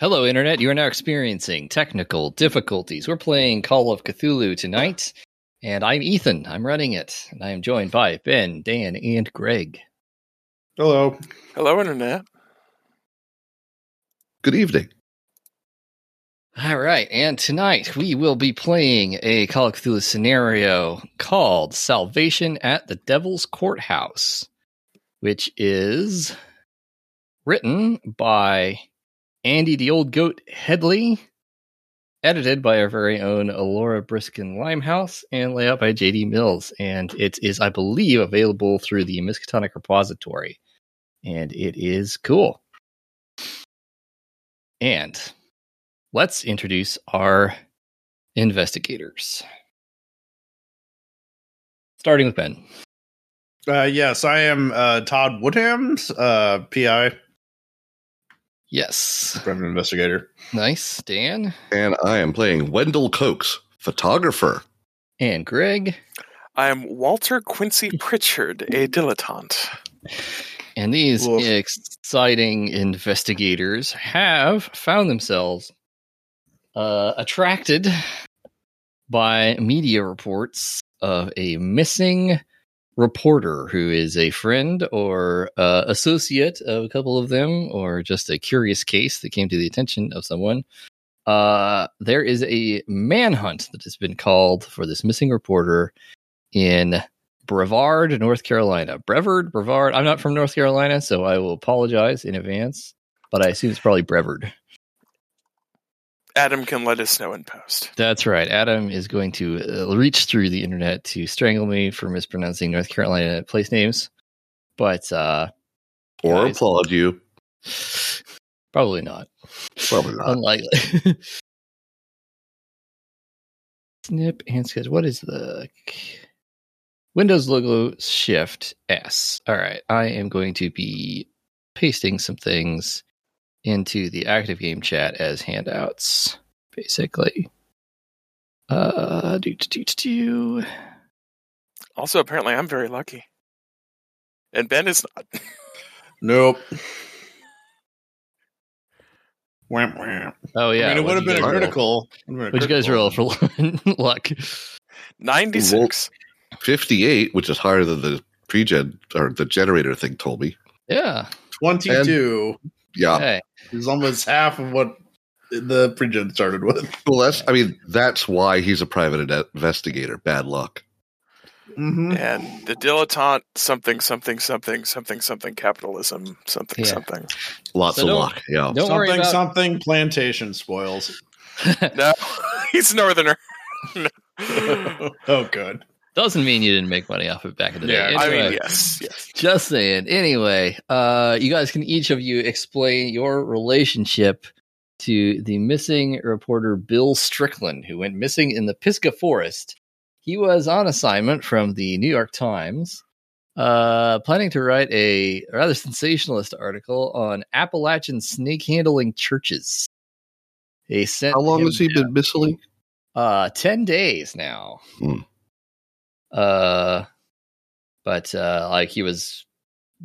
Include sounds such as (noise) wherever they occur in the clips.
Hello, Internet. You are now experiencing technical difficulties. We're playing Call of Cthulhu tonight, and I'm Ethan. I'm running it, and I am joined by Ben, Dan, and Greg. Hello. Hello, Internet. Good evening. All right, and tonight we will be playing a Call of Cthulhu scenario called Salvation at the Devil's Courthouse, which is written by Andy the Old Goat Headley, edited by our very own Laura Briskin Limehouse, and layout by JD Mills. And it is, I believe, available through the Miskatonic repository. And it is cool. And let's introduce our investigators. Starting with Ben. Uh, yes, I am uh, Todd Woodhams, uh, PI, Yes. private investigator. Nice. Dan And I am playing Wendell Coates, photographer. and Greg. I am Walter (laughs) Quincy Pritchard, a dilettante. And these Woof. exciting investigators have found themselves uh, attracted by media reports of a missing reporter who is a friend or uh, associate of a couple of them, or just a curious case that came to the attention of someone. Uh, there is a manhunt that has been called for this missing reporter in Brevard, North Carolina. Brevard, Brevard. I'm not from North Carolina, so I will apologize in advance, but I assume it's probably Brevard. Adam can let us know in post. That's right. Adam is going to uh, reach through the internet to strangle me for mispronouncing North Carolina place names, but uh, Or Guys. applaud you. probably not. Probably not. Unlikely. (laughs) Snip and schedule. What is the Windows logo shift S? All right. I am going to be pasting some things into the active game chat as handouts, basically. Uh, do, do, do, do, do. Also, apparently, I'm very lucky. And Ben is not. Nope. Wham, wham. Oh, yeah. I mean, it would what'd have you been guys a roll? critical. Would've been a What'd you guys critical. roll for (laughs) luck? 96. 58, which is higher than the pre-gen or the generator thing told me. Yeah. 22 Yeah. Uh, Hey. is almost half of what the pregen started with. Well, that's, I mean, that's why he's a private in- investigator. Bad luck. (laughs) Mm-hmm. And the dilettante, something, something, something, something, something, capitalism, something, Yeah. something. Lots So of don't- luck. Yeah. Don't worry something, about something plantation spoils. No, (laughs) he's a northerner. (laughs) (laughs) oh, good. Doesn't mean you didn't make money off it back in the day. Yeah, I Anyway. mean, yes, yes. Just saying. Anyway, uh, you guys can each of you explain your relationship to the missing reporter Bill Strickland, who went missing in the Pisgah Forest. He was on assignment from the New York Times, uh, planning to write a rather sensationalist article on Appalachian snake handling churches. They sent How long him has he been missing? uh 10 days now Hmm. uh but uh like he was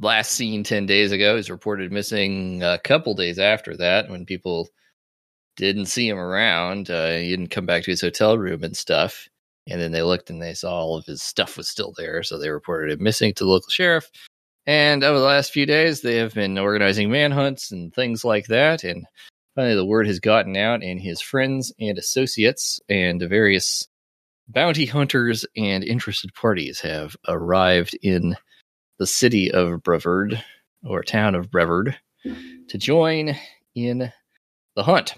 last seen 10 days ago he's reported missing a couple days after that when people didn't see him around uh he didn't come back to his hotel room and stuff and then they looked and they saw all of his stuff was still there so they reported him missing to the local sheriff and over the last few days they have been organizing manhunts and things like that and Finally, the word has gotten out, and his friends and associates and various bounty hunters and interested parties have arrived in the city of Brevard or town of Brevard to join in the hunt.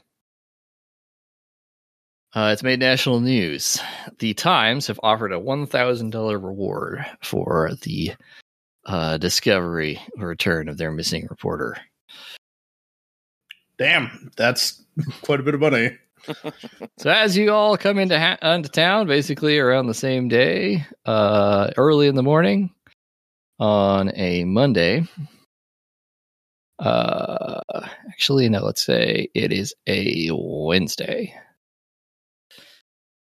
Uh, it's made national news. The Times have offered a $1,000 reward for the uh, discovery or return of their missing reporter. Damn, that's quite a bit of money. So as you all come into ha- into town, basically around the same day, uh, early in the morning on a Monday. Uh, actually, no. Let's say it is a Wednesday.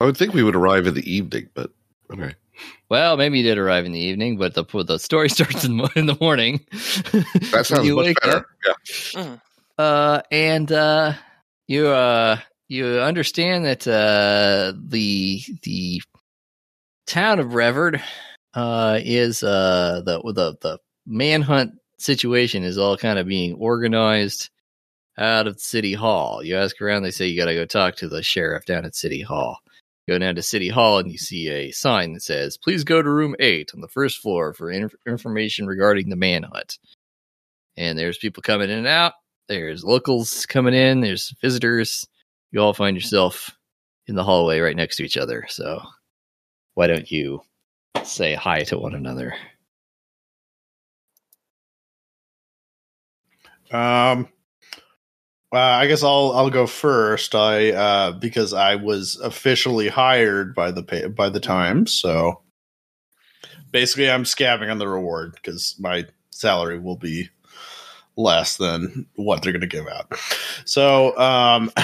I would think we would arrive in the evening, but okay. Well, maybe you did arrive in the evening, but the the story (laughs) starts in, in the morning. That (laughs) sounds You much wake better. up, Uh, and uh, You uh you understand that uh the the town of Reverd uh is uh the the the manhunt situation is all kind of being organized out of City Hall. You ask around, they say you gotta go talk to the sheriff down at City Hall. Go down to City Hall and you see a sign that says, Please go to room eight on the first floor for inf- information regarding the manhunt. And there's people coming in and out there's locals coming in, there's visitors. You all find yourself in the hallway right next to each other. So why don't you say hi to one another? Um, uh, I guess I'll I'll go first. I uh, because I was officially hired by the pay, by the time, so basically I'm scabbing on the reward because my salary will be less than what they're going to give out. So um, (laughs)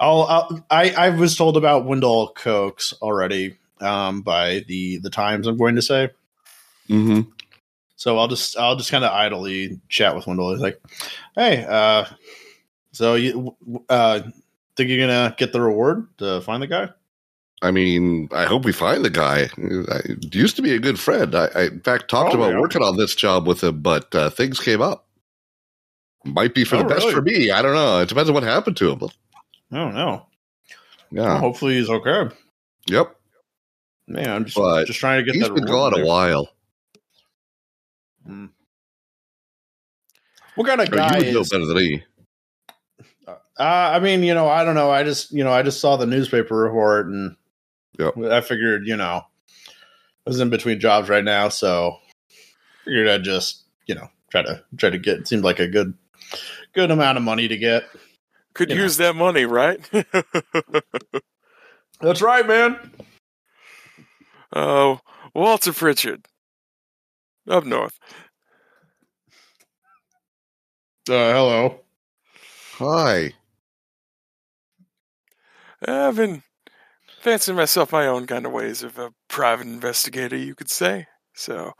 I'll, I'll I I was told about Wendell Cokes already um, by the the Times. I'm going to say. hmm So I'll just I'll just kind of idly chat with Wendell. He's like, "Hey, uh, so you uh, think you're gonna get the reward to find the guy?" I mean, I hope we find the guy. I used to be a good friend. I, I in fact, talked Oh, about yeah. working on this job with him, but uh, things came up. Might be for Oh, the best really? for me. I don't know. It depends on what happened to him. I don't know. Well, Yeah. hopefully he's okay. Yep. Man, I'm just But just trying to get He's that. been reward gone a there. while. What kind of Or guy you would know is? better than me. Uh, I mean, you know, I don't know. I just you know I just saw the newspaper report and Yep. I figured you know I was in between jobs right now, so figured I'd just you know try to try to get. It seemed like a good good amount of money to get. Could You know. use that money, right? (laughs) That's right, man. Oh, Walter Pritchard. Up north. Uh, hello. Hi. Uh, I've been fancying myself my own kind of ways of a private investigator, you could say. So,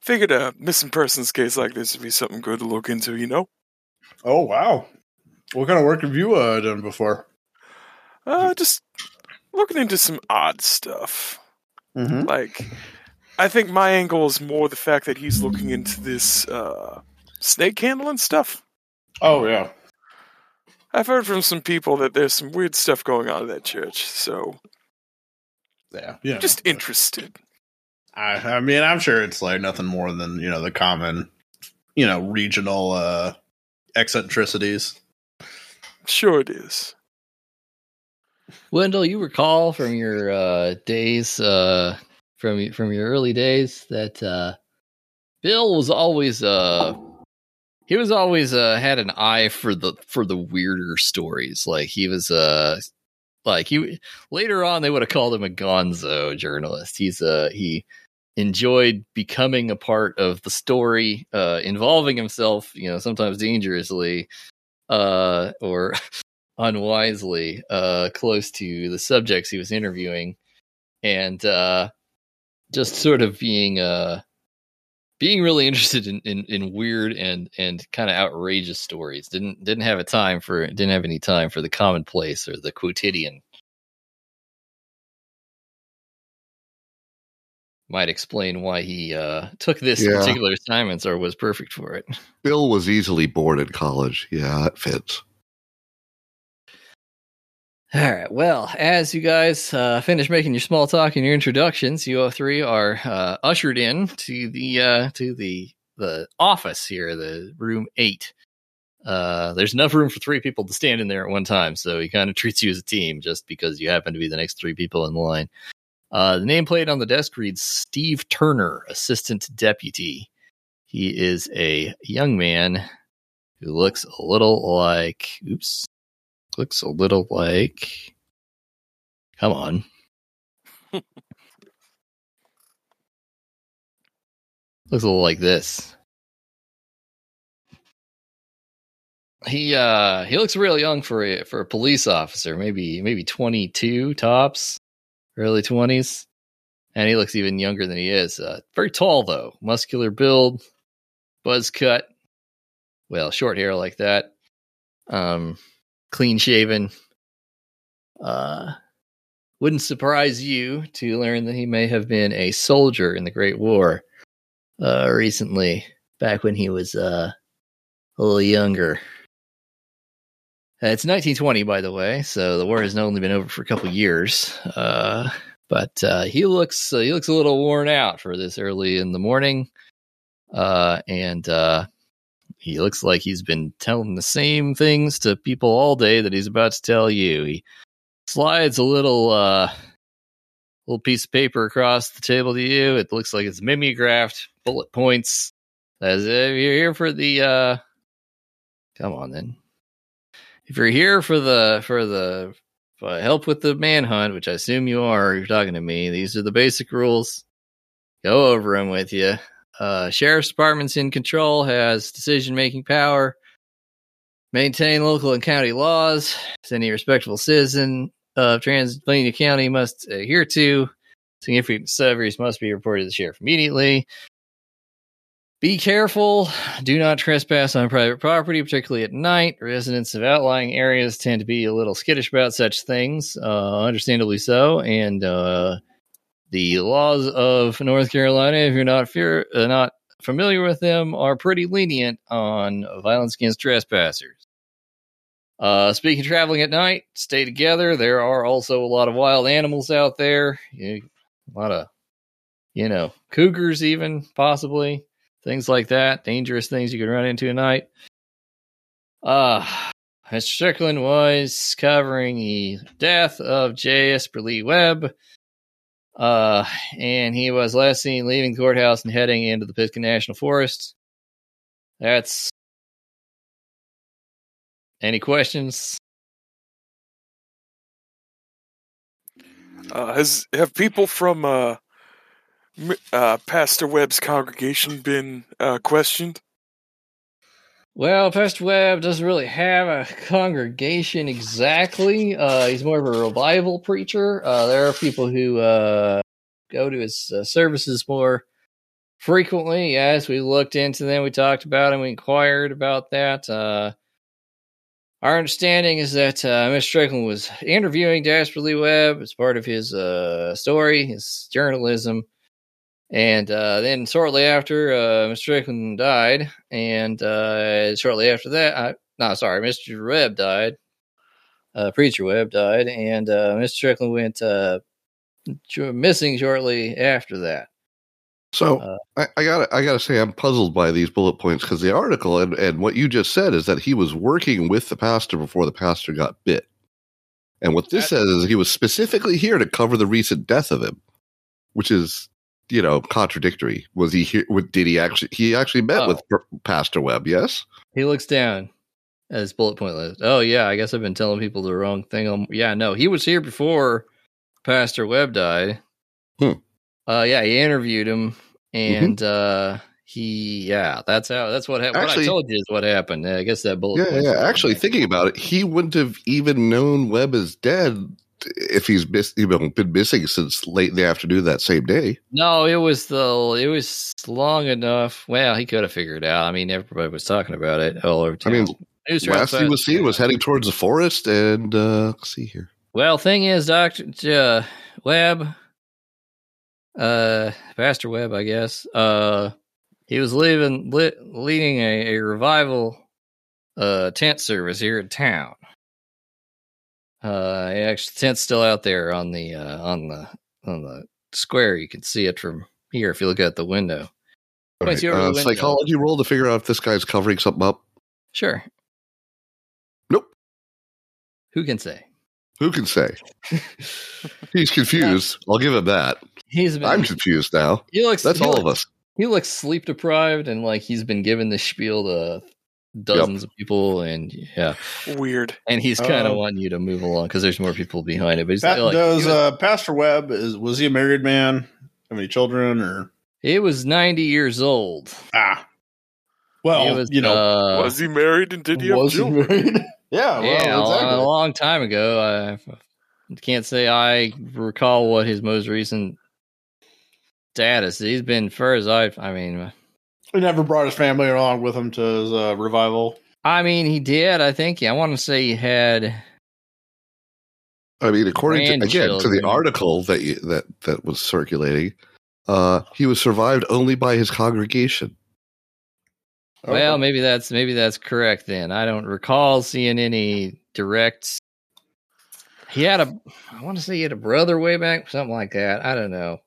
figured a missing persons case like this would be something good to look into, you know? Oh wow. What kind of work have you uh, done before? Uh, just looking into some odd stuff. Mm-hmm. Like, I think my angle is more the fact that he's looking into this uh, snake handling stuff. Oh yeah. I've heard from some people that there's some weird stuff going on in that church, so Yeah. Yeah. just interested. I, I mean, I'm sure it's like nothing more than you know the common, you know, regional uh eccentricities. Sure, it is. Wendell, you recall from your uh, days, uh, from from your early days, that uh, Bill was always uh, he was always uh, had an eye for the for the weirder stories. Like he was uh, like he later on they would have called him a Gonzo journalist. He's uh, he enjoyed becoming a part of the story, uh, involving himself, you know, sometimes dangerously, uh, or (laughs) unwisely uh, close to the subjects he was interviewing, and uh, just sort of being uh, being really interested in, in, in weird and and kind of outrageous stories. Didn't didn't have a time for didn't have any time for the commonplace or the quotidian. Might explain why he uh, took this Yeah. particular assignment or was perfect for it. Bill was easily bored in college. Yeah, it fits. All right. Well, as you guys uh, finish making your small talk and your introductions, you all three are uh, ushered in to the uh, to the the office here, the room eight. Uh, there's enough room for three people to stand in there at one time, so he kind of treats you as a team just because you happen to be the next three people in line. Uh, the nameplate on the desk reads Steve Turner, Assistant Deputy. He is a young man who looks a little like. Oops looks a little like come on looks a little like this he uh he looks real young for a for a police officer maybe maybe 22 tops early 20s and he looks even younger than he is uh, very tall though muscular build buzz cut well short hair like that um clean shaven. Uh, wouldn't surprise you to learn that he may have been a soldier in the Great War uh, recently, back when he was uh, a little younger. Uh, It's 1920, by the way, so the war has only been over for a couple years. Uh, but uh, he looks uh, he looks a little worn out for this early in the morning, uh, and uh, he looks like he's been telling the same things to people all day that he's about to tell you. He slides a little uh, little piece of paper across the table to you. It looks like it's mimeographed bullet points, as if you're here for the. Uh, come on, then. If you're here for the for the for help with the manhunt, which I assume you are, you're talking to me. These are the basic rules. Go over them with you. Uh, sheriff's department's in control, has decision making power. Maintain local and county laws. As any respectable citizen of Transylvania County must adhere to. Significant discoveries must be reported to the sheriff immediately. Be careful. Do not trespass on private property, particularly at night. Residents of outlying areas tend to be a little skittish about such things, uh, understandably so. And uh, the laws of North Carolina, if you're not fear, uh, not familiar with them, are pretty lenient on violence against trespassers. Uh, speaking of traveling at night, stay together. There are also a lot of wild animals out there. You, a lot of, you know, cougars, even possibly things like that. Dangerous things you can run into at night. Uh, Mr. Strickland was covering the death of J.S. Lee Webb. Uh, and he was last seen leaving the courthouse and heading into the Pisgah National Forest. That's any questions? Uh, has have people from uh, M- uh, Pastor Webb's congregation been uh, questioned? Well, Pastor Webb doesn't really have a congregation exactly. Uh, he's more of a revival preacher. Uh, there are people who uh, go to his uh, services more frequently. Yes, we looked into them. We talked about him. We inquired about that. Uh, our understanding is that uh, Mr. Strickland was interviewing Jasper Lee Webb as part of his uh, story, his journalism. And uh, then shortly after, uh, Mr. Strickland died, and uh, shortly after that, I, no, sorry, Mr. Webb died, uh, preacher Webb died, and uh, Mr. Strickland went uh, jo- missing shortly after that. So Uh, I, I gotta I gotta say I'm puzzled by these bullet points because the article and, and what you just said is that he was working with the pastor before the pastor got bit. And what this That- says is he was specifically here to cover the recent death of him, which is you know contradictory. Was he here? What did he actually? He actually met Oh. with P- Pastor Webb. Yes. He looks down at his bullet point list. Oh yeah, I guess I've been telling people the wrong thing. Um, yeah, no, he was here before Pastor Webb died. Hmm. Mm-hmm. Uh, yeah, he interviewed him, and uh, he yeah, that's how that's what happened. What I Actually- told you is what happened. I guess that bullet. Yeah, point's yeah. wrong. Actually, thinking about it, he wouldn't have even known Webb is dead if he's miss, you know, been missing since late in the afternoon that same day. No, it was the it was long enough. Well, he could have figured it out. I mean, everybody was talking about it all over I town. mean, News last he fast- was seen was heading towards the forest and uh let's see here Well, thing is, Doctor uh, Webb, uh, Pastor Webb, I guess, uh, he was leaving, li- leading a, a revival uh, tent service here in town. Uh, actually, the tent's still out there on the uh, on the on the square. You can see it from here if you look out the window. Wait, All right, so you're uh, over the window. psychology roll to figure out if this guy's covering something up Sure. Nope. Who can say? (laughs) who can say he's confused i'll give him that He's been. i'm confused now he looks. that's he all looks- of us he looks sleep deprived and like he's been given this spiel to dozens of people and yeah Weird. and he's kind of Oh. wanting you to move along because there's more people behind it but he's Pat, like does he, was, uh, Pastor Webb is was he a married man? How many children or he was 90 years old ah? Well, he was Oh, you know, uh, was he married and did he have was he children? married? (laughs) yeah, well, yeah, a- oh, exactly. a long time ago i can't say i recall what his most recent status he's been first i i mean He never brought his family along with him to his uh, revival. I mean, he did. I think. Yeah, I want to say he had. I mean, according to, again to Grandchildren. the article that you, that that was circulating, uh, he was survived only by his congregation. Well, Okay. maybe that's maybe that's correct. Then I don't recall seeing any direct. He had a. I want to say he had a brother way back, something like that. I don't know.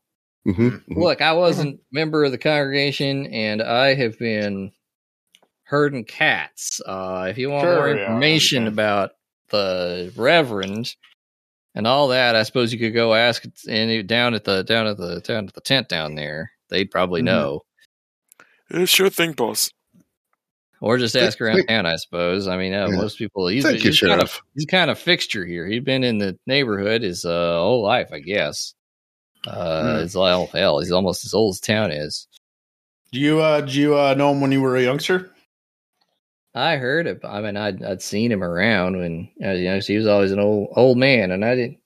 Mm-hmm. Look, I wasn't a member of the congregation, and I have been herding cats. Uh, if you want Sure, more yeah, information okay. about the Reverend and all that, I suppose you could go ask any down at the down at the down at the tent down there. They'd probably Mhm. know, Yeah, sure thing, boss. or just Th- ask around th- town. I suppose. I mean, uh, Yeah. most people. He's, Thank you, he's kind of- Sheriff. he's kind of fixture here. He'd been in the neighborhood his uh, whole life, I guess. Mm. Uh, Hmm. it's all hell. He's almost as old as town is. Do you uh do you uh know him when you were a youngster? I heard it. I mean, I'd, I'd seen him around when I was young. So he was always an old old man, and I didn't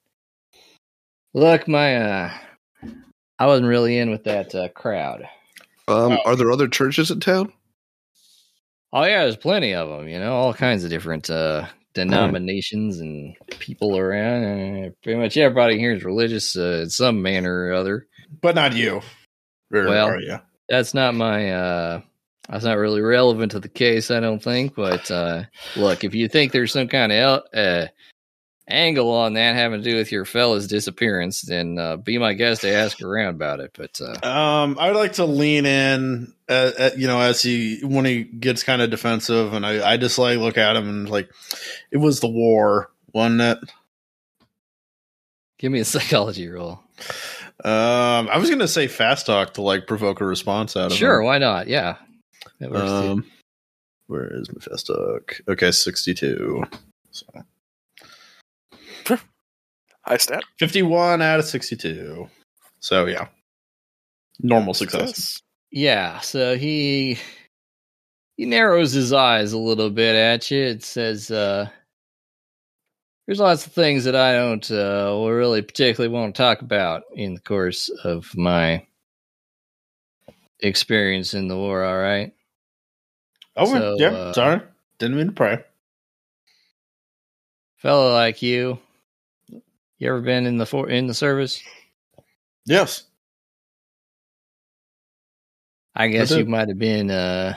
look my. Uh, I wasn't really in with that uh, crowd. Um, are there other churches in town? Oh yeah, there's plenty of them. You know, all kinds of different uh, denominations and people around. Uh, pretty much everybody here is religious uh, in some manner or other. But not you. Or Well- are you? that's not my uh that's not really relevant to the case i don't think but uh look if you think there's some kind of el- uh angle on that having to do with your fella's disappearance then uh be my guest to ask around about it but uh Um, I would like to lean in, uh, uh, you know, as he when he gets kind of defensive, and I, I just like look at him and like, it was the war, wasn't it? give me a (laughs) psychology roll Um, I was gonna say fast talk to like provoke a response out of sure him. why not yeah that works too. Um, where is my fast talk? Okay, sixty-two. So, High stat. Fifty-one out of sixty-two. So yeah, normal success. Yeah, so he he narrows his eyes a little bit at you and says, uh there's lots of things that I don't uh really particularly want to talk about in the course of my experience in the war, all right? Oh So, yeah, uh, sorry, didn't mean to pray. Fellow like you, you ever been in the for- in the service? Yes. I guess you did. might have been uh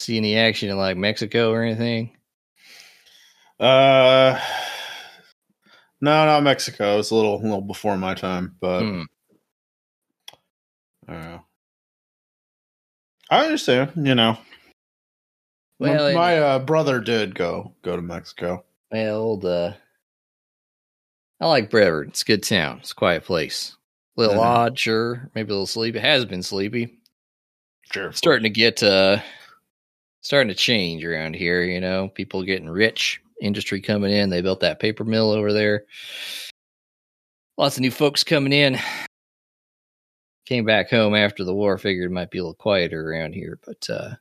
see any action in like Mexico or anything. Uh, (sighs) no, not Mexico. It was a little, little before my time, but Hmm. I don't know. I understand. You know, My- Well, my, it- uh, brother did go go to Mexico. My old, uh, I like Brevard. It's a good town. It's a quiet place. A little Mhm. odd, sure. Maybe a little sleepy. It has been sleepy. Sure. Starting to get, uh, starting to change around here, you know. People getting rich, industry coming in. They built that paper mill over there. Lots of new folks coming in. Came back home after the war, figured it might be a little quieter around here, but, uh,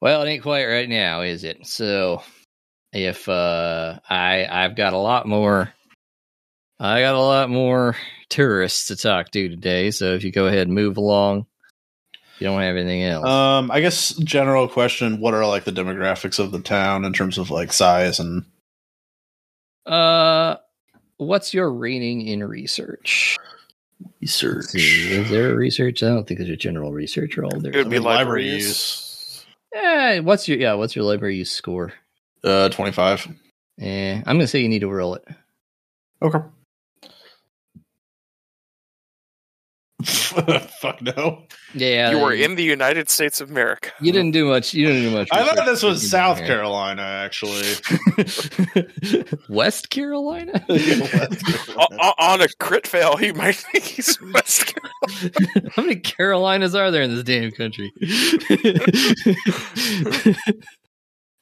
well, it ain't quiet right now, is it? So, if uh i i've got a lot more i got a lot more tourists to talk to today so if you go ahead and move along you don't have anything else Um, I guess general question: What are like the demographics of the town in terms of like size and? uh, what's your rating in research Let's see, Research. is there a research i don't think there's a general research role It would there be I mean, library library use. use. eh, what's your yeah what's your library use score Uh, twenty-five. (laughs) eh, i'm gonna say you need to roll it Okay. Fuck no. yeah you were in the United States of America. you didn't do much you didn't do much I thought research. this was You didn't South here. Carolina, actually. (laughs) (laughs) West Carolina? (laughs) (laughs) O- o- on a crit fail, he might (laughs) think he's West How many Carolinas are there in this damn country? (laughs)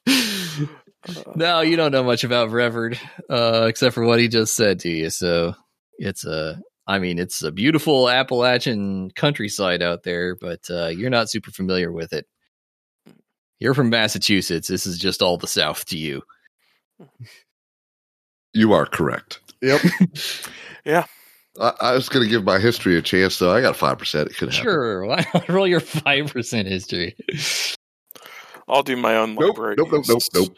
Carolina. no, you don't know much about Revered, uh, except for what he just said to you. So it's a, I mean, it's a beautiful Appalachian countryside out there, but uh, you're not super familiar with it. You're from Massachusetts. This is just all the South to you. You are correct. (laughs) yep. I, I was going to give my history a (laughs) chance, though. I got five percent. It could happen. Sure, why not roll your five percent history? I'll do my own Nope, library. nope, nope, nope, use. nope.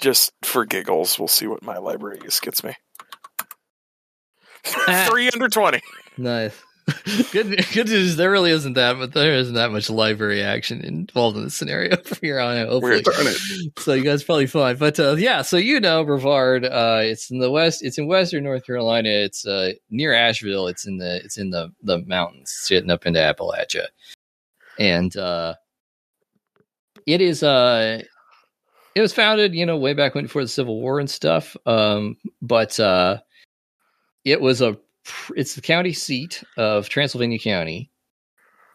Just for giggles, we'll see what my library use gets me. (laughs) Three under twenty. Nice. (laughs) good, good news. There really isn't that, but there isn't that much library action involved in this scenario (laughs) from here on out. Hopefully, Weird. Darn (laughs) it. so you guys probably fine. But uh, yeah, so you know, Brevard. Uh, it's in the west. It's in western North Carolina. It's uh, near Asheville. It's in the it's in the the mountains, it's getting up into Appalachia, and uh, it is uh, it was founded, you know, way back when before the Civil War and stuff. Um, but uh, it was a it's the county seat of Transylvania County,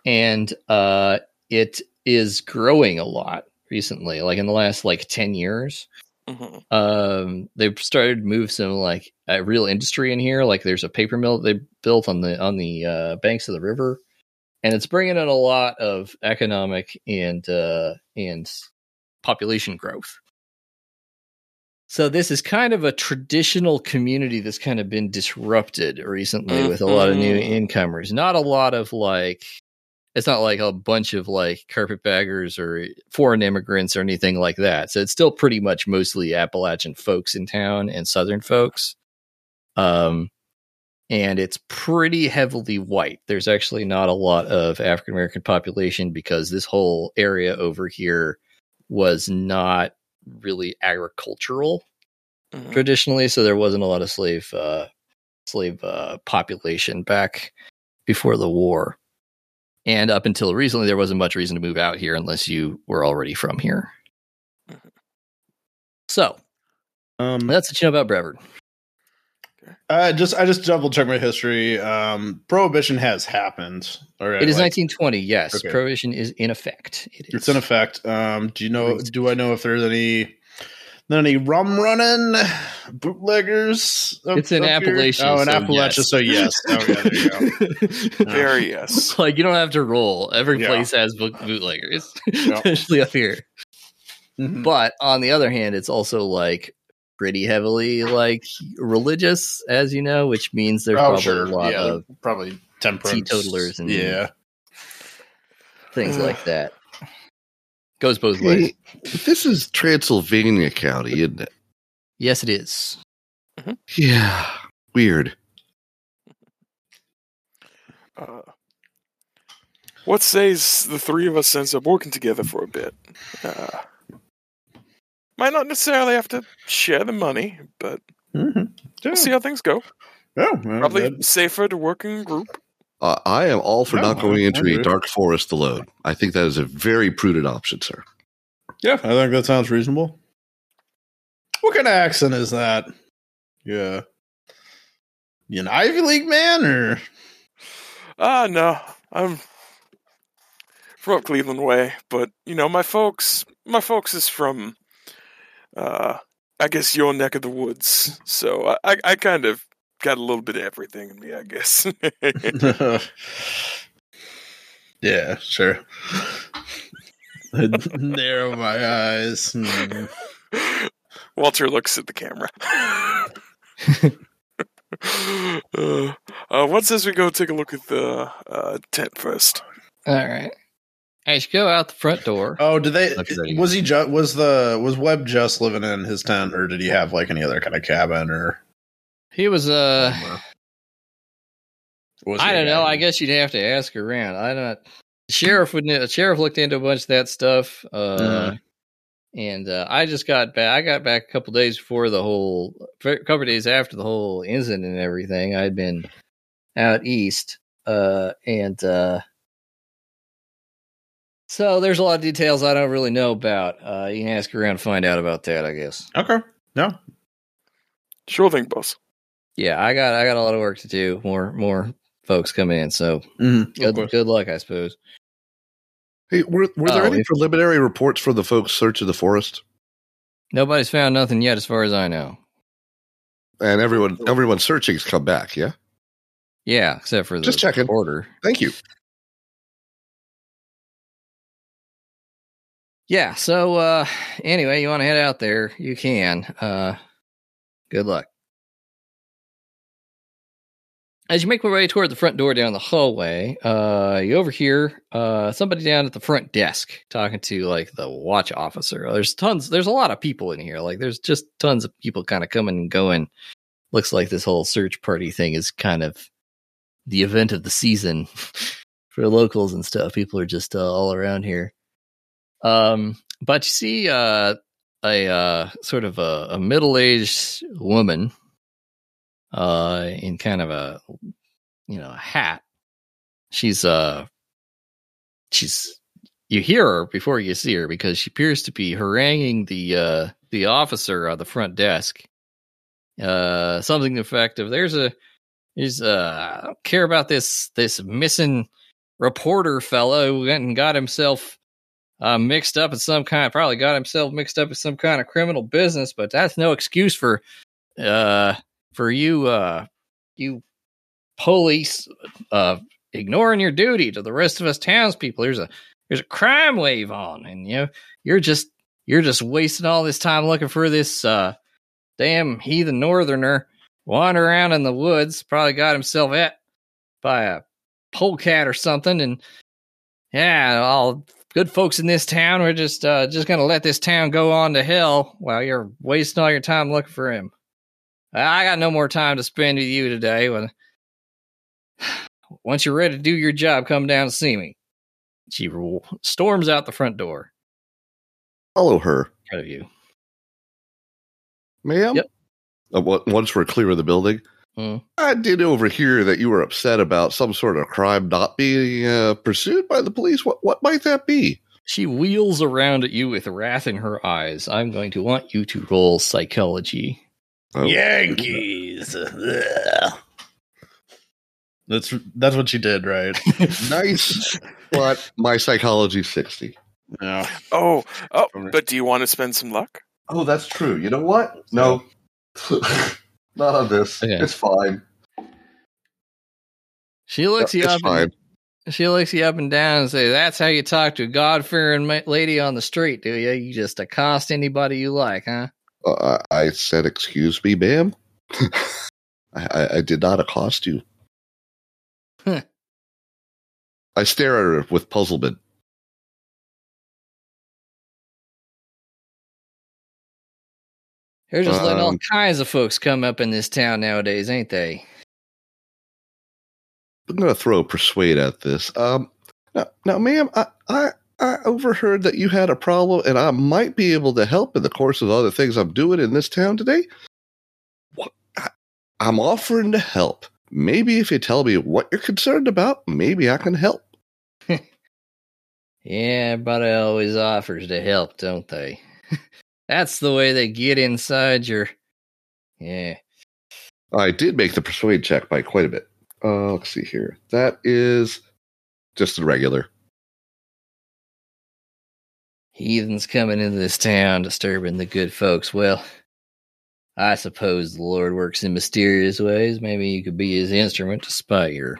and uh, it is growing a lot recently, like in the last like ten years Mhm. um they've started to move some like uh, real industry in here like there's a paper mill that they built on the on the uh, banks of the river and it's bringing in a lot of economic and uh and population growth so this is kind of a traditional community that's kind of been disrupted recently with a lot of new Mhm. incomers not a lot of like it's not like a bunch of like carpetbaggers or foreign immigrants or anything like that. So it's still pretty much mostly Appalachian folks in town and Southern folks. Um, and it's pretty heavily white. There's actually not a lot of African American population because this whole area over here was not really agricultural Mm. Mhm. traditionally, so there wasn't a lot of slave uh, slave uh, population back before the war, and up until recently, there wasn't much reason to move out here unless you were already from here. Mm-hmm. Mhm. So Um, that's what you know about Brevard. uh, just I just double check my history. Um, prohibition has happened. All right, it is like, 1920. Yes, Okay. prohibition is in effect. It is. It's in effect. Um, do you know? Great. Do I know if there's any? there Any rum running bootleggers? up- It's in up here? Appalachia, Oh, in so Appalachia. yes. So yes. Oh, yeah, there (laughs) you go. Very yes. like you don't have to roll. Every Yeah. place has book bootleggers, (laughs) Yeah. especially up here. Mhm. But on the other hand, it's also like pretty heavily like religious, as you know, which means there's Oh, probably sure. a lot Yeah. of probably temperance Teetotalers and- yeah things Ugh. like that. Goes both ways. Hey, this is Transylvania County, isn't it? Yes, it is. Yeah. Weird. Uh, what says the three of us ends up working together for a bit? Uh, might not necessarily have to share the money, but Yeah. we'll see how things go. Mm-hmm. Oh, well, Probably that- safer to work in group. Uh, I am all for No, not going I- I into a agree. dark forest alone. I think that is a very prudent option, (sighs) sir. yeah, I think that sounds reasonable. What kind of accent is that? Yeah, you an Ivy League man or Ah, no, I'm from Cleveland way, but you know, my folks, my folks is from, uh, I guess your neck of the woods. So I- I, I kind of got a little bit of everything in me, I guess. (laughs) (laughs) yeah, sure. Narrow my eyes. Hmm. Walter looks at the camera. uh, uh, what says we go take a look at the uh, tent first? All right. I should go out the front door. Oh, did they? That's very Was he just was the was Webb just living in his tent, or did he have like any other kind of cabin, or He was uh was I he- don't know. I guess you'd have to ask around. I don't. Sheriff would. kn- Sheriff looked into a bunch of that stuff. Uh, Mhm. And uh, I just got back. I got back a couple days before the whole. A couple days after the whole incident and everything. I'd been out east. Uh, and uh, so there's a lot of details I don't really know about. Uh, you can ask around and find out about that. I guess. Okay. Sure thing, boss. Yeah, I got. I got a lot of work to do. More. More folks come in. So Mm-hmm. good. Good luck, I suppose. Hey, were, were there Oh, any if- preliminary reports from the folks searching the forest? Nobody's found nothing yet, as far as I know. And everyone, everyone searching's come back. Yeah. Yeah, except for the Just checking. order. Thank you. Yeah. So uh anyway, you want to head out there? You can. Uh Good luck. as you make your way toward the front door down the hallway, uh, you overhear uh, somebody down at the front desk talking to like the watch officer. There's tons. There's a lot of people in here. Like there's just tons of people kind of coming and going. Looks like this whole search party thing is kind of the event of the season (laughs) for locals and stuff. People are just uh, all around here. Um, but you see uh, a uh, sort of a, a middle-aged woman uh in kind of a you know a hat she's uh she's you hear her before you see her because she appears to be haranguing the uh the officer on the front desk uh something to the effect of there's a there's uh i don't care about this this missing reporter fellow who went and got himself uh mixed up in some kind probably got himself mixed up in some kind of criminal business but that's no excuse for uh for you uh you police uh ignoring your duty to the rest of us townspeople there's a there's a crime wave on and you know you're just you're just wasting all this time looking for this uh damn heathen northerner wander around in the woods probably got himself at by a polecat or something and yeah all good folks in this town we're just uh just gonna let this town go on to hell while you're wasting all your time looking for him I got no more time to spend with you today. But (sighs) once you're ready to do your job, come down and see me. She ro- storms out the front door Follow her, in front of you. ma'am. Yep. Uh, wa- once we're clear of the building, Hmm. I did overhear that you were upset about some sort of crime not being uh, pursued by the police. What what might that be? She wheels around at you with wrath in her eyes. I'm going to want you to roll psychology. (laughs) Oh, Yankees. That's that's what she did, right? nice, but my psychology sixty. Yeah. Oh, oh, Over. but do you want to spend some luck? Oh, that's true. You know what? No, (laughs) not on this. Okay. It's fine. She looks you it's up. fine. And, she looks you up and down and says, "That's how you talk to a God-fearing ma- lady on the street, do you? You just accost anybody you like, huh?" Uh, I I said, "Excuse me, ma'am." (laughs) I, I, I did not accost you. Huh. I stare at her with puzzlement. They're just letting all Um, kinds of folks come up in this town nowadays, ain't they? I'm going to throw persuade at this. Um, now, now, ma'am, I, I I overheard that you had a problem, and I might be able to help in the course of other things I'm doing in this town today. What, I, I'm offering to help. Maybe if you tell me what you're concerned about, maybe I can help. Yeah, everybody always offers to help, don't they? (laughs) That's the way they get inside your. Yeah. I did make the persuade check by quite a bit. Uh, let's see here. That is just a regular. Heathens coming into this town, disturbing the good folks. Well, I suppose the Lord works in mysterious ways. Maybe you could be his instrument to spy your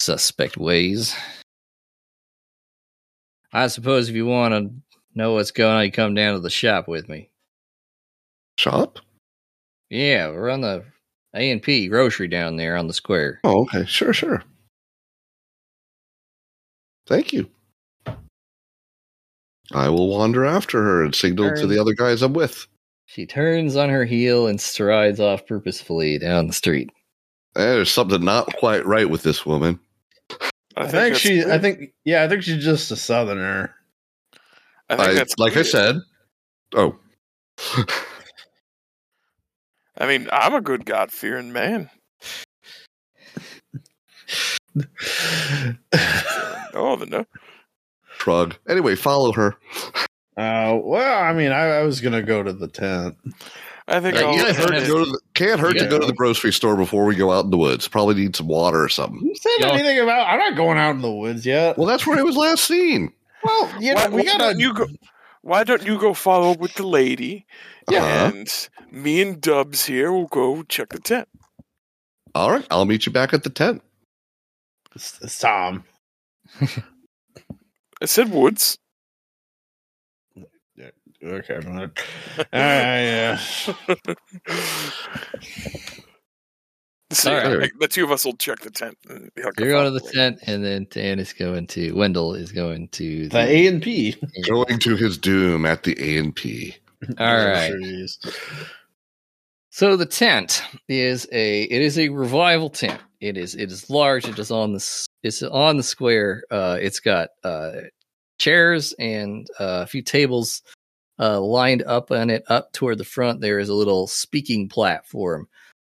suspect ways. I suppose if you want to know what's going on, you come down to the shop with me. Shop? Yeah, we're on the A and P grocery down there on the square. Oh, okay. Sure, sure. Thank you. I will wander after her and signal to Turn. the other guys I'm with. She turns on her heel and strides off purposefully down the street. There's something not quite right with this woman. I, think, that's she. I weird. think yeah. I think she's just a southerner. (laughs) I think I, that's like I weird. said. Oh, I mean, I'm a good God fearing man. Oh, the no. shrug. Anyway, follow her. Uh, well, I mean, I, I was gonna go to the tent. I think Yeah, I'll, you guys Can't hurt, to have- go to the, can't hurt Yeah. to go to the grocery store before we go out in the woods. Probably need some water or something. Who said Y'all- anything about? I'm not going out in the woods yet. Well, that's where it was last seen. Well, you know, why, we why gotta. don't you go? Why don't you go follow up with the lady? Yeah. And me and Dubs here will go check the tent. All right, I'll meet you back at the tent. It's, it's Tom. I said woods. Okay. I'm Uh, gonna- (laughs) Ah, So, All right. like, the two of us will check the tent. And he'll You're going to the come up. tent, and then Tan is going to Wendell is going to yeah. The A and P. Going to his doom at the A and P. All right. Jeez. So the tent is a it is a revival tent. It is it is large. It is on the s- it's on the square. Uh, it's got uh, chairs and uh, a few tables uh, lined up on it. Up toward the front, there is a little speaking platform.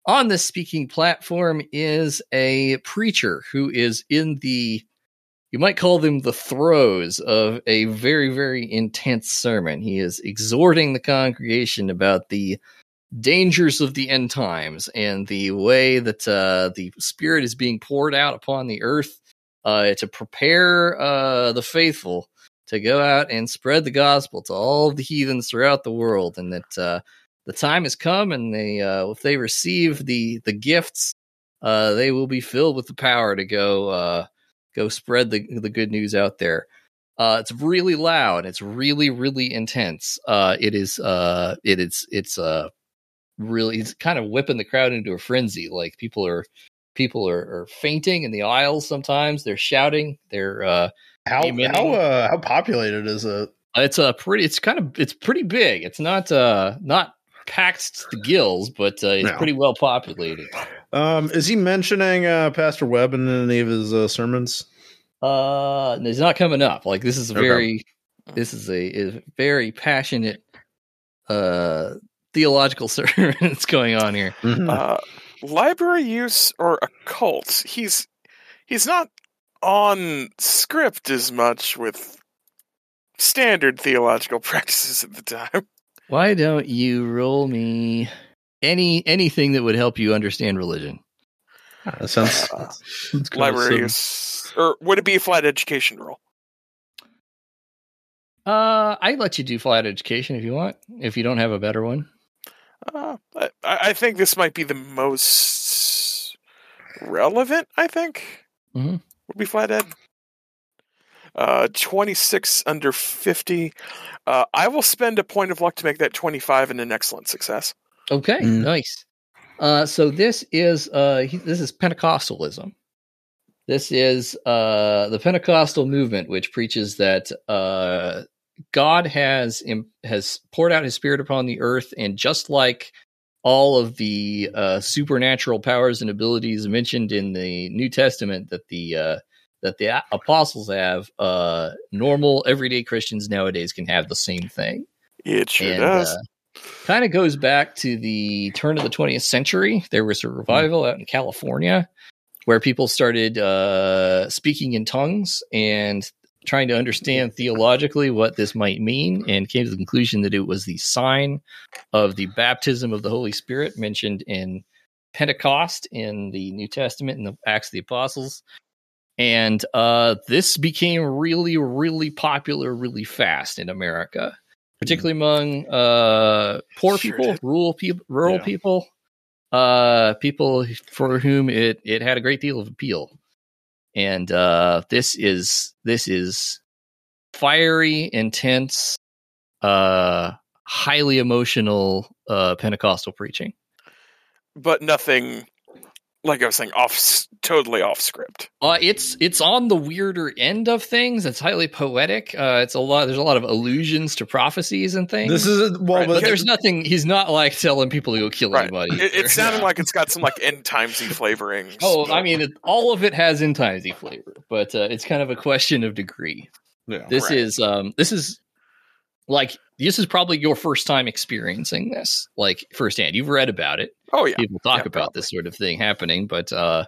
On this speaking platform is a preacher who is in the you might call them the throes of a very very intense sermon. He is exhorting the congregation about the dangers of the end times and the way that uh, the spirit is being poured out upon the earth uh, to prepare uh, the faithful to go out and spread the gospel to all the heathens throughout the world and that uh, the time has come and they uh, if they receive the the gifts uh, they will be filled with the power to go uh, go spread the the good news out there uh, it's really loud it's really really intense uh, it is uh, it is it's uh, really he's kind of whipping the crowd into a frenzy like people are people are, are fainting in the aisles sometimes they're shouting they're uh How Amen. how uh, how populated is it? it's a pretty it's kind of it's pretty big it's not uh not packed to the gills but uh, it's No. pretty well populated Um, is he mentioning uh, Pastor Webb in any of his uh, sermons? uh and it's not coming up like this is a Okay. very this is a, is a very passionate uh theological (laughs) sermon that's going on here Mm-hmm. uh, library use or occult. He's he's not on script as much with standard theological (laughs) practices at the time. why don't you roll me any anything that would help you understand religion Uh, (laughs) since Uh, since library Coulson- use, or would it be a flat education rule? Uh, I let you do flat education if you want. If you don't have a better one, Uh, I, I think this might be the most relevant. I think Mhm. would be flat ed. Uh, twenty six under fifty. Uh, I will spend a point of luck to make that twenty five and an excellent success. okay, Mm. nice. Uh, so this is uh, he- this is Pentecostalism. This is uh the Pentecostal movement, which preaches that uh God has im- has poured out His Spirit upon the earth, and just like all of the uh, supernatural powers and abilities mentioned in the New Testament that the uh, that the apostles have, uh, normal everyday Christians nowadays can have the same thing. It sure and uh, does. kind of goes back to the turn of the 20th century. There was a revival out in California where people started uh, speaking in tongues and trying to understand theologically what this might mean and came to the conclusion that it was the sign of the baptism of the Holy Spirit mentioned in Pentecost in the New Testament in the Acts of the Apostles. And uh, this became really, really popular really fast in America particularly among uh, poor Sure people, did. rural people, rural Yeah. people, uh, people for whom it it had a great deal of appeal. And uh, this is this is fiery, intense, uh, highly emotional uh, Pentecostal preaching. but nothing like I was saying off s- totally (laughs) off script. Uh, it's it's on the weirder end of things. It's highly poetic. Uh, it's a lot. There's a lot of allusions to prophecies and things. This is a- well, Right, but but there's nothing. He's not like telling people to go kill Right. anybody. It, it sounded like it's got some like end timesy flavorings. (laughs) Oh, but- I mean, it, all of it has in timesy flavor, but uh, it's kind of a question of degree. yeah. This Right. is um, this is like this is probably your first time experiencing this, like firsthand. You've read about it. (laughs) oh yeah, People talk yeah, about this sort of thing happening, but uh,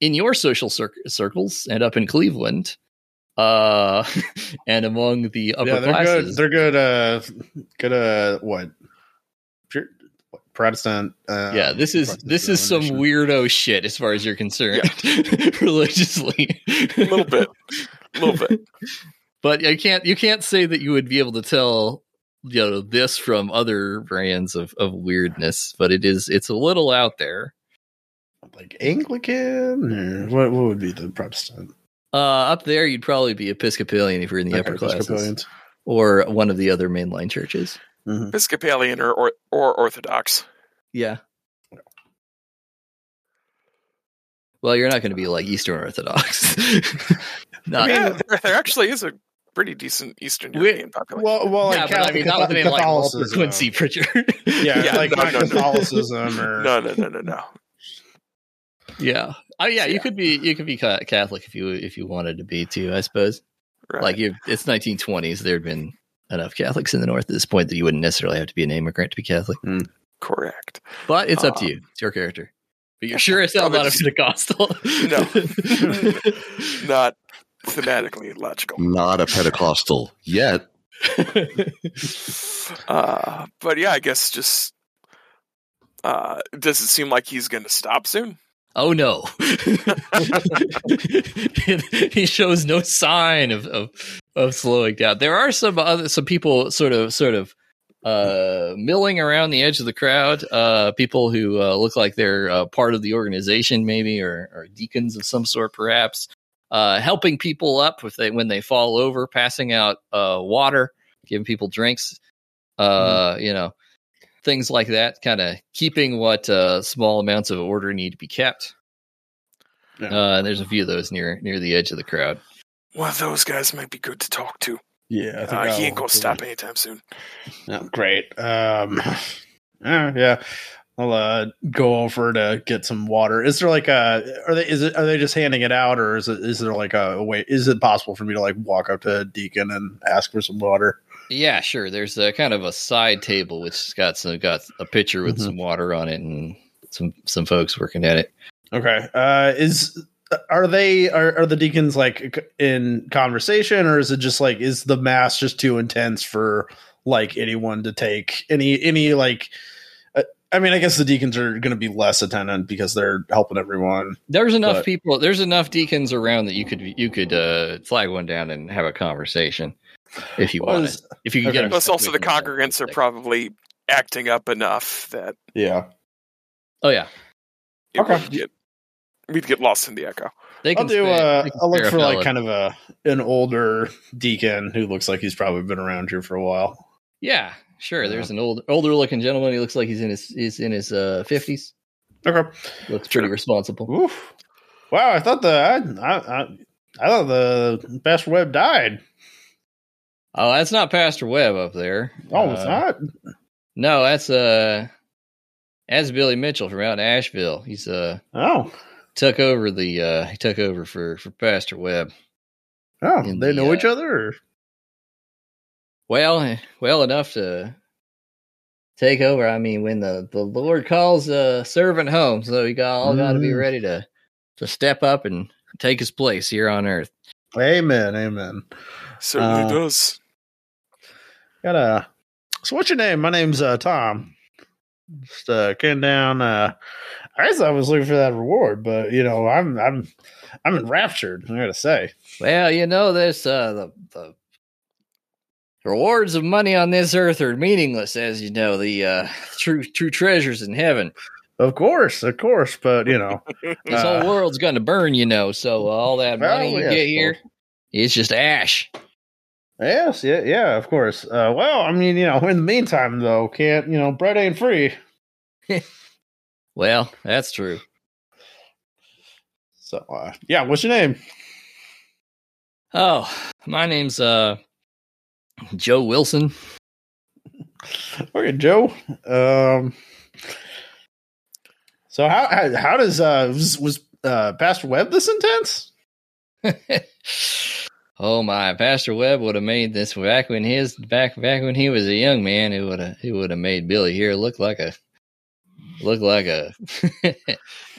in your social cir- circles and up in Cleveland, uh, (laughs) and among the upper yeah, they're classes, good. They're good. Uh, good. Uh, what? Pure- what, Protestant. Uh, yeah, this is Protestant this is some denomination. weirdo shit as far as you're concerned, (laughs) religiously. a little bit, a little bit. (laughs) but you can't you can't say that you would be able to tell you know this from other brands of of weirdness but it is it's a little out there like Anglican. Or what? What would be the Protestant? uh up there you'd probably be episcopalian if you're in the Okay, upper classes Episcopalians. or one of the other mainline churches. Mm-hmm. Episcopalian or, or or Orthodox. Yeah. Well, you're not going to be like Eastern Orthodox. (laughs) not, yeah, there, there actually is a pretty decent Eastern We- European population. Well, well, yeah, like but I mean, not with a name like Walter Quincy Pritchard. uh, (laughs) Yeah, Yeah, like no, not no, no. Catholicism or (laughs) no, no, no, no, no. yeah. Oh, yeah. You Yeah. could be you could be ca- Catholic if you if you wanted to be too. I suppose. Right. Like you, it's 1920s. There'd been enough Catholics in the North at this point that you wouldn't necessarily have to be an immigrant to be Catholic. correct. But it's up to Uh, you. It's your character. (laughs) But you're sure as hell Probably not a Pentecostal. no. Not thematically logical. Not a Pentecostal yet. (laughs) (laughs) Uh, but yeah, I guess just uh, does it seem like he's going to stop soon? oh no. (laughs) he shows no sign of, of of slowing down. There are some other some people sort of sort of uh milling around the edge of the crowd uh people who uh, look like they're uh, part of the organization maybe or, or deacons of some sort perhaps uh helping people up if they when they fall over passing out uh water giving people drinks uh you know things like that kind of keeping what uh small amounts of order need to be kept Yeah. uh and there's a few of those near near the edge of the crowd One of those guys might be good to talk to. Yeah, I think Uh, I'll- he ain't going to stop anytime soon. No, great. Um, (sighs) uh, yeah, I'll uh, go over to get some water. Is there like a are they is it are they just handing it out or is it is there like a, way? Is it possible for me to like walk up to a deacon and ask for some water? Yeah, sure. There's a kind of a side table which has got some got a pitcher with Mhm. some water on it and some some folks working at it. Okay. Uh, is are they are, are the deacons like in conversation or is it just like is the mass just too intense for like anyone to take any any like uh, I mean I guess the deacons are going to be less attendant because they're helping everyone. There's enough But- people. There's enough deacons around that you could you could uh, flag one down and have a conversation if you Well, wanted. is- If you could okay. get 'em Plus, stuck also the with them. congregants are probably acting up enough that Yeah. Oh yeah, it Okay. would get, we'd get lost in the echo. they can. I'll do. stay- Uh, they can I'll look spare a for like fella. kind of a an older deacon who looks like he's probably been around here for a while. Yeah, sure. There's an old older looking gentleman. He looks like he's in his he's in his uh, fifties. Okay. looks pretty responsible. Oof. Wow. I thought the I, I, I, I thought the best web died. Oh, that's not Pastor Webb up there. Oh, it's Uh, not. No, that's uh that's Billy Mitchell from out in Asheville. He's uh Oh. took over the uh he took over for for Pastor Webb. Oh, in they the, know uh, each other. Or? Well, eh, well enough to take over. I mean, when the the Lord calls a servant home, so we got all got to be Mhm. ready to to step up and take his place here on earth. Amen. Amen. Certainly Uh, does. Got a. So what's your name? My name's uh, Tom. Just uh, came down. Uh, I guess I was looking for that reward, but you know, I'm I'm I'm enraptured. I gotta say. Well, you know this uh the the rewards of money on this earth are meaningless as you know the uh (laughs) true true treasures in heaven Of course, of course, but you know, This Uh, whole world's going to burn, you know. So uh, all that Well, money you yeah, get sure. here, it's just ash. Yes, yeah, yeah, of course. Uh, well, I mean, you know, in the meantime, though, can't you know, bread ain't free. Well, that's true. So, uh, yeah, what's your name? Oh, my name's uh Joe Wilson. Okay, Joe. Um, so how how, how does uh was, was uh Pastor Webb this intense? (laughs) oh my, Pastor Webb would have made this back when his back back when he was a young man. It would have it would have made Billy here look like a look like a (laughs) Run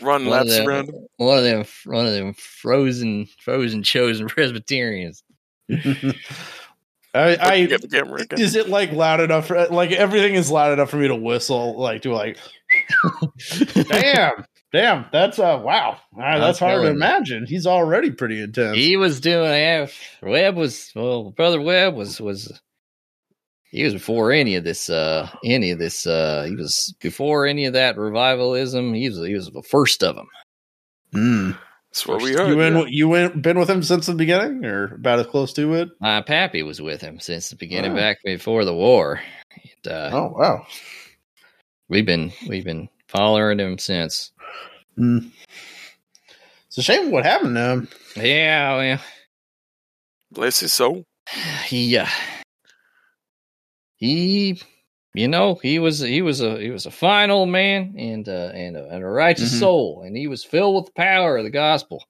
one of laps them- around him. one of them one of them frozen frozen chosen (laughs) Presbyterians. I, I Get the camera again. is it like loud enough? For, like everything is loud enough for me to whistle. Like do like (laughs) damn. Damn, that's uh wow. Uh, that's hard telling to you. imagine. He's already pretty intense. he was doing half. Webb was well, brother Webb was was he was before any of this uh any of this uh he was before any of that revivalism. He was he was the first of them. Mm. That's what we You heard. you in, yeah. you in, been with him since the beginning, or about as close to it? My pappy was with him since the beginning, Wow. back before the war. And, uh, Oh wow. We've been we've been following him since. Mm. It's a shame what happened to him. Yeah, well, Bless his soul. he uh, he, you know, he was he was a he was a fine old man and uh, and a, and a righteous Mhm. soul, and he was filled with the power of the gospel.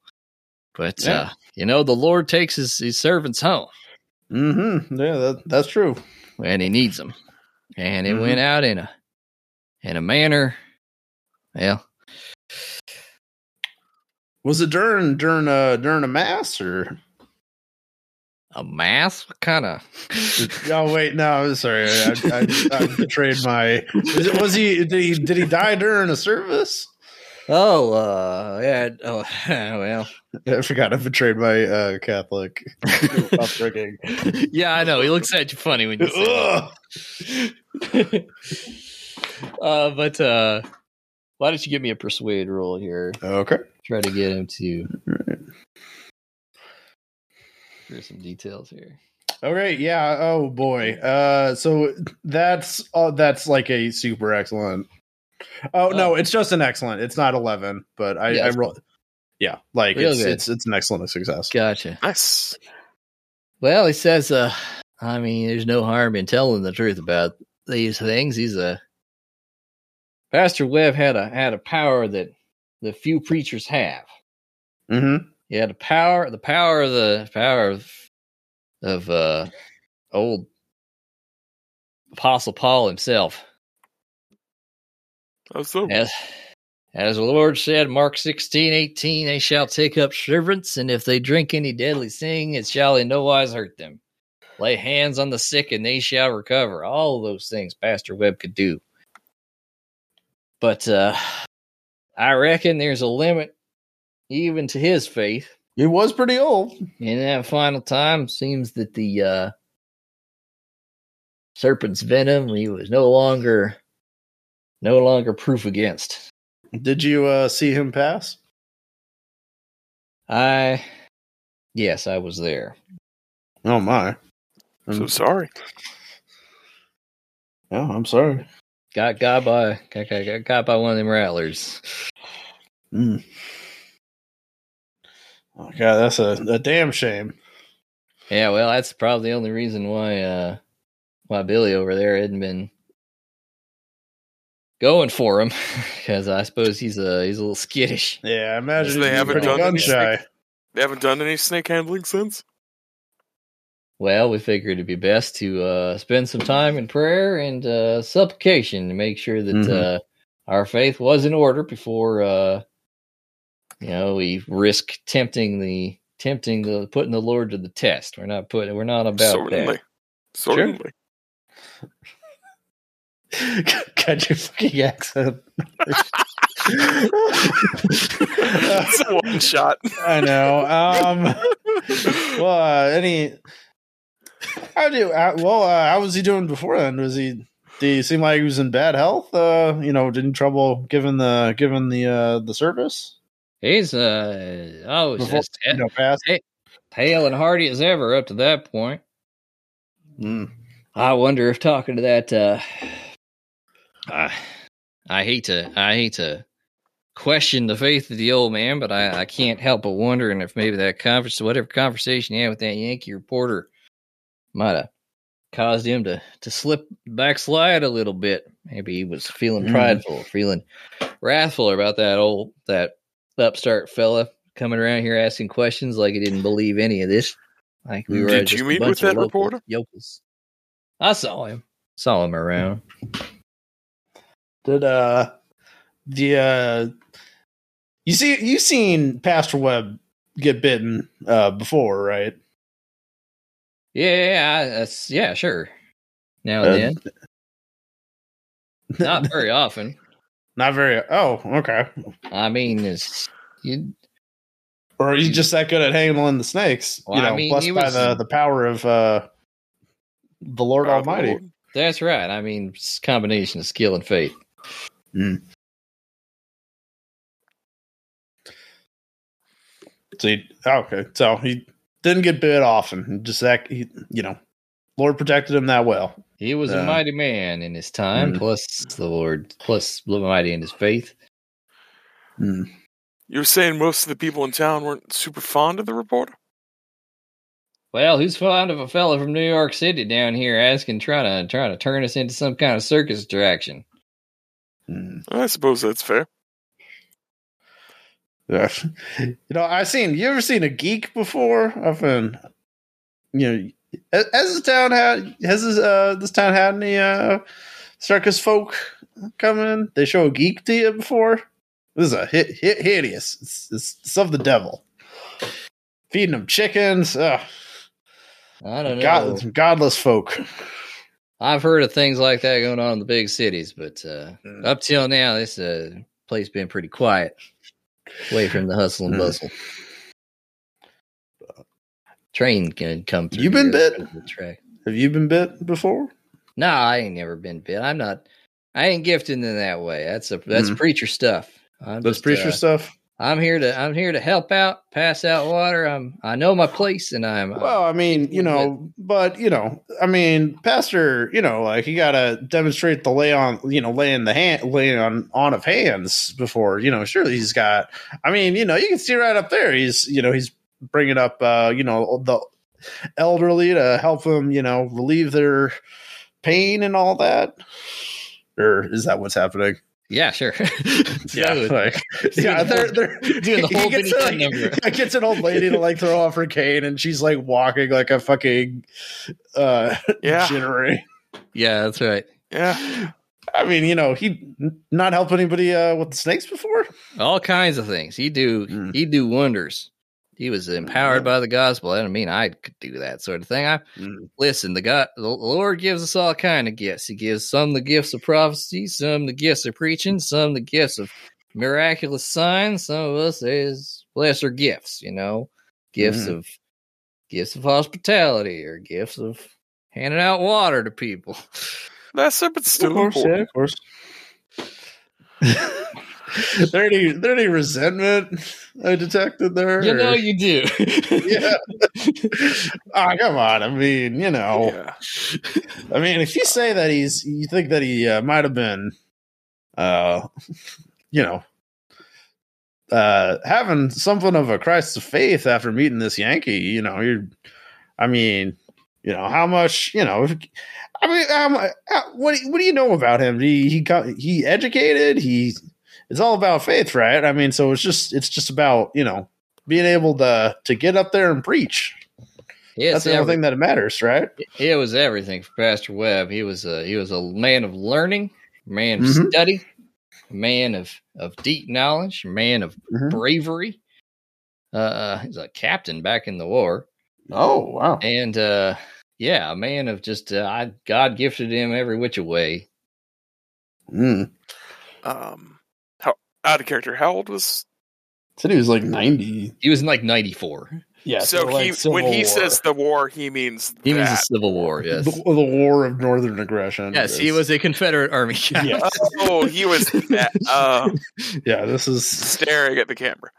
But Yeah. uh, you know, the Lord takes his, his servants home Mm-hmm. Yeah, that, that's true. when he needs them, and it Mhm. went out in a in a manner. Well, Was it during during a during a mass or? a mass kind of. (laughs) Oh wait, no, I'm sorry, I, I, I betrayed my. Was, it, was he did he did he die during a service? Oh, uh, yeah. Oh, (laughs) well. I forgot I betrayed my uh, (laughs) Catholic upbringing. yeah, I know. He looks at you funny when you say (laughs) that. (laughs) Ugh. (laughs) uh, but uh, why don't you give me a persuade roll here? Okay. Try to get him to. Here's some details here. All right, yeah. Oh boy. Uh, so that's uh, that's like a super excellent. Oh, no, it's just an excellent. It's not eleven, but I, Yeah, I it's rolled. Yeah, like Real it's, good. it's it's an excellent success. Gotcha. Nice. Well, he says, uh, I mean, there's no harm in telling the truth about these things. He's a Pastor Webb had a had a power that the few preachers have. Mm-hmm. He had a power, the power of the power of of uh, old Apostle Paul himself. Oh, so As, as the Lord said, Mark sixteen eighteen, they shall take up servants, and if they drink any deadly thing, it shall in no wise hurt them. Lay hands on the sick, and they shall recover. All of those things Pastor Webb could do. But uh, I reckon there's a limit even to his faith. He was pretty old. In that final time, seems that the uh, serpent's venom he was no longer, no longer proof against. Did you uh, see him pass? I, yes, I was there. Oh my. so sorry. Oh, I'm sorry. Got got by got, got, got, got by one of them rattlers. Mm. Oh god, that's a, a damn shame. Yeah, well, that's probably the only reason why uh, why Billy over there hadn't been going for him, (laughs) because I suppose he's a he's a little skittish. Yeah, I imagine They he's haven't pretty done gun it. shy. They haven't done any snake handling since. Well, we figured it'd be best to uh, spend some time in prayer and uh, supplication to make sure that Mhm. uh, our faith was in order before, uh, you know, we risk tempting the tempting the putting the Lord to the test. We're not putting we're not about Certainly. that. Certainly. (laughs) Got your (laughs) fucking accent. (laughs) it's a one shot. I know. Um, (laughs) well, uh, any how do you, uh, well? Uh, how was he doing before then? Was he? Did he seem like he was in bad health? Uh, you know, didn't trouble given the given the uh, the service. He's uh oh, he's Before- just You know, past. hale and hearty as ever up to that point. Mm. I wonder if talking to that uh I I hate to I hate to question the faith of the old man, but I, I can't help but wondering if maybe that conference whatever conversation he had with that Yankee reporter might have caused him to to slip backslide a little bit. Maybe he was feeling Mm. prideful, feeling wrathful about that old that upstart fella coming around here asking questions like he didn't believe any of this. Like we were Did just you a meet bunch of with that local reporter? Yokels. I saw him. Saw him around. Did uh the uh you see you seen Pastor Webb get bitten uh before right? Yeah, yeah, I, that's- yeah, sure. Now and Uh, then, not (laughs) very often. Not very. Oh, okay. I mean, it's you. Or he's just that good at handling the snakes. Well, you I know, mean, he blessed by was- the the power of uh the Lord Proud Almighty. Lord. That's right. I mean, it's a combination of skill and faith. So he, oh, okay, so he didn't get bit often. Just that he, you know, Lord protected him that well. He was a Uh, mighty man in his time, mm. plus the Lord, plus mighty in his faith. You were saying most of the people in town weren't super fond of the reporter? Well, who's fond of a fella from New York City down here asking, trying to trying to turn us into some kind of circus attraction? Mm. I suppose that's fair. Yeah. (laughs) you know, I seen. You ever seen a geek before? I've been, you know, has, has this town had has this uh this town had any uh circus folk coming? They show a geek to you before? This is a hit, hit hideous. It's, it's, it's of the devil. Feeding them chickens. Ugh. I don't know. God, godless folk. I've heard of things like that going on in the big cities, but uh, Mm. up till now, this uh, place been pretty quiet, away from the hustle and Mm. bustle. Train can come through. You been here. Track. Have you been bit before? No, I ain't never been bit. I'm not. I ain't gifted in that way. That's a that's Mm. preacher stuff. I'm That's just, preacher uh, stuff. I'm here to I'm here to help out, pass out water. I'm I know my place, and I'm uh, Well, I mean, you know, but you know, I mean, pastor, you know, like you gotta demonstrate the lay on, you know, laying the hand, laying on on of hands before, you know. Surely he's got. I mean, you know, you can see right up there. He's, you know, he's bringing up, uh, you know, the elderly to help them, you know, relieve their pain and all that. Or is that what's happening? yeah, sure. (laughs) Yeah, So- like yeah, (laughs) doing they're the they're (laughs) doing the he whole gets, Benny Hinn like- (laughs) number. yeah, gets an old lady to like throw off her cane, and she's like walking like a fucking uh, Yeah. jittery. yeah, that's right. Yeah. I mean, you know, he n- not help anybody uh, with the snakes before. all kinds of things. He do Mm. he do wonders. He was empowered by the gospel. I don't mean I could do that sort of thing. I listen. The God, the Lord gives us all kind of gifts. He gives some the gifts of prophecy, some the gifts of preaching, some the gifts of miraculous signs. Some of us is lesser gifts. You know, gifts Mhm. of gifts of hospitality or gifts of handing out water to people. That's it, but still important. of course. (laughs) there any there any resentment I detected there? You know or- you (laughs) do. (laughs) yeah. Ah, come on. I mean, you know. Yeah. I mean, if you say that he's, you think that he uh, might have been, uh, (laughs) you know, uh, having something of a crisis of faith after meeting this Yankee. You know, you're, I mean, you know, how much, you know, if, I mean, how, mu- how, what do- what do you know about him? He he co- he educated. He it's all about faith, right? I mean, so it's just it's just about you know being able to to get up there and preach. It's That's the only everything. thing that matters, right? It was everything for Pastor Webb. He was a he was a man of learning, a man of Mhm. study, a man of of deep knowledge, a man of Mhm. bravery. Uh, he's a captain back in the war, Oh wow. and uh, yeah, a man of just uh, I God gifted him every which way. Mm. Um, how, out of character. How old was? Said he was like ninety. He was in like ninety four. Yeah. so he, when he says the war, he means He was that. a Civil War. Yes, the, the War of Northern Aggression. yes, he was a Confederate Army captain. Yeah. oh, he was that. Uh, Yeah, this is staring at the camera.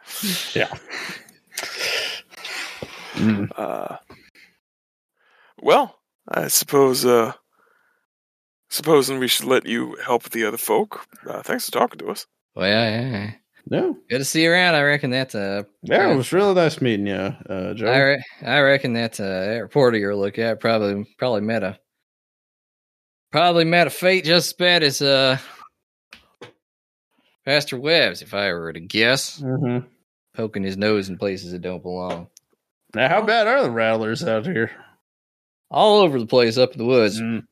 yeah. Mm. Uh, well, I suppose. Uh, supposing we should let you help the other folk. Uh, thanks for talking to us. (laughs) Well, yeah, yeah, yeah. No, good to see you around. I reckon uh, that's a yeah, it was really nice meeting you, uh, Joe. I, re- I reckon that's uh, that reporter you're looking at probably probably met a probably met a fate just as bad as uh Pastor Webb's, if I were to guess, Mhm. poking his nose in places that don't belong, Now, how bad are the rattlers out here? all over the place up in the woods. Mm.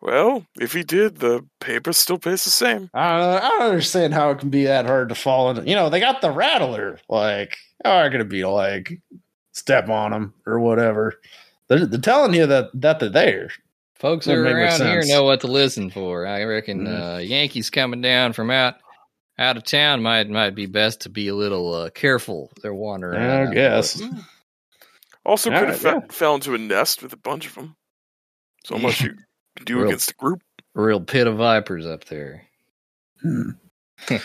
Well, if he did, the paper still pays the same. I, don't, I don't understand how it can be that hard to fall into. You know, they got the rattler. Like, how are going to be like step on them or whatever? They're, they're telling you that that they're there. Folks That who are make more around here sense. know what to listen for. I reckon Mm. uh, Yankees coming down from out out of town might might be best to be a little uh, careful. They're wandering. out in I the guess. Also, All could right, have fa- fell into a nest with a bunch of them. So much you can do Real. against a group. woods. Real pit of vipers up there. Hmm. Uh,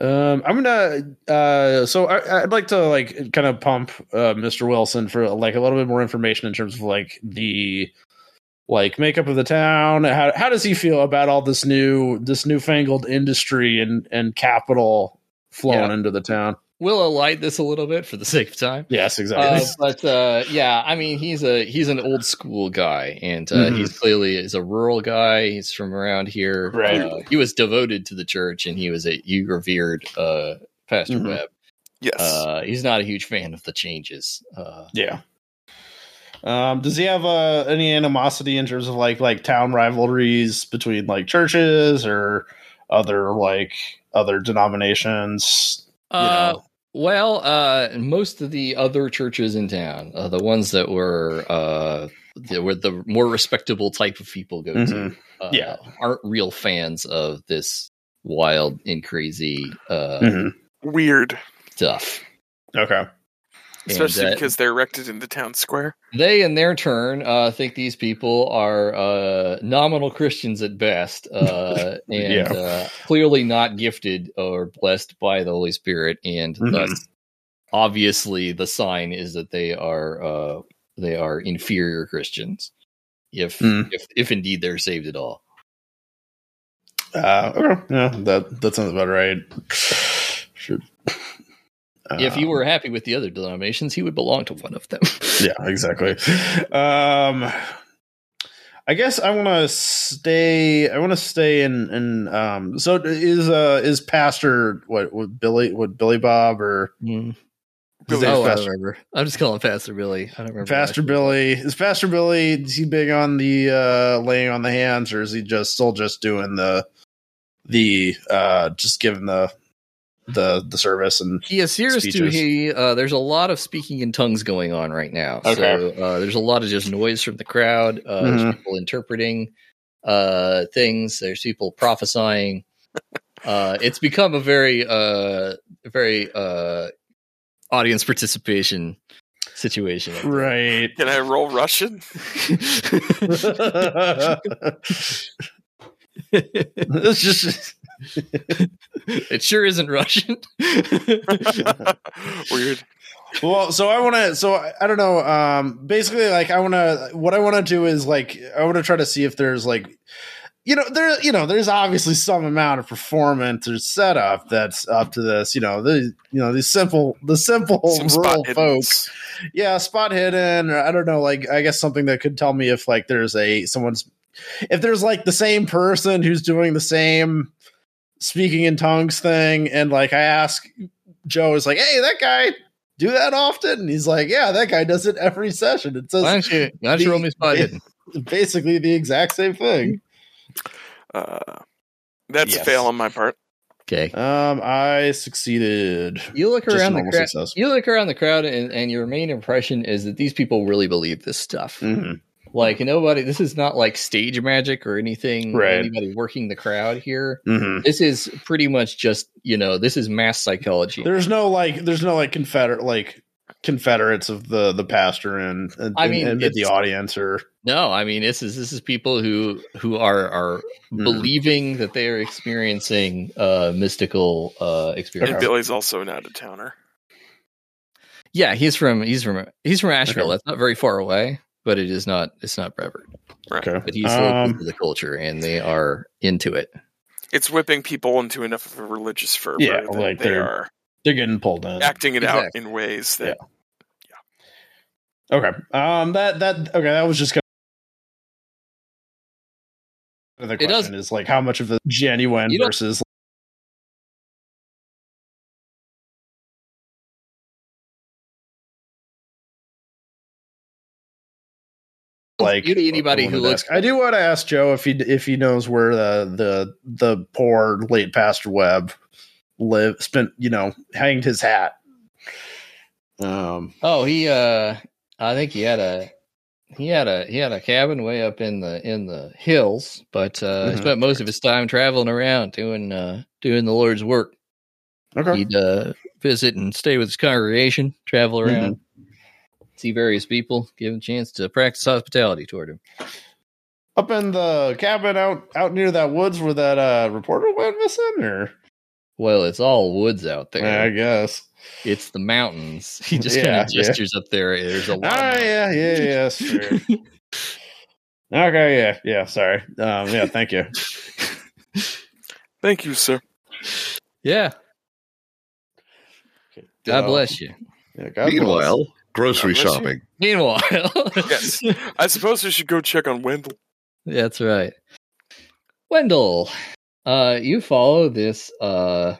Um, I'm gonna. Uh, so I, I'd like to like kind of pump uh, Mr. Wilson for like a little bit more information in terms of like the like makeup of the town. How how does he feel about all this new this newfangled industry and and capital flowing Yeah. into the town? We'll alight this a little bit for the sake of time. Yes, exactly. Uh, Um, (laughs) but uh, yeah, I mean, he's a he's an old school guy, and uh, Mhm. he's clearly is a rural guy. He's from around here. Right. Uh, he was devoted to the church, and he was a you revered uh, Pastor Mhm. Webb. Yes. Uh, he's not a huge fan of the changes. Uh, (laughs) yeah. Um, does he have uh, any animosity in terms of like like town rivalries between like churches or other like other denominations? Uh, know. well, uh, most of the other churches in town, uh, the ones that were uh, that were the more respectable type of people go Mhm. to, uh, Yeah. aren't real fans of this wild and crazy uh, Mm-hmm. Mhm. Weird, stuff. Okay. And, especially uh, because they're erected in the town square. they, in their turn, uh, think these people are uh, nominal Christians at best, uh, and (laughs) Yeah. uh, clearly not gifted or blessed by the Holy Spirit, and Mhm. thus, obviously, the sign is that they are uh, they are inferior Christians, if Hmm. if if indeed they're saved at all. Uh, okay. Yeah, that that sounds about right. Should. Uh. if you were happy with the other denominations, he would belong to one of them. yeah, exactly. Um, I guess I want to stay. I want to stay in. In um, so is uh is Pastor what would Billy would Billy Bob or (laughs) Hmm. his Billy name's Oh, I Pastor don't remember. I'm just calling Pastor Billy. I don't remember. Pastor Billy is Pastor Billy. Is he big on the uh, laying on the hands, or is he just still just doing the the uh, just giving the the the service and he appears speeches. to he uh, there's a lot of speaking in tongues going on right now so Okay. uh, there's a lot of just noise from the crowd uh, there's Mhm. people interpreting uh, things there's people prophesying uh, it's become a very uh, very uh, audience participation situation (laughs) right? Can I roll Russian? (laughs) it's just it sure isn't (laughs) russian Weird. well. So I want to. So I, I don't know. Um, basically, like I want to. What I want to do is like I want to try to see if there's like. You know, there. You know, there's obviously some amount of performance or setup that's up to this. You know, the you know the simple the simple Some rural spot folk. hiddens. yeah spot hidden or i don't know like i guess something that could tell me if like there's a someone's if there's like the same person who's doing the same speaking in tongues thing and like i ask joe is like hey that guy do that often and he's like yeah that guy does it every session it why don't says you, why don't you roll me (laughs) spot hidden? basically the exact same thing Uh, that's Yes. a fail on my part. okay um i succeeded you look just around the normal crowd success you look around the crowd and, and your main impression is that these people really believe this stuff Mhm. like nobody this is not like stage magic or anything Right. anybody working the crowd here Mhm. this is pretty much just you know this is mass psychology there's no like there's no like confederate like confederates of the the pastor and, and I mean, and the it's- audience or no i mean this is this is people who who are are Mm. hmm, believing that they are experiencing uh mystical uh experience And Billy's also an out of towner. yeah he's from he's from he's from asheville Okay. that's not very far away but it is not it's not brevard Okay. but he's Um, local to the culture and they are into it It's whipping people into enough of a religious fervor Yeah, that like they they're- are they're getting pulled in. acting it Exactly. out in ways that Okay. Um. That that okay. That was just. Kind of the It does- question is like how much of the genuine You don't- versus like you to anybody I who wanted to looks ask- I do want to ask Joe if he if he knows where the the the poor late Pastor Webb live spent you know hanged his hat. Um. Oh, he uh I think he had a he had a he had a cabin way up in the in the hills, but uh he Mm-hmm. Mhm. spent most of his time traveling around doing uh doing the Lord's work. Okay. He'd uh visit and stay with his congregation, travel Mm-hmm. around, see various people, give him a chance to practice hospitality toward him. Up in the cabin out out near that woods where that uh reporter went missing, or Well, it's all woods out Yeah, I there. guess. It's the mountains. (laughs) He just kind Yeah, of yeah. gestures up there. There's a Oh lot. of mountains. yeah, yeah, yeah. that's true. okay, yeah, yeah. Sorry. Um, yeah, thank you. Thank you, sir. yeah. God Uh, bless you. Yeah, God bless. Meanwhile, grocery God bless you. shopping. (laughs) Meanwhile, (laughs) Yes. I suppose we should go check on Wendell. That's right. Wendell, uh, you follow this uh,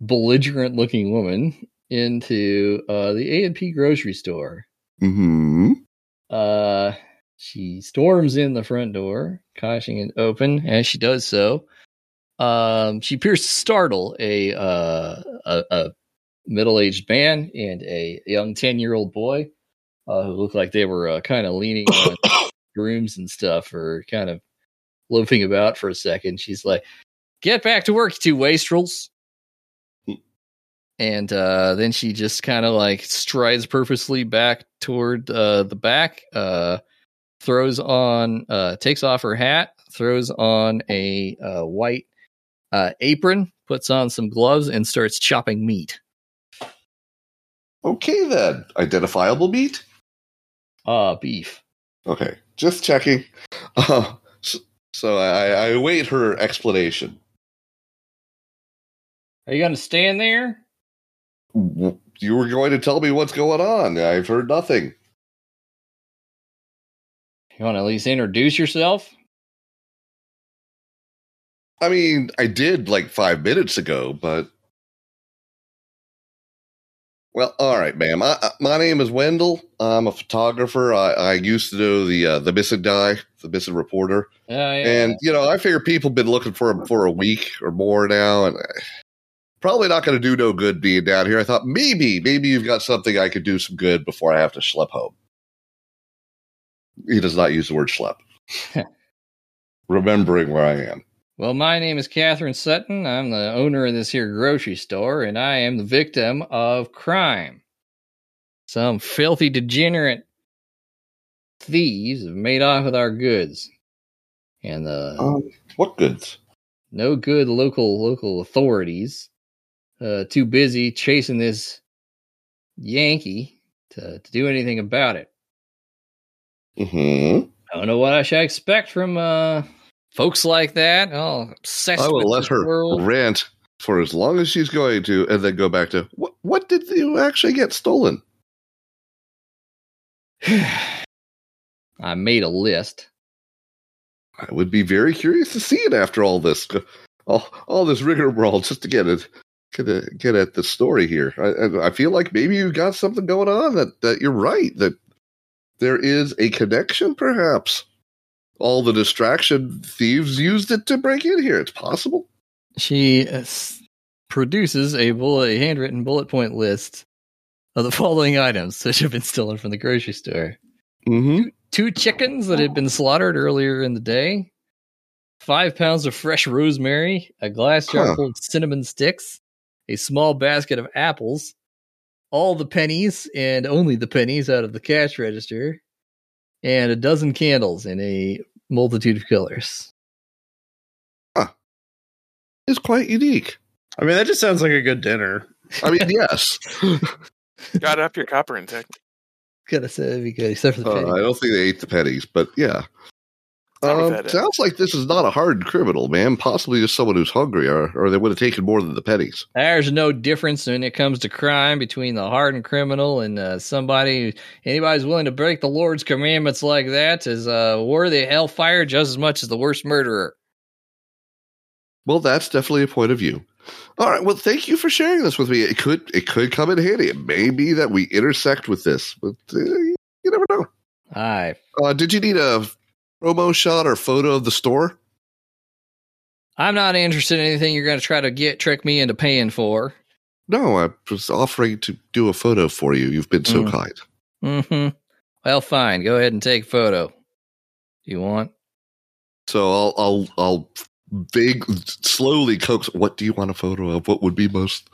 belligerent looking woman into uh, the A&P grocery store. hmm Uh, she storms in the front door, cashing it open. As she does so, um, she appears to startle a, uh, a, a middle aged man and a young 10 year old boy uh, who look like they were uh, kind of leaning on brooms and stuff or kind of loafing about for a second. She's like, Get back to work, you two wastrels. And uh, then she just kind of like strides purposely back toward uh, the back, uh, throws on, uh, takes off her hat, throws on a uh, white uh, apron, puts on some gloves, and starts chopping meat. Okay then. Identifiable meat? Ah, beef. Okay. Just checking. Uh, so, so I, I await her explanation. Are you going to stand there? You were going to tell me what's going on. I've heard nothing. You want to at least introduce yourself? I mean, I did like five minutes ago, but. Well, all right, ma'am. I, I- my name is Wendell. I'm a photographer. I, I used to do the uh, the missing guy, the missing reporter, Uh, yeah. and you know, I figure people been looking for him for a week or more now, and I, probably not going to do no good being down here. I thought maybe, maybe you've got something I could do some good before I have to schlep home. He does not use the word schlep. Remembering where I am. Well, my name is Catherine Sutton. I'm the owner of this here grocery store, and I am the victim of crime. Some filthy degenerate thieves have made off with our goods, and the Um, what goods? no good local local authorities uh, too busy chasing this Yankee to, to do anything about it. Mm-hmm. I don't know what I should expect from uh, folks like that. Oh, obsessed I with will let this her world. rant for as long as she's going to, and then go back to what? What did you actually get stolen? (sighs) I made a list. I would be very curious to see it after all this, (laughs) all, all this rigmarole, just to get it, get a, get at the story here. I, I- I feel like maybe you've got something going on that that you're right that there is a connection, perhaps. All the distraction thieves used it to break in here. It's possible. She uh, s- produces a, bullet, a handwritten bullet point list of the following items which have been stolen from the grocery store Mm-hmm. two chickens that had been slaughtered earlier in the day, five pounds of fresh rosemary, a glass jar Huh. full of cinnamon sticks, a small basket of apples, all the pennies and only the pennies out of the cash register, and a dozen candles in a multitude of colors. It's quite unique. I mean, that just sounds like a good dinner. I mean, yes. Got up your copper intake. Gotta say that'd be good, except for the Uh, penny. I don't think they ate the pennies, but yeah. Not what Um, that is. sounds like this is not a hard criminal, man. Possibly just someone who's hungry, or, or they would have taken more than the pennies. There's no difference when it comes to crime between the hardened criminal and uh, somebody. Anybody's willing to break the Lord's commandments like that is uh, worthy of hellfire just as much as the worst murderer. Well, that's definitely a point of view. All right. Well, thank you for sharing this with me. It could it could come in handy. It may be that we intersect with this, but uh, you never know. I Uh, did you need a promo shot or photo of the store? I'm not interested in anything you're gonna try to get trick me into paying for. No, I was offering to do a photo for you. You've been so Mm. kind. hmm Well, fine. Go ahead and take a photo. You want? So I'll I'll I'll vague, slowly coax. What do you want a photo of? What would be most?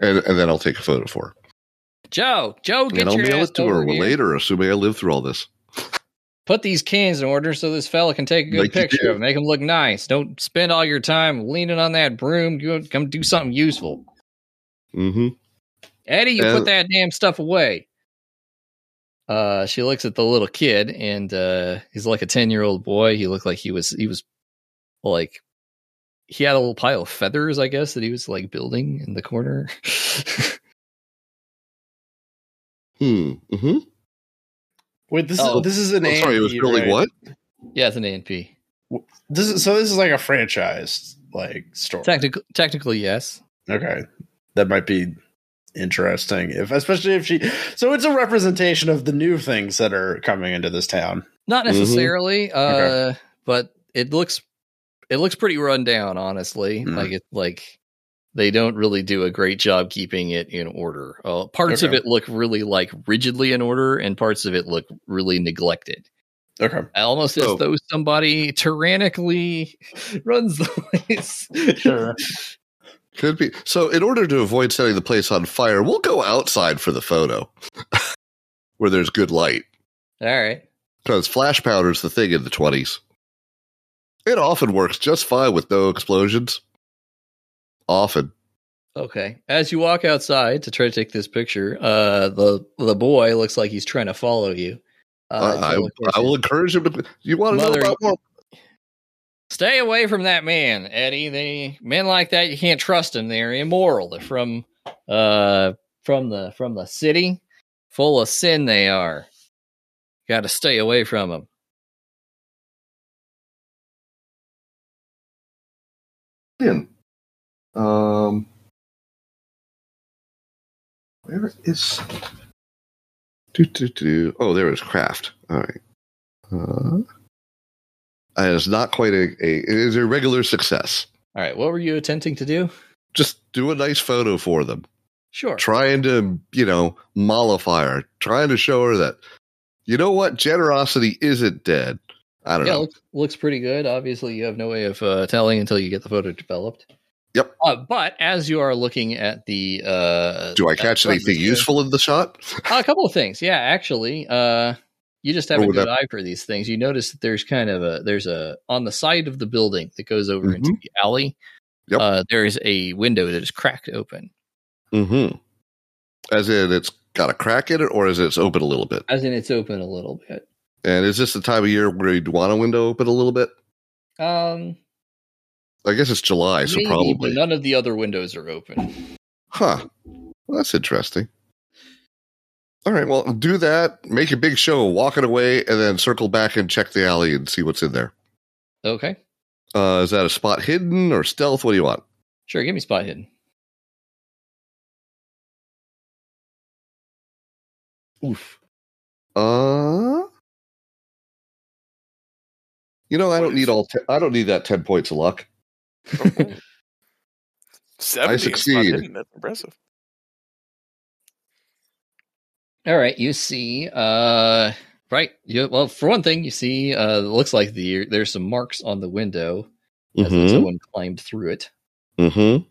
And and then I'll take a photo for her, Joe, Joe, and get I'll your mail ass it to her over here. later, assuming I live through all this. put these cans in order so this fella can take a good Like you picture do. of 'em. Make them look nice. Don't spend all your time leaning on that broom. Go, come do something useful. Mm-hmm. Eddie, you And- put that damn stuff away. Uh, she looks at the little kid, and uh, he's like a ten-year-old boy. He looked like he was he was like he had a little pile of feathers, I guess, that he was like building in the corner. (laughs) Hmm. Mm-hmm. Wait, this Oh. is this is an Oh, sorry, it was AMP, building right? what? yeah, it's an A and P. This is so So this is like a franchise like story. Technically, technically, yes. Okay, that might be interesting. If especially if she, so it's a representation of the new things that are coming into this town. Not Mhm. necessarily, uh, Okay. but it looks it looks pretty run down, honestly. Mm. Like it like they don't really do a great job keeping it in order. Uh, parts of Okay. it look really like rigidly in order, and parts of it look really neglected. Okay, Almost So- as though somebody tyrannically (laughs) runs the place. (laughs) sure. Could be. So, in order to avoid setting the place on fire, we'll go outside for the photo (laughs) where there's good light All right. because flash powder's the thing in the 20s. It often works just fine with no explosions. Often. Okay. As you walk outside to try to take this picture, uh, the the boy looks like he's trying to follow you. Uh, until, of course, I, I will his- encourage him to. You want to know Mother- about more? Stay away from that man, Eddie. They men like that you can't trust them. They're immoral. They're from uh from the from the city, full of sin. They are. Got to stay away from them. in. Um, where is? Do, do, do. Oh, there is craft. All right. Uh, and it's not quite a, a. It is a regular success. All right. What were you attempting to do? Just do a nice photo for them. Sure. Trying to, you know, mollify her. Trying to show her that, you know what, generosity isn't dead. I don't Yeah, know. looks, looks pretty good. Obviously, you have no way of uh, telling until you get the photo developed. Yep. Uh, but as you are looking at the, uh, do I at catch the front of anything the- useful in the shot? Uh, a couple of things, yeah. Actually, uh, you just have Or a would good eye for these things. You notice that there's kind of a there's a on the side of the building that goes over into the alley. Mm-hmm. Yep. Uh, there is a window that is cracked open, Mm-hmm. As in, it's got a crack in it, or is it it's open a little bit? as in it's open a little bit. And is this the time of year where you'd want a window open a little bit? Um, I guess it's July, so maybe, but probably. none of the other windows are open. Huh. Well, that's interesting. All right. Well, do that. Make a big show, walk it away, and then circle back and check the alley and see what's in there. Okay, Uh, is that a spot hidden or stealth? What do you want? sure. Give me spot hidden. Oof. Uh. You know, I don't need all. Te- I don't need that ten points of luck. Seventy. is not succeed. hidden, That's impressive. All right, you see, uh, right. You, well, for one thing, you see, uh, it looks like the there's some marks on the window as if someone climbed through it. Mm-hmm.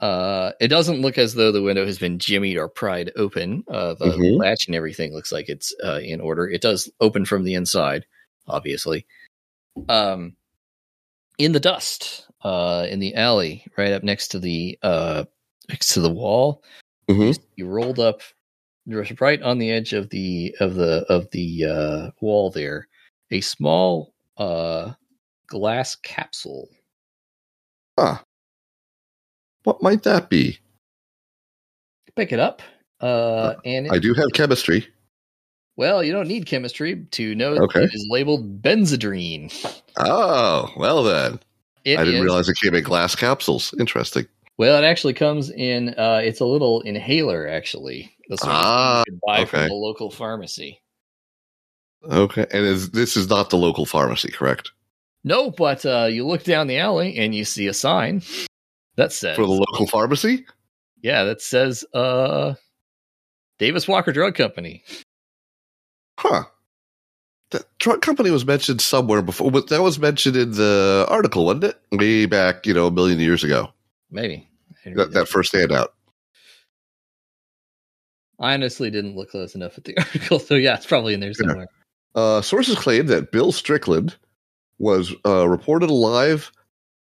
Uh, it doesn't look as though the window has been jimmied or pried open. Uh, the Mhm. latch and everything looks like it's uh, in order. It does open from the inside, obviously. Um, in the dust, uh, in the alley, right up next to the uh, next to the wall, Mhm. you rolled up just right on the edge of the of the of the uh, wall there, a small uh, glass capsule. What might that be? Pick it up. Uh, and it I do have chemistry. Well, you don't need chemistry to know that Okay. it is labeled benzodrine. Oh, well then. It I didn't is- realize it came in glass capsules. Interesting. Well, it actually comes in. Uh, it's a little inhaler, actually. That's what Ah, you can buy from okay. the local pharmacy. Okay. And is, this is not the local pharmacy, correct? No, but uh, you look down the alley and you see a sign that says, For the local pharmacy? "Yeah, that says uh, Davis Walker Drug Company." Huh. That drug company was mentioned somewhere before. But that was mentioned in the article, wasn't it? Way back, you know, a million years ago. Maybe I didn't read That, that first handout. I honestly didn't look close enough at the (laughs) article, so yeah, it's probably in there Yeah. somewhere. Uh, sources claim that Bill Strickland was uh, reported alive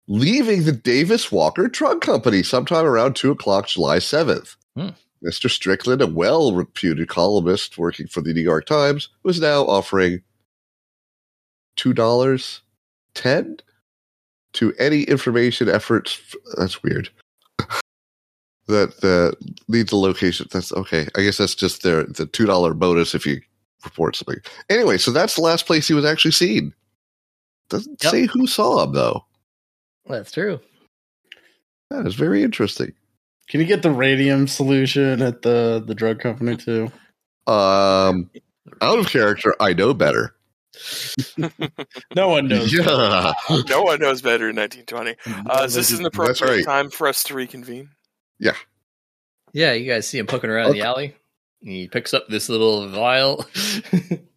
leaving the Davis Walker Drug Company sometime around 2 o'clock July 7th. Hmm. Mr. Strickland, a well reputed columnist working for the New York Times, was now offering $2.10 to any information efforts. That's weird. (laughs) that that leads to location. That's okay. I guess that's just their the $2 bonus if you report something. Anyway, so that's the last place he was actually seen. Doesn't Yep. say who saw him, though. That's true. That is very interesting. Can you get the radium solution at the the drug company too? Um, out of character, I know better. No one knows. Yeah. No one knows better in 1920. Uh, is this an appropriate right. time for us to reconvene? Yeah, you guys see him poking around in the alley. He picks up this little vial, (laughs)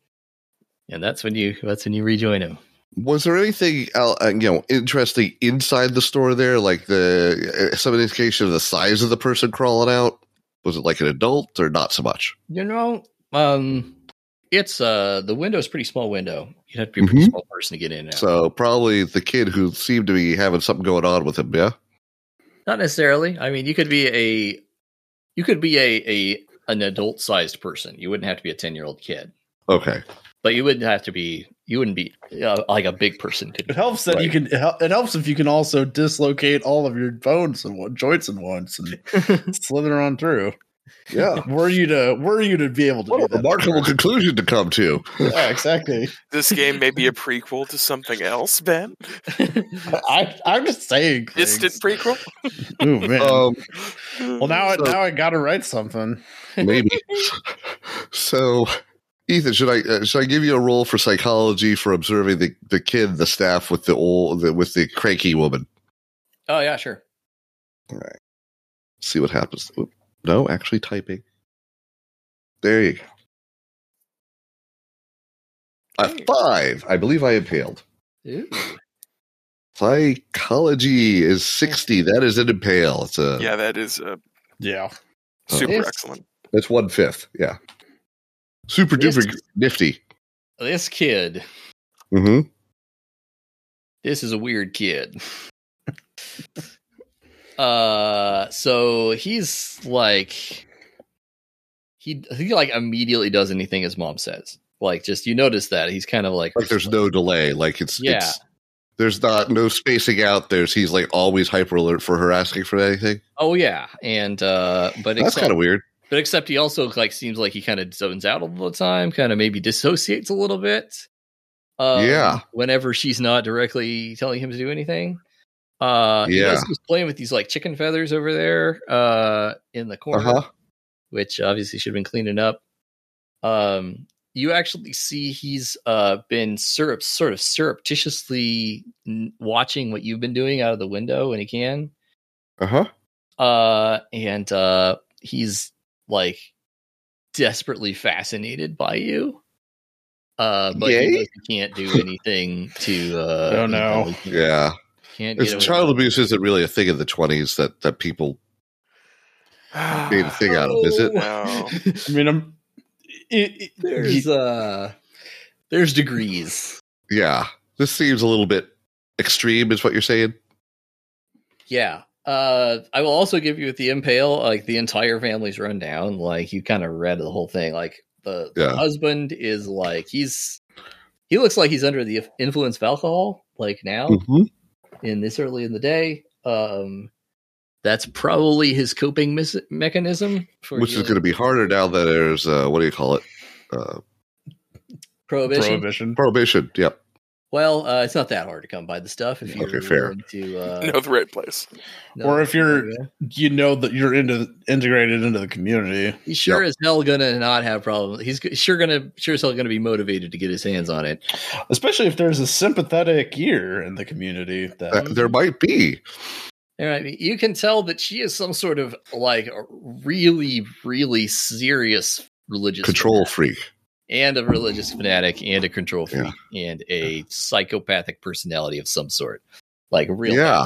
and that's when you that's when you rejoin him. Was there anything uh, uh, you know interesting inside the store there, like the uh, some indication of the size of the person crawling out? Was it like an adult or not so much? You know, um, it's uh the window's a pretty small window. You'd have to be a pretty Mhm. small person to get in. and out. So probably the kid who seemed to be having something going on with him. Yeah, Not necessarily. I mean, you could be a you could be a a an adult sized person. You wouldn't have to be a ten year old kid, okay. but you wouldn't have to be you wouldn't be uh, like a big person could. It helps that you Right. can. It hel- it helps if you can also dislocate all of your bones and one, joints in once (laughs) and slither on through. Yeah, (laughs) Were you to were you to be able to what do a that? remarkable conclusion to come to. (laughs) Yeah, exactly. This game may be a prequel to something else, Ben. I, I'm just saying. Distant things. prequel. Ooh, man. Um, well, now so- I now I gotta write something. maybe. so, Ethan, should I uh, should I give you a role for psychology for observing the, the kid, the staff with the old the, with the cranky woman? oh yeah, sure. See what happens. Oop. No, actually typing. There you go. A five. I believe I impaled. Psychology is sixty. That is an impale. It's a yeah, that is uh, Yeah. super Yes. excellent. (sighs) that's one fifth. Yeah. Super This- duper nifty. This kid, hmm this is a weird kid. (laughs) uh, so he's like, he he like immediately does anything his mom says. Like, just you notice that he's kind of like, Like there's no delay. Like it's Yeah. it's there's not no spacing out. There's he's like always hyper alert for her asking for anything. oh yeah, and uh, but That's except- kind of weird. But except he also like seems like he kind of zones out all the time, kind of maybe dissociates a little bit. Um, Yeah. Whenever she's not directly telling him to do anything. Uh, yeah. He Yeah. knows he's playing with these like chicken feathers over there uh, in the Uh corner, huh. which obviously should have been cleaning up. Um, you actually see he's uh, been syrup, sort of surreptitiously n- watching what you've been doing out of the window when he can Uh huh. uh and uh he's like desperately fascinated by you uh but Yay. he, knows he can't (laughs) do anything to uh Oh, no. you know, he Yeah. can't It's get child away. abuse isn't really a thing in the twenties that that people made a thing out of, is Oh. it? No. I mean, I'm. It, it- there's uh there's degrees Yeah. This seems a little bit extreme, is what you're saying. yeah uh i will also give you with the impale like the entire family's rundown like you kind of read the whole thing like the, the Yeah. husband is like he's he looks like he's under the influence of alcohol like now Mm-hmm. in this early in the day. Um, that's probably his coping mis- mechanism for Which is going to be harder now that there's uh, what do you call it? Uh, prohibition. prohibition. prohibition. Yep. Well, uh, it's not that hard to come by the stuff if you're Okay, fair. willing to. Uh, (laughs) Know the right place. know Or if you're- the area. You know that you're into integrated into the community. he's sure Yep. as hell gonna not have problems. He's g- sure gonna sure as hell gonna be motivated to get his hands on it. especially if there's a sympathetic ear in the community that Oh. Uh, there might be. All right, you can tell that she is some sort of like a really, really serious religious Control fanatic. freak. and a religious fanatic and a control Yeah. freak and a psychopathic personality of some sort. Like real Yeah.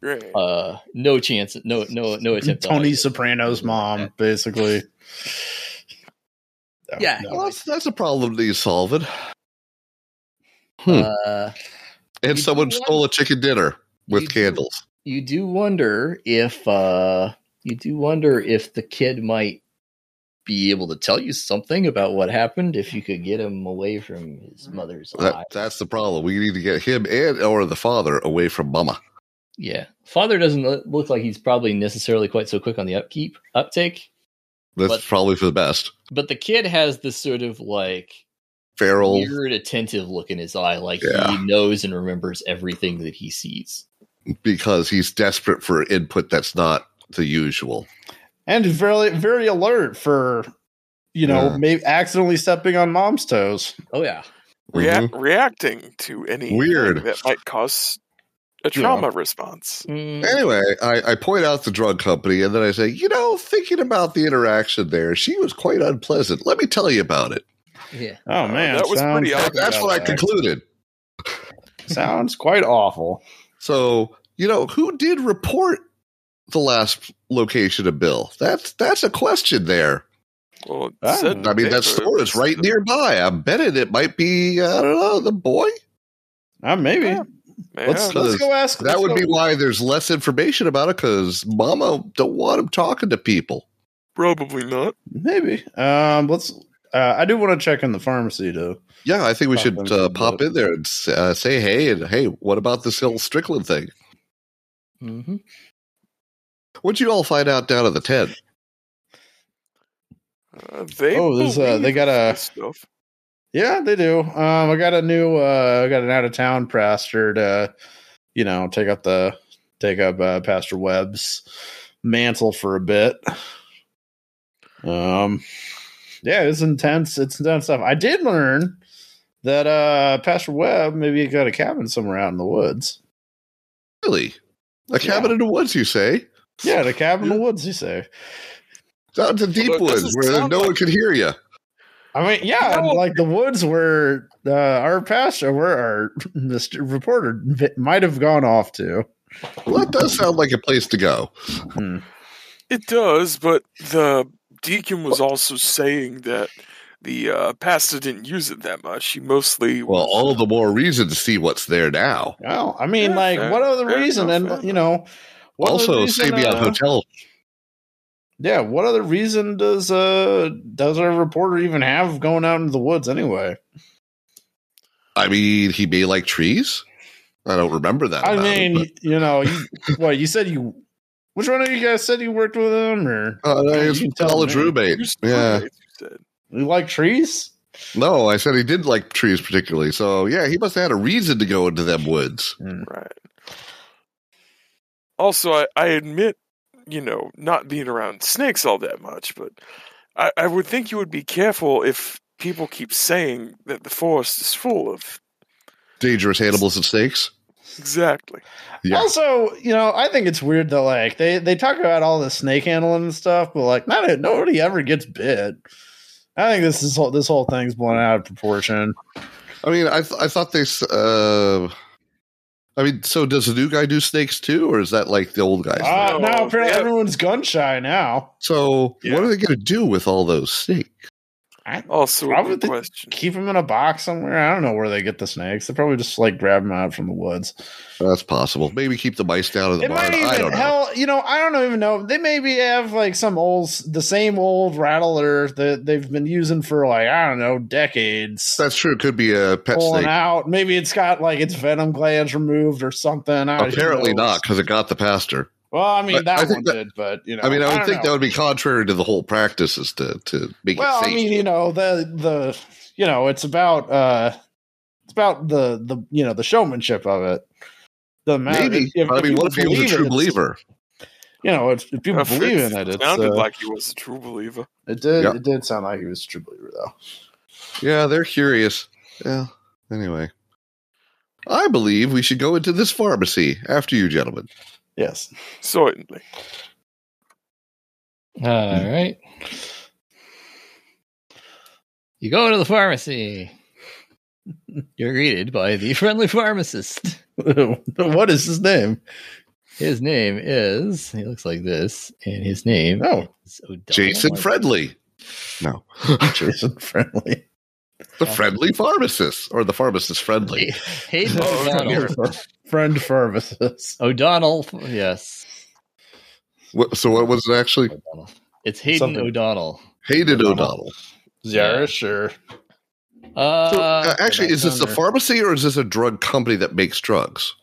Great. uh no chance no no no attempt to Tony hide it. Soprano's mom, basically. So, Yeah. no. Well, that's, that's a problem that he's solving. Hmm. Uh, And You someone do what? stole a chicken dinner with You do- candles. you do wonder if uh you do wonder if the kid might be able to tell you something about what happened if you could get him away from his mother's eye. That, that's the problem. We need to get him and or the father away from Mama. Yeah. Father doesn't lo- look like he's probably necessarily quite so quick on the upkeep uptake, That's But- probably for the best. but the kid has this sort of like Feral. weird attentive look in his eye like Yeah. he knows and remembers everything that he sees. because he's desperate for input that's not the usual. and very very alert for you know Yeah. maybe accidentally stepping on mom's toes. Oh yeah. Rea- Mhm. Reacting to any Weird. thing that might cause a Yeah. trauma response. Mm, Anyway, I, I point out the drug company and then I say, you know, thinking about the interaction there, she was quite unpleasant. Let me tell you about it. yeah. Oh man, man, that was sounds- pretty obvious. That's what I concluded. Sounds quite awful. So, you know, who did report the last location of Bill? That's that's a question there. Well, it Ah. said in I mean, the that paper, store is it's- right nearby. I'm betting it might be, I don't know, the boy. Uh, maybe Yeah. Yeah. What's- let's go ask. That let's would go- be why there's less information about it because Mama don't want him talking to people. Probably not. maybe. Um, let's. Uh, I do want to check in the pharmacy though. Yeah, I think we Pop should in uh, and pop do it. in there and s- uh, say hey and hey, what about this Hill Strickland thing? hmm What'd you all find out down at the tent? Uh, they Oh, there's, uh, they believe got a- this stuff. Yeah, they do. Um, I got a new. Uh, I got an out of town pastor to, you know, take up the take up uh, Pastor Webb's mantle for a bit. Um, yeah, it's intense. It's intense stuff. I did learn that uh, Pastor Webb maybe got a cabin somewhere out in the woods. Really, a cabin in the woods? You say Yeah, the cabin in the woods. You say? down to deep Although it woods doesn't where sound no one like- can hear you. I mean, yeah, No. like the woods where uh, our pastor, where our (laughs) Mr. reporter might have gone off to. Well, that does sound like a place to go. It does, but the deacon was also saying that the uh, pastor didn't use it that much. He mostly Well, was- all the more reason to see what's there now. Well, I mean, Yeah, like, fair- what other fair reason? enough, And fair you know, what other also, reason, save me on uh, hotel. Yeah, what other reason does uh does our reporter even have going out into the woods anyway? I mean, he may like trees. I don't remember that. I about him, mean, y- you know, you, what you said you. Which one of you guys said you worked with him, or but, uh, you his can tell college me. roommate. used to Yeah. it, you said. you like trees? No, I said he did like trees particularly. So yeah, he must have had a reason to go into them woods. Right. Also, I, I admit, you know, not being around snakes all that much, but I, I would think you would be careful if people keep saying that the forest is full of. Dangerous animals and snakes. Exactly. Yeah. Also, you know, I think it's weird that like they they talk about all the snake handling and stuff, but like not e, nobody ever gets bit. I think this is whole- this whole thing's blown out of proportion. I mean, I th- I thought they. s- Uh, I mean, so does the new guy do snakes too, or is that like the old guys? Ah. Uh, know. now apparently Yeah. everyone's gun shy now. so Yeah. what are they going to do with all those snakes? I Also, a Probably good the- question. keep them in a box somewhere. I don't know where they get the snakes. They probably just like grab them out from the woods. That's possible. Maybe keep the mice down in the It might barn. I even don't know. hell, you know, I don't even know. They maybe have like some old, the same old rattler that they've been using for like I don't know decades. That's true. It could be a pet pulling snake. out. Maybe it's got like its venom glands removed or something. I don't- who Apparently knows? not, because it got the pastor. Well, I I- mean that I think one that- did, but you know, I mean, I would don't think know. that would be contrary to the whole practice is to to make well, it I safe. mean, you know, the the you know, it's about uh, it's about the the you know the showmanship of it. Doesn't matter. Maybe. If- if- I if mean, you what if he was a believe it, true it's- believer? You know, if, if people Uh, believe in it, Fritz it's sounded uh, like he was a true believer. it did Yeah. it did sound like he was a true believer though. Yeah, they're curious. Yeah. Anyway, I believe we should go into this pharmacy after you, gentlemen. Yes. (laughs) Certainly. All right. You go to the pharmacy. You're greeted by the friendly pharmacist. what is his name? His name is, he looks like this, and his name Oh, is O'Donnell. Jason I- Friendly. No. (laughs) Jason friendly. the friendly pharmacist or the pharmacist friendly. Hayden Oh, O'Donnell. (laughs) Friend services. O'Donnell. Yes. What, so what was it actually? O'Donnell. It's Hayden Something. O'Donnell. Hayden O'Donnell. Yeah. sure. Uh, So, uh, actually, is this a O'Donnell. pharmacy or is this a drug company that makes drugs?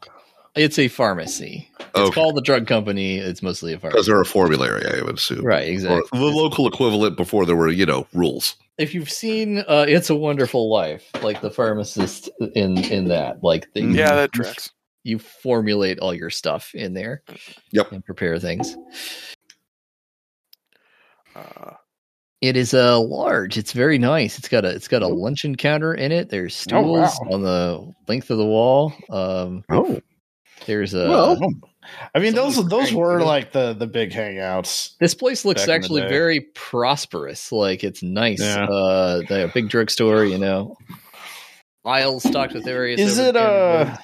it's a pharmacy. It's Okay. called the drug company. It's mostly a Because pharmacy. they're a formulary, I would assume. Right, exactly. Or the local equivalent before there were, you know, rules. if you've seen uh, It's a Wonderful Life, like the pharmacist in in that, like Hmm. Mm-hmm. the, Yeah, that tracks. you formulate all your stuff in there. Yep. And prepare things. Uh, It is a uh, large. It's very nice. It's got a it's got a luncheon counter in it. There's Oh, wow. stools on the length of the wall. Um, Oh. there's a Well- Uh, I mean, those Someone's those cranky. were like the the big hangouts. This place looks Back in the actually day. very prosperous. Like it's nice. Yeah. Uh, they have a big drugstore, you know. Aisles stocked with various. Is it uh a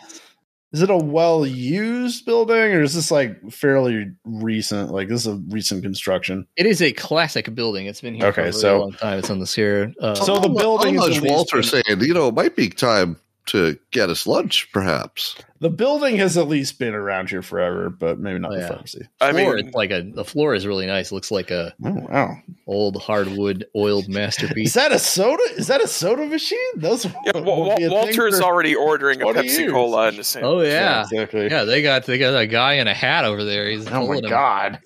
is it a well used building or is this like fairly recent? Like this is a recent construction. It is a classic building. It's been here Okay, for a very so- long time. It's on the Sierra. Uh, So the building is How at much least- Walter saying, you know, it might be time to get us lunch, perhaps. The building has at least been around here forever, but maybe not Oh, the yeah. pharmacy. I floor, mean, it's like a the floor is really nice. Looks like a Oh wow! old hardwood oiled masterpiece. Is (laughs) that a soda? Is that a soda machine? Those yeah, will Wa- Wa- be a thing Walter is for- already ordering a 20 Pepsi years. Cola in the same. oh yeah. exactly. Yeah, they got they got a guy in a hat over there. He's Oh my holding him. god!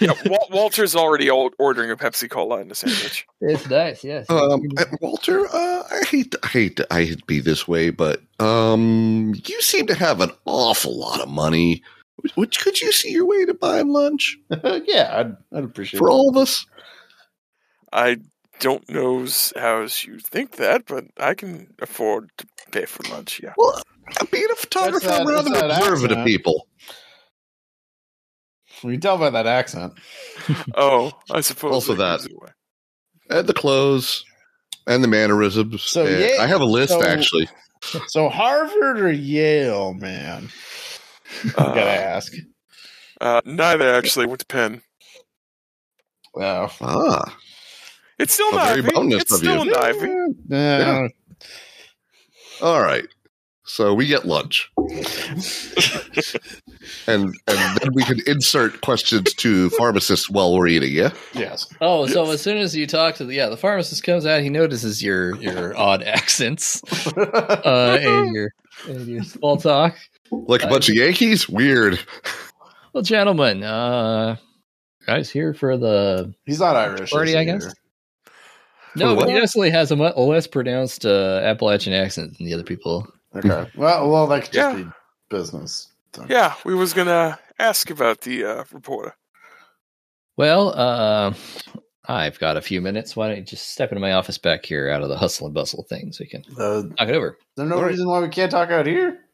Yeah, Wa- Walter's already o- ordering a Pepsi Cola in a sandwich. (laughs) it's nice. Yes. Um, uh, Walter, uh, I hate, I hate, to- I hate to be this way, but um, you seem to have an awful lot of money. Which could you see your way to buying lunch (laughs) yeah, I'd, I'd appreciate for all of us? I don't know s- how you think that, but I can afford to pay for lunch. Yeah. Being a photographer, that- we're that's other that conservative accent. people. it. We can tell by that accent. Oh, I suppose. Also that. gives it away. and the clothes and the mannerisms. So, And yeah, I have a list so- actually. So Harvard or Yale, man? I gotta Uh, ask. uh, neither actually went to Penn. Wow. Ah, It's still How an very Ivy. bonus It's of you. still an Ivy. eh, Yeah. all right. So we get lunch, and and then we can insert questions to pharmacists while we're eating. Yeah. Yes. Oh, so as soon as you talk to the yeah, the pharmacist comes out, he notices your your odd (laughs) accents (laughs) uh, and your and your (laughs) small talk. Like a bunch of Yankees? Weird. Well, gentlemen, uh, guys here for the (laughs) He's not Irish. party, is I he, guess. or- No, what? but he definitely has a, mu- a less pronounced uh, Appalachian accent than the other people. Okay. Well, well, that could just Yeah. be business. Yeah, we was gonna ask about the uh, reporter. Well, uh, I've got a few minutes. Why don't you just step into my office back here, out of the hustle and bustle of things? We can Uh, knock it over. there's no All right. reason why we can't talk out here.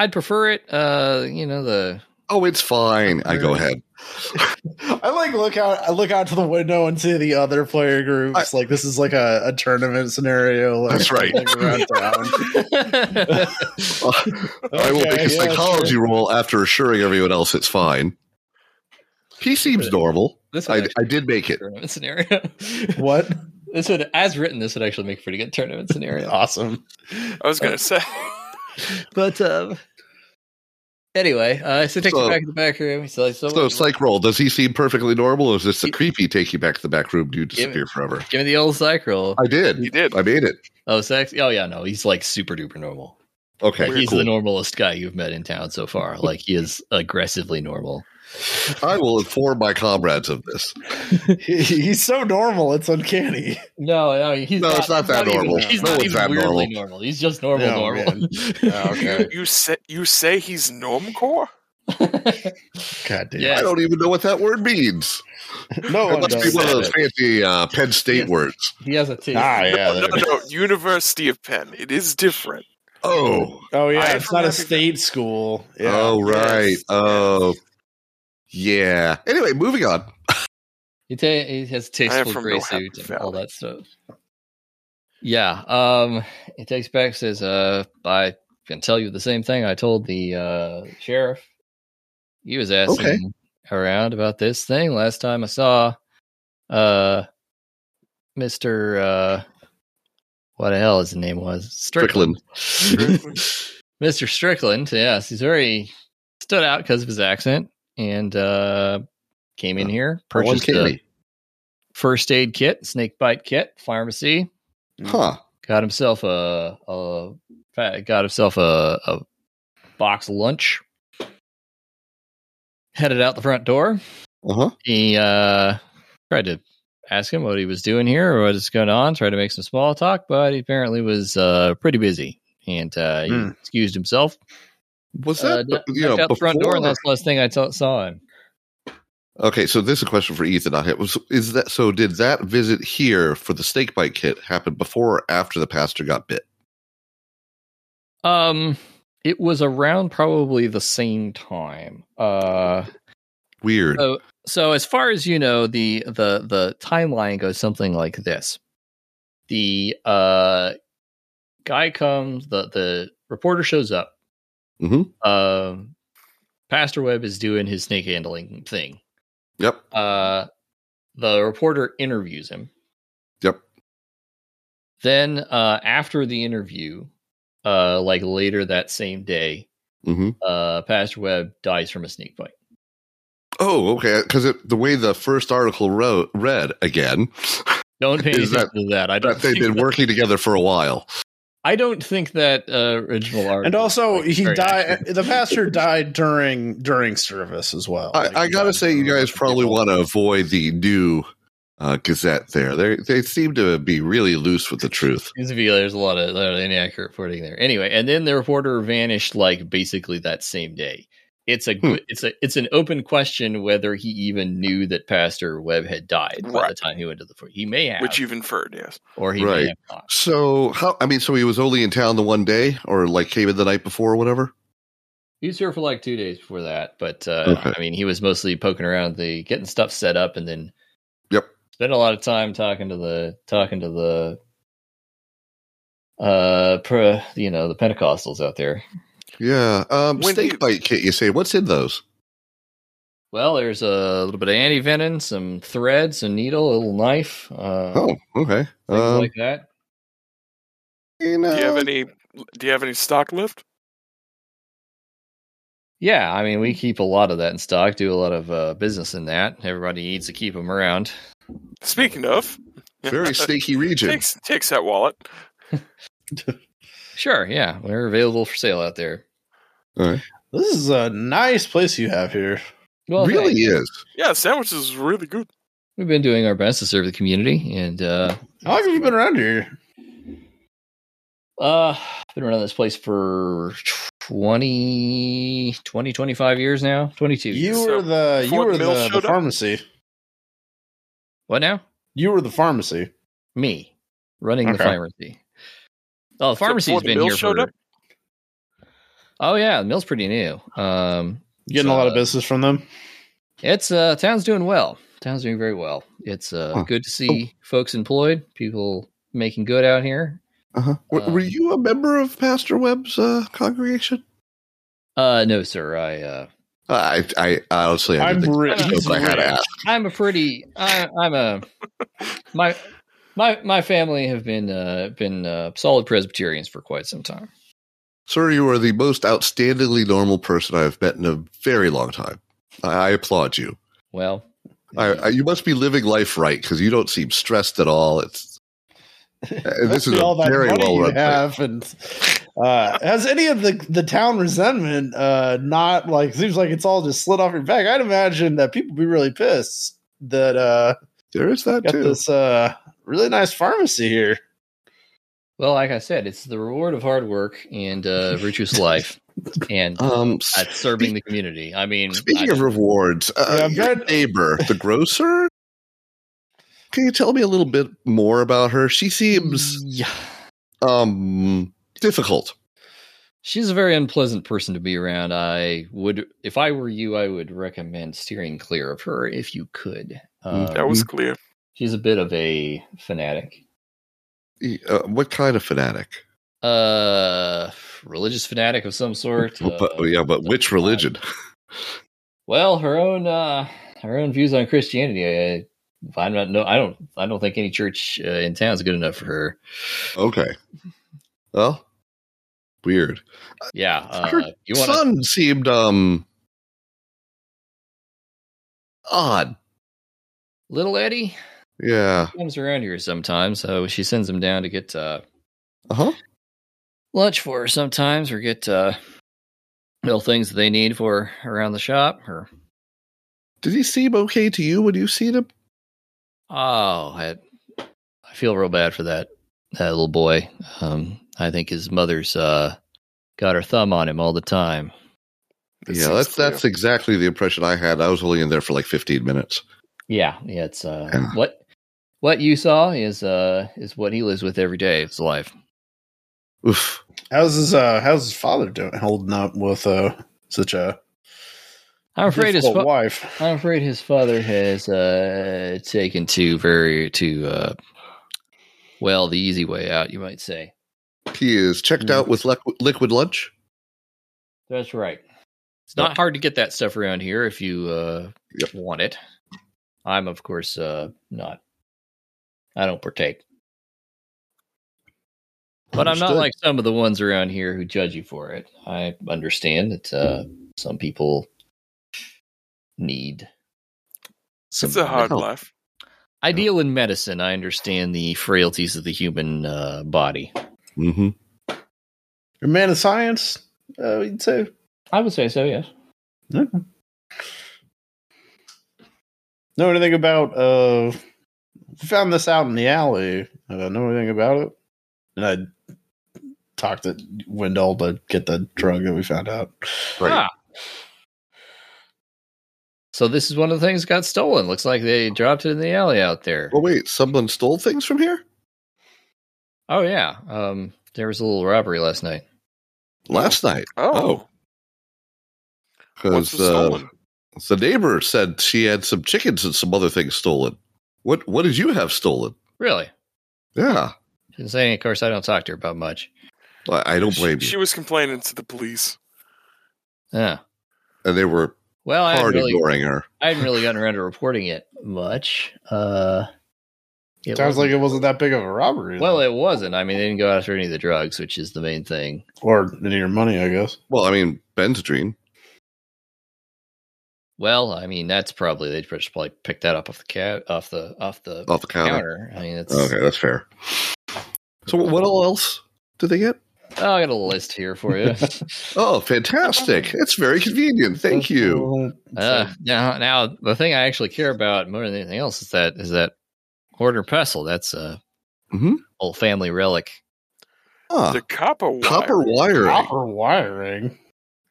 I'd prefer it. Uh, you know the (laughs) Oh, it's fine. I go ahead. (laughs) I like look out. I look out to the window and see the other player groups. like this is like a, a tournament scenario. Like, That's right. like, around (laughs) town. I will make Okay, a yeah, psychology roll after assuring everyone else it's fine. He seems normal. this would I, actually I did make be a it. tournament scenario. (laughs) sure. What? this would, as written, this would actually make a pretty good tournament scenario. Awesome. I was gonna say. (laughs) But um, anyway, uh, so take So- you back to the back room. He's like, so, So, psych roll. Does he seem perfectly normal? Or is this the He- creepy take you back to the back room? You disappear forever. give me the old psych roll. I did. He did. I made it. Oh, sex. Oh, yeah, no, he's like super duper normal. Okay, Like, he's cool. the normalest guy you've met in town so far. (laughs) Like he is aggressively normal. I will inform my comrades of this. He- he's so normal. It's uncanny. No, no, he's No, it's not that even- normal. he's No, not it's even that weirdly normal. normal. He's just normal, No, normal. (laughs) Yeah, okay. You say you say he's normcore. (laughs) God damn. Yeah. I don't even know what that word means. No It one must be does. one of that. those fancy uh, Penn State words. he has a taste. Ah, yeah. (laughs) no, there it is. no, University of Penn. It is different. Oh, Oh yeah, I it's not a remember- state school. Yeah. oh, right. Yes. Oh, yeah. Anyway, moving on. He, ta- he has tasteful from gray no happy suit and all family. that stuff. Yeah. Um he takes back says, uh I can tell you the same thing I told the uh sheriff. He was asking around about this thing. Last time I saw uh Mr. uh what the hell his name was? Strickland. (laughs) Strickland. Mm-hmm. Mr. Strickland, yes, he's very stood out because of his accent and uh came in here, One purchased a candy. first aid kit, snake bite kit, pharmacy, Huh. got himself a, a fa- got himself a, a box lunch. Headed out the front door. Uh huh. He uh, tried to ask him what he was doing here or what is going on. Tried to make some small talk, but he apparently was uh, pretty busy and uh, he Hmm. excused himself. Was Uh, that kno- you know knocked out the front door, before- and that's the last thing I t- saw him. Okay, so this is a question for Ethan. I was is that so? Did that visit here for the snake bite kit happen before or after the pastor got bit? Um, it was around probably the same time. Uh, Weird. Oh. so as far as you know the the the timeline goes something like this the uh guy comes the the reporter shows up Mhm. um pastor webb is doing his snake handling thing Yep. uh the reporter interviews him Yep. then uh after the interview uh like later that same day hmm uh pastor webb dies from a snake bite Oh, okay. Because the way the first article wrote read again, don't pay attention Is that- to that i don't that they've think been that- working together for a while. I don't think that uh, original art. And also, he Very died. accurate. The (laughs) (laughs) pastor died during during service as well. I, Like, I he gotta died say, you during guys the probably funeral. want to avoid the new uh, Gazette. There, they they seem to be really loose with the truth. Seems to be- There's a lot of, lot of inaccurate reporting there. Anyway, and then the reporter vanished like basically that same day. It's a Hmm. it's a it's an open question whether he even knew that Pastor Webb had died by the Right. time he went to the fo- he may have which you've inferred, yes. or he Right. may have not. So how? I mean, so he was only in town the one day, or like came in the night before, or whatever. He was here for like two days before that, but uh, Okay. I mean he was mostly poking around the getting stuff set up and then Yep. spent a lot of time talking to the talking to the uh pro, you know the Pentecostals out there. Yeah. Um, When snake you- bite kit. You say what's in those? Well, there's a little bit of antivenin, some thread, some needle, a little knife, uh, Oh, okay. things Um, like that. you know, Do you have any? Do you have any stock left? Yeah, I mean, we hmm. keep a lot of that in stock, do a lot of uh, business in that. Everybody needs to keep them around. Speaking of, (laughs) very snaky region. takes takes that wallet. Sure, yeah, they're available for sale out there. This is a nice place you have here. Well, really thanks. is. Yeah, sandwiches is really good. We've been doing our best to serve the community, and uh, How long have you been around here? uh, been running this place for 20, 20 25 years now. 22. You So, were the you before were the mill the, showed the up? pharmacy. What now? You were the pharmacy. Me running the Okay. pharmacy. Oh, the pharmacy's before the been bill here showed for. up? Oh yeah, the mill's pretty new. Um, Getting a lot of uh, business from them. it's uh, town's doing well. Town's doing very well. It's uh, Huh. good to see folks employed, people making good out here. Uh-huh. W- uh, Um, were you a member of Pastor Webb's uh, congregation? Uh, no, sir, I uh, I, I I honestly, I I'm didn't think rich. so, but I had to ask. I'm a pretty, I, I'm a, my, my, my family have been uh, been uh, solid Presbyterians for quite some time. Sir, you are the most outstandingly normal person I have met in a very long time. I, I applaud you. Well, I, I, you must be living life right because you don't seem stressed at (laughs) all. It's and this Especially is a very money well you run. place. have and uh, has any of the the town resentment uh not like seems like it's all just slid off your back i'd imagine that people be really pissed that uh There is that got too. this uh really nice pharmacy here well, like I said, it's the reward of hard work and uh, (laughs) virtuous life, and Um, at serving the community. I mean, speaking I- of rewards, Yeah, uh, I'm your glad- (laughs) neighbor, the grocer. Can you tell me a little bit more about her? She seems yeah, Mm. um difficult. she's a very unpleasant person to be around. I would, if I were you, I would recommend steering clear of her if you could. Um, Okay. That was clear. she's a bit of a fanatic, Uh, what kind of fanatic? uh, religious fanatic of some sort. Well, but, uh, yeah, but which religion? Well, her own uh, her own views on Christianity. I, I'm not no. I don't. I don't think any church uh, in town is good enough for her. Okay. Well, weird. Yeah. Uh, Her you want to? Son seemed um odd. Little Eddie Yeah. comes around here sometimes, so she sends him down to get uh, Uh huh. lunch for her sometimes, or get uh, little things that they need for her around the shop. Or Did he seem okay to you when you seen him? oh, I, I feel real bad for that that little boy. Um, I think his mother's uh, got her thumb on him all the time. That yeah, seems that's clear. that's exactly the impression I had. I was only in there for like fifteen minutes. Yeah, yeah, it's uh, Yeah. what what you saw is uh is what he lives with every day of his life. Oof. How's his uh how's his father doing holding up with uh such a I'm afraid his difficult fa- wife? I'm afraid his father has uh taken to very to uh well the easy way out, you might say. He is checked Mm. out with liqu liquid lunch. That's right. It's not hard to get that stuff around here if you uh Yep. want it. I'm of course uh not. I don't partake, but I'm Understood. not like some of the ones around here who judge you for it. I understand that uh some people need. It's a hard Oh. life. I deal in medicine. I understand the frailties of the human uh, body. Mm-hmm. A man of science, uh, we'd say. I would say so. Yes. Know anything about uh we found this out in the alley. Uh, know anything about it? And I talked to Wendell to get the drug that we found out. Ah. So this is one of the things that got stolen. Looks like they dropped it in the alley out there. Oh wait, someone stole things from here Oh yeah. Um there was a little robbery last night. last night Oh, what's because the uh, stolen? the neighbor said she had some chickens and some other things stolen. What What did you have stolen? Really? Yeah, Didn't say any of course I don't talk to her about much. I, I don't She- blame She, you. was complaining to the police. Yeah. and they were Well I hadn't hard really ignoring her. I hadn't really gotten around to reporting it much. Uh it Sounds like wasn't- it wasn't that big of a robbery. well, though. it wasn't. I mean, they didn't go after any of the drugs, which is the main thing. or any of your money, I guess. Well, I mean, Benzedrine. Well, I mean, that's probably they just probably picked that up off the ca- off the off the off the counter. counter. I mean, it's Oh, Okay, that's fair. So, what all else did they get? Oh, I got a list here for you. Oh, fantastic! It's very convenient. Thank you. Uh, now, now the thing I actually care about more than anything else is that is that Hoarder Pestle. That's a Mhm. old family relic. Ah, The copper wire. copper wiring. copper wiring.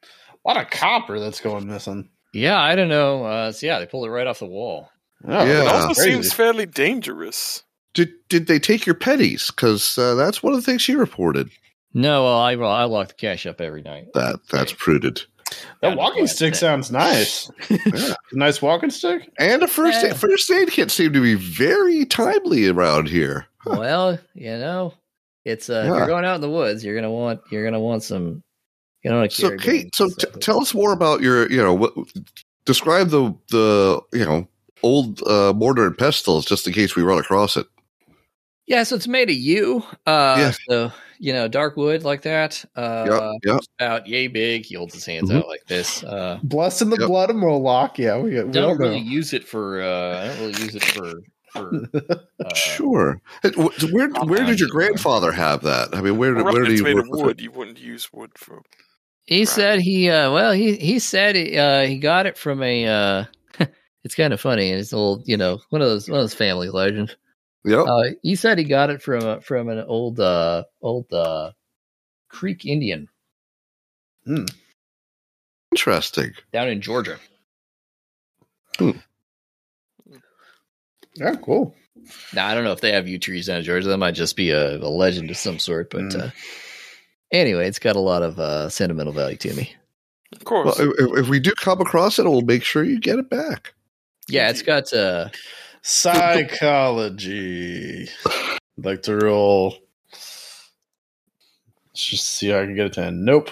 A lot of copper that's going missing. Yeah, I don't know. Uh, so yeah, they pulled it right off the wall. Oh, Yeah. It that's also crazy. seems fairly dangerous. Did did they take your petties? Because uh, that's one of the things she reported. No, well, I I lock the cash up every night. That that's prudent. Kind that of walking glad stick that- sounds nice. Yeah. Nice walking stick. And a first Yeah. aid, first aid kit seemed to be very timely around here. (laughs) Huh. Well, you know, it's uh, if Yeah. you're going out in the woods, you're gonna want you're gonna want some. You know, So, Kate, so t- tell us more about your, you know, what, describe the the you know old uh, mortar and pestles just in case we run across it. Yeah, so it's made of yew. Uh, Yeah. So you know, dark wood like that. Uh, Yeah, yeah. About yay big. He holds his hands Mhm. out like this. Uh, Blessed in the Yep. blood of Moloch. Yeah, we, we all don't know. really use it for. Uh, I don't really use it for. (laughs) for uh, Sure. Hey, wh- Where where did your grandfather have that? I mean, where Right, where do it's you made work of with it? wood. You wouldn't use wood for. He Right. said he. Uh, well, he he said uh, he got it from a. Uh, (laughs) it's kind of funny, and it's old. You know, one of those one of those family legends. Yep. Uh, he said he got it from a, from an old uh, old uh, Creek Indian Interesting. down in Georgia. Yeah, cool. Now I don't know if they have yew trees down in Georgia. That might just be a, a legend of some sort. But Mm. uh, anyway, it's got a lot of uh, sentimental value to me. Of course. Well, if, if we do come across it, we'll make sure you get it back. Yeah, it's got uh, Psychology. I'd like to roll. Hmm. Let's just see how I can get a 10. Nope.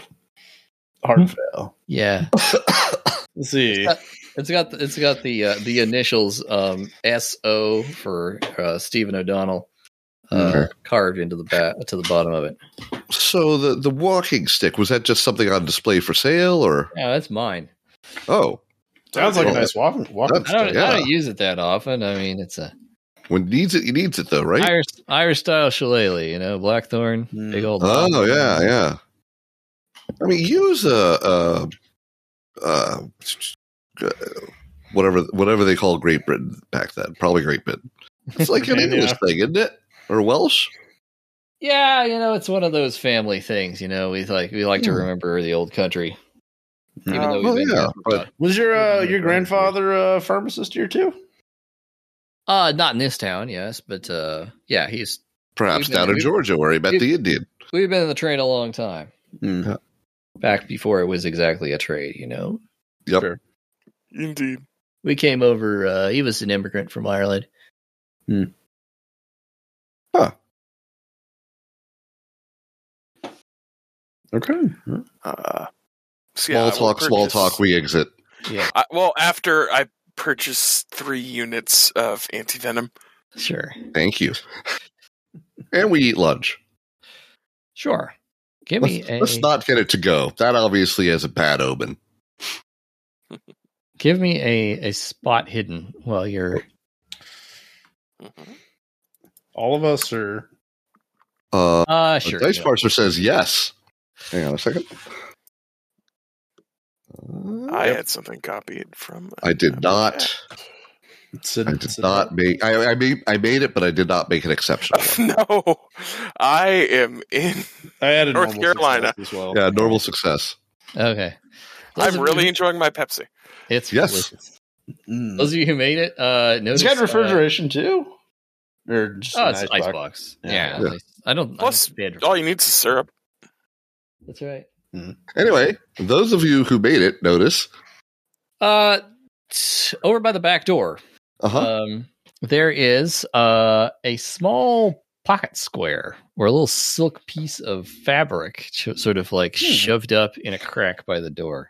Hard fail. Yeah. Let's see. It's got it's got the uh, the initials um, S O for uh, Stephen O'Donnell uh, Okay. carved into the back to the bottom of it. So the the walking stick was that just something on display for sale or Yeah, that's mine. oh Sounds like a Well, nice walking. walking I don't I Yeah. don't use it that often. I mean, it's a when needs it he needs it though right Irish Irish style shillelagh, you know, blackthorn, Hmm. big old. oh yeah yeah I mean use a, a, uh whatever whatever they call Great Britain back then probably Great Britain it's like an Yeah. English thing isn't it or Welsh Yeah, you know, it's one of those family things. You know, we like we like to Hmm. remember the old country, even Uh, Um, though we've well, been yeah, here for but- about- Was your uh, Yeah. your grandfather a pharmacist here too? uh, not in this town, yes, but uh, yeah, he's perhaps We've been- down in we've- Georgia where he met we've- the Indian we've been in the trade a long time. Hmm. Mm. Back before it was exactly a trade, you know. yep Sure. Indeed. We came over. Uh, he was an immigrant from Ireland. Okay. Uh, so yeah, small I will talk small purchase- talk we exit Yeah, I, well, after I purchased three units of anti venom, sure, thank you (laughs) and we eat lunch. sure. Give me Let's, a let's not get it to go. That obviously is a bad omen. give me a a spot hidden while you're. All of us are Uh, Uh, sure. Dice yeah. Parser says yes. Hang on a second. Uh, I I, had something copied from. did not. Sid, I did Sid- not make. I, I made. I made it, but I did not make an exceptional (laughs) one. (laughs) no, I am in. I added North normal Carolina. success as well. Yeah, normal success. Okay. Those I'm of you- really enjoying my Pepsi. It's Yes. delicious. Hmm. Mm. Those of you who made it, uh, notice. It's got uh, refrigeration too, or just oh, an it's an icebox. icebox. Yeah. Yeah. nice. I don't. Plus, I don't bad- All Oh, you need is syrup. That's right. Anyway, those of you who made it, notice. Uh, t- over by the back door, Uh-huh. um, there is uh, a small pocket square or a little silk piece of fabric, ch- sort of like shoved up in a crack by the door.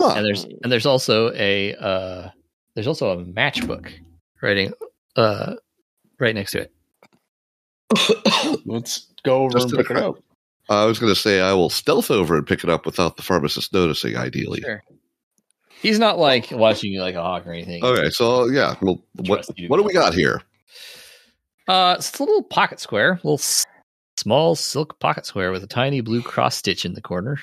Huh. Uh, And there's and there's also a uh, there's also a matchbook writing uh, right next to it. (coughs) Let's go over Just and in a pick it crowd. up. I was going to say I will stealth over and pick it up without the pharmacist noticing. Ideally. Sure. He's not like watching you like a hawk or anything. Okay. So yeah. Well, what Trust you. what do we got here? Uh, it's a little pocket square, little s- small silk pocket square with a tiny blue cross stitch in the corner.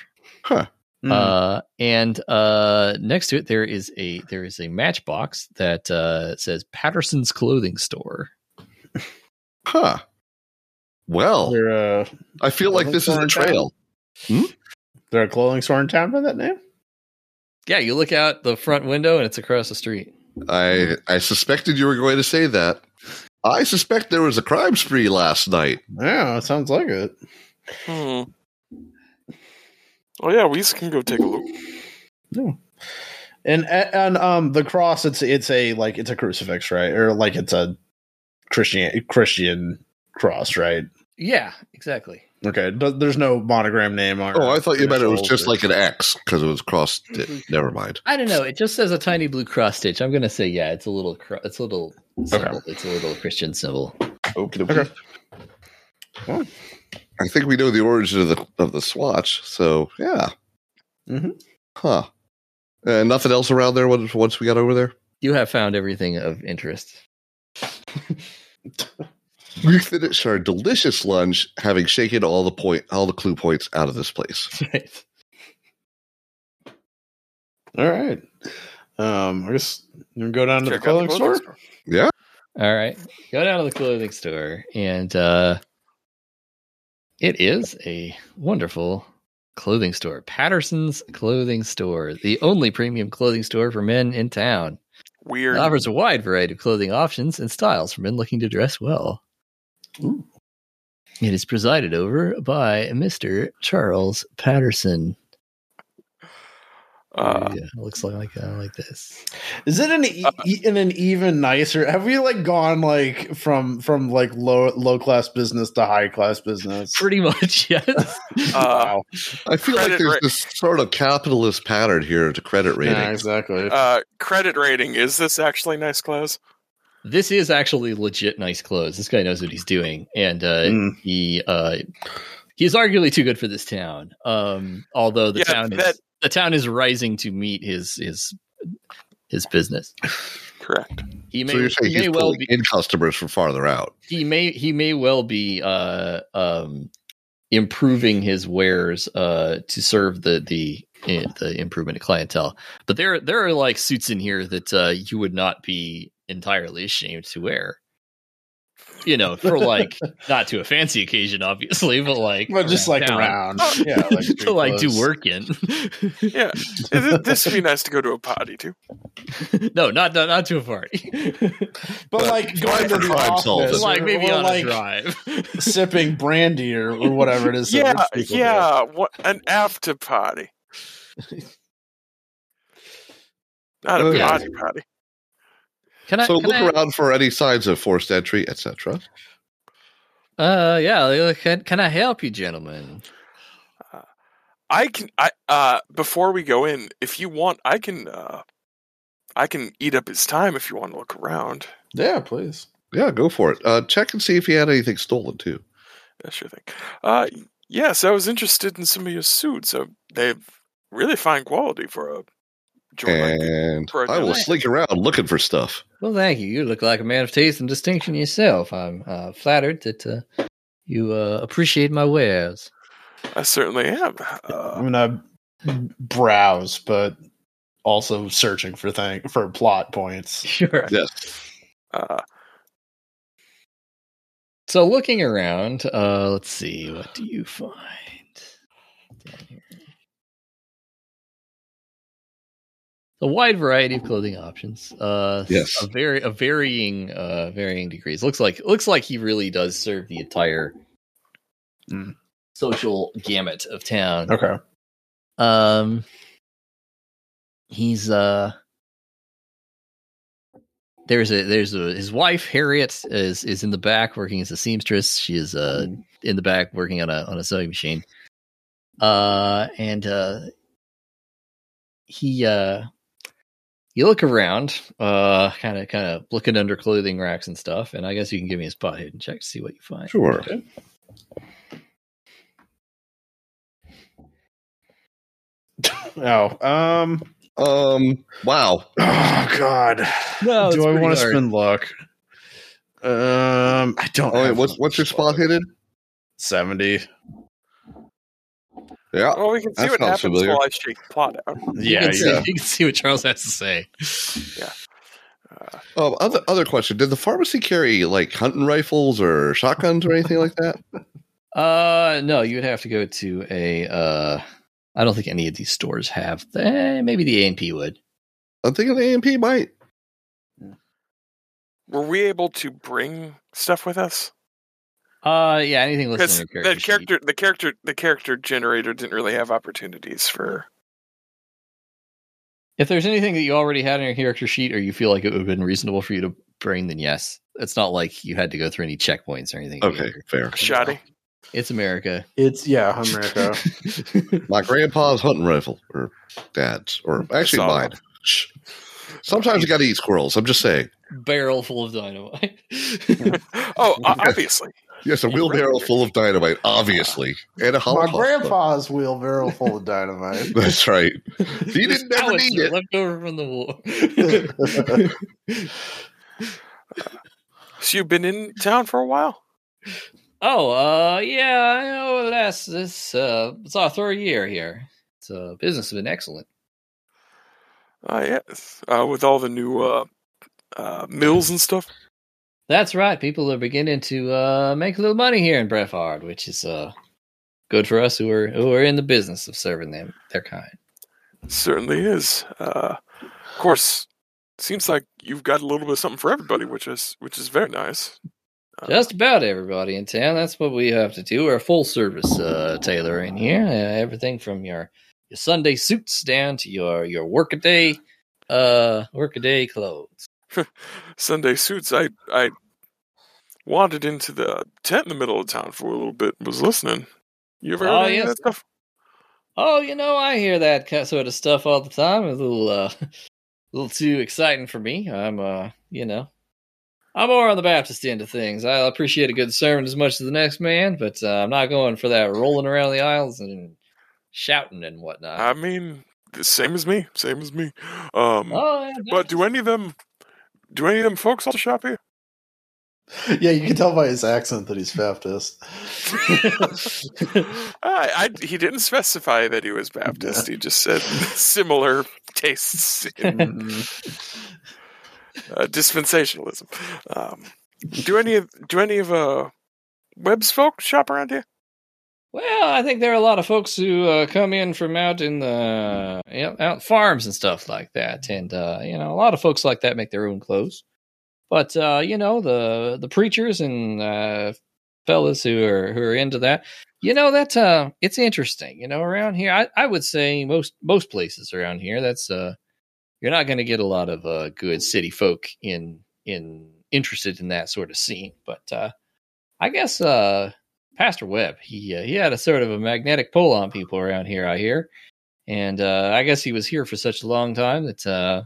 Uh, and uh, next to it there is a there is a matchbox that uh, says Patterson's Clothing Store. Huh. Well, Is there a I feel like this is a Orange trail. there a clothing store in town by that name? Yeah, you look out the front window and it's across the street. I I suspected you were going to say that. I suspect there was a crime spree last night. Yeah, it sounds like it. Hmm. Oh yeah, we can go take a look. And and um the cross it's it's a like it's a crucifix right or like it's a Christian Christian cross right. Yeah, exactly. Okay, th- there's no monogram name on. Oh, I thought you meant it was just or- like an X because it was cross. Mm-hmm. Never mind. I don't know. It just says a tiny blue cross stitch. I'm gonna say yeah. It's a little. Cro- it's a little. Symbol. It's a little Christian symbol. Okay. Well, I think we know the origin of the of the swatch. So yeah. Mm-hmm. Mhm. Huh. Uh, nothing else around there once once we got over there. You have found everything of interest. (laughs) We finished our delicious lunch, having shaken all the point all the clue points out of this place. Right. All right. Um, I guess you can go down to the Check out clothing store. Yeah. All right. Go down to the clothing store and uh it is a wonderful clothing store. Patterson's Clothing Store, the only premium clothing store for men in town. It Weird. offers a wide variety of clothing options and styles for men looking to dress well. Ooh. It is presided over by Mr. Charles Patterson. Uh, yeah, it looks like uh, like this. Is it an e- e- in an even nicer? Have we like gone like from from like low low class business to high class business? Pretty (laughs) much, yes. uh, I feel like Credit there's ra- this sort of capitalist pattern here to credit rating. Yeah, exactly. uh, credit rating. Is this actually nice clothes? this is actually legit nice clothes. This guy knows what he's doing, and uh, Mm. he uh, he's arguably too good for this town. Um, although the Yeah, town that- is the town is rising to meet his his his business. Correct. He so may, you're saying he he's may well pulling be in customers from farther out. he may he may well be uh, um, improving his wares uh, to serve the the eh, the improvement clientele. But there there are like suits in here that uh, you would not be entirely ashamed to wear. You know, for (laughs) like not to a fancy occasion, obviously, but like but just like down. around, Oh. yeah, street (laughs) to like do clothes. work in. (laughs) (laughs) Yeah, Th- this would be nice to go to a (laughs) party to. no, not not, not to a (laughs) party. but like going to for the crime office, solving. like or- maybe or, on like a drive. sipping brandy or, or whatever it is. that yeah, rich people do. yeah, what, an (laughs) after party. Not a Oh, Okay. party party. Can I so can look I- around for any signs of forced entry, etc. Uh, yeah. like, Can, can I help you, gentlemen? I can. I uh, before we go in, if you want, I can. Uh, I can eat up his time if you want to look around. yeah, please. Yeah, go for it. Uh, check and see if he had anything stolen too. Yeah, sure thing. Uh, yes, I was interested in some of your suits. Uh, they're really fine quality for a joint. like that. And for a I will night. slink around looking for stuff. Well, thank you. You look like a man of taste and distinction yourself. I'm uh, flattered that uh, you uh, appreciate my wares. I certainly am. I'm (laughs) Uh, gonna browse, but also searching for thing for plot points. Sure. Yes. uh, So, looking around, uh, let's see. What do you find down here? A wide variety of clothing options. Uh, Yes. a very a varying uh, varying degrees. Looks like looks like he really does serve the entire Mm. social gamut of town. Okay. Um, he's uh, there's a there's a his wife Harriet is is in the back working as a seamstress. She is uh in the back working on a on a sewing machine. Uh, and uh, he uh, you look around, uh, kind of kind of looking under clothing racks and stuff. And I guess you can give me a spot hidden check to see what you find. Sure. Oh, um, (sighs) Um. Wow. oh god. Oh, No, it's Do I pretty want to hard. spin luck? Um, I don't. Oh, wait, have what's what's your spot hidden? Seventy. Yeah. well, we can see That what sounds happens familiar. while I shake plot out. You Yeah. can see- yeah. you can see what Charles has to say. Uh, Um. Other other question. Did the pharmacy carry like hunting rifles or shotguns or anything like that? Uh, no, you would have to go to a. Uh, I don't think any of these stores have. Eh, maybe the A and P would. I'm thinking the AMP might. were we able to bring stuff with us? Uh, yeah, anything Because listed in the character, the character, the character generator didn't really have opportunities for. If there's anything that you already had on your character sheet, or you feel like it would have been reasonable for you to bring, then yes, it's not like you had to go through any checkpoints or anything. Okay. Fair. Shoddy. it's America. It's yeah, (laughs) America. My grandpa's hunting rifle, or dad's, or actually all. mine. Shh. Sometimes you got to eat squirrels. I'm just saying. Barrel full of dynamite. (laughs) (laughs) Oh, o- obviously. Yes, a wheelbarrow full of dynamite, obviously, and a My Holocaust. book. grandpa's wheelbarrow full of dynamite. (laughs) That's right. You didn't This ever howitzer need it. Left over from the war. So you've been in town for a while. (laughs) Oh, uh, yeah, I know. That's this. Uh, it's our third year here. It's uh, business has been excellent. Uh, yes. Uh, with all the new uh, uh, mills and stuff. That's right. People are beginning to uh, make a little money here in Brefard, which is uh, good for us who are who are in the business of serving them their kind. Certainly is. Uh, of course, seems like you've got a little bit of something for everybody, which is which is very nice. Uh, Just about everybody in town. That's what we have to do. We're a full service uh, tailor in here. Uh, everything from your your Sunday suits down to your your workaday uh workaday clothes. Sunday suits. I I wandered into the tent in the middle of town for a little bit. Was listening. You ever heard Oh, any yes. of that stuff? Oh, you know, I hear that ki- sort of stuff all the time. It's a little uh (laughs) a little too exciting for me. I'm uh you know I'm more on the Baptist end of things. I appreciate a good sermon as much as the next man, but uh, I'm not going for that rolling around the aisles and shouting and whatnot. I mean, the same as me. Same as me. Um, oh, yeah, but do any of them? Do any of them folks also shop here? yeah, you can tell by his accent that he's Baptist. I, I, he didn't specify that he was Baptist. He just said (laughs) similar tastes in uh, dispensationalism. Um, do any of do any of uh, Webb's folk shop around here? Well, I think there are a lot of folks who uh, come in from out in the you know, out farms and stuff like that, and uh, you know, a lot of folks like that make their own clothes. But uh, you know, the the preachers and uh, fellas who are who are into that, you know, that uh, it's interesting. You know, around here, I, I would say most most places around here, that's uh, you're not going to get a lot of uh, good city folk in in interested in that sort of scene. But uh, I guess uh, Pastor Webb. He uh, he had a sort of a magnetic pull on people around here, I hear, and uh, I guess he was here for such a long time that uh,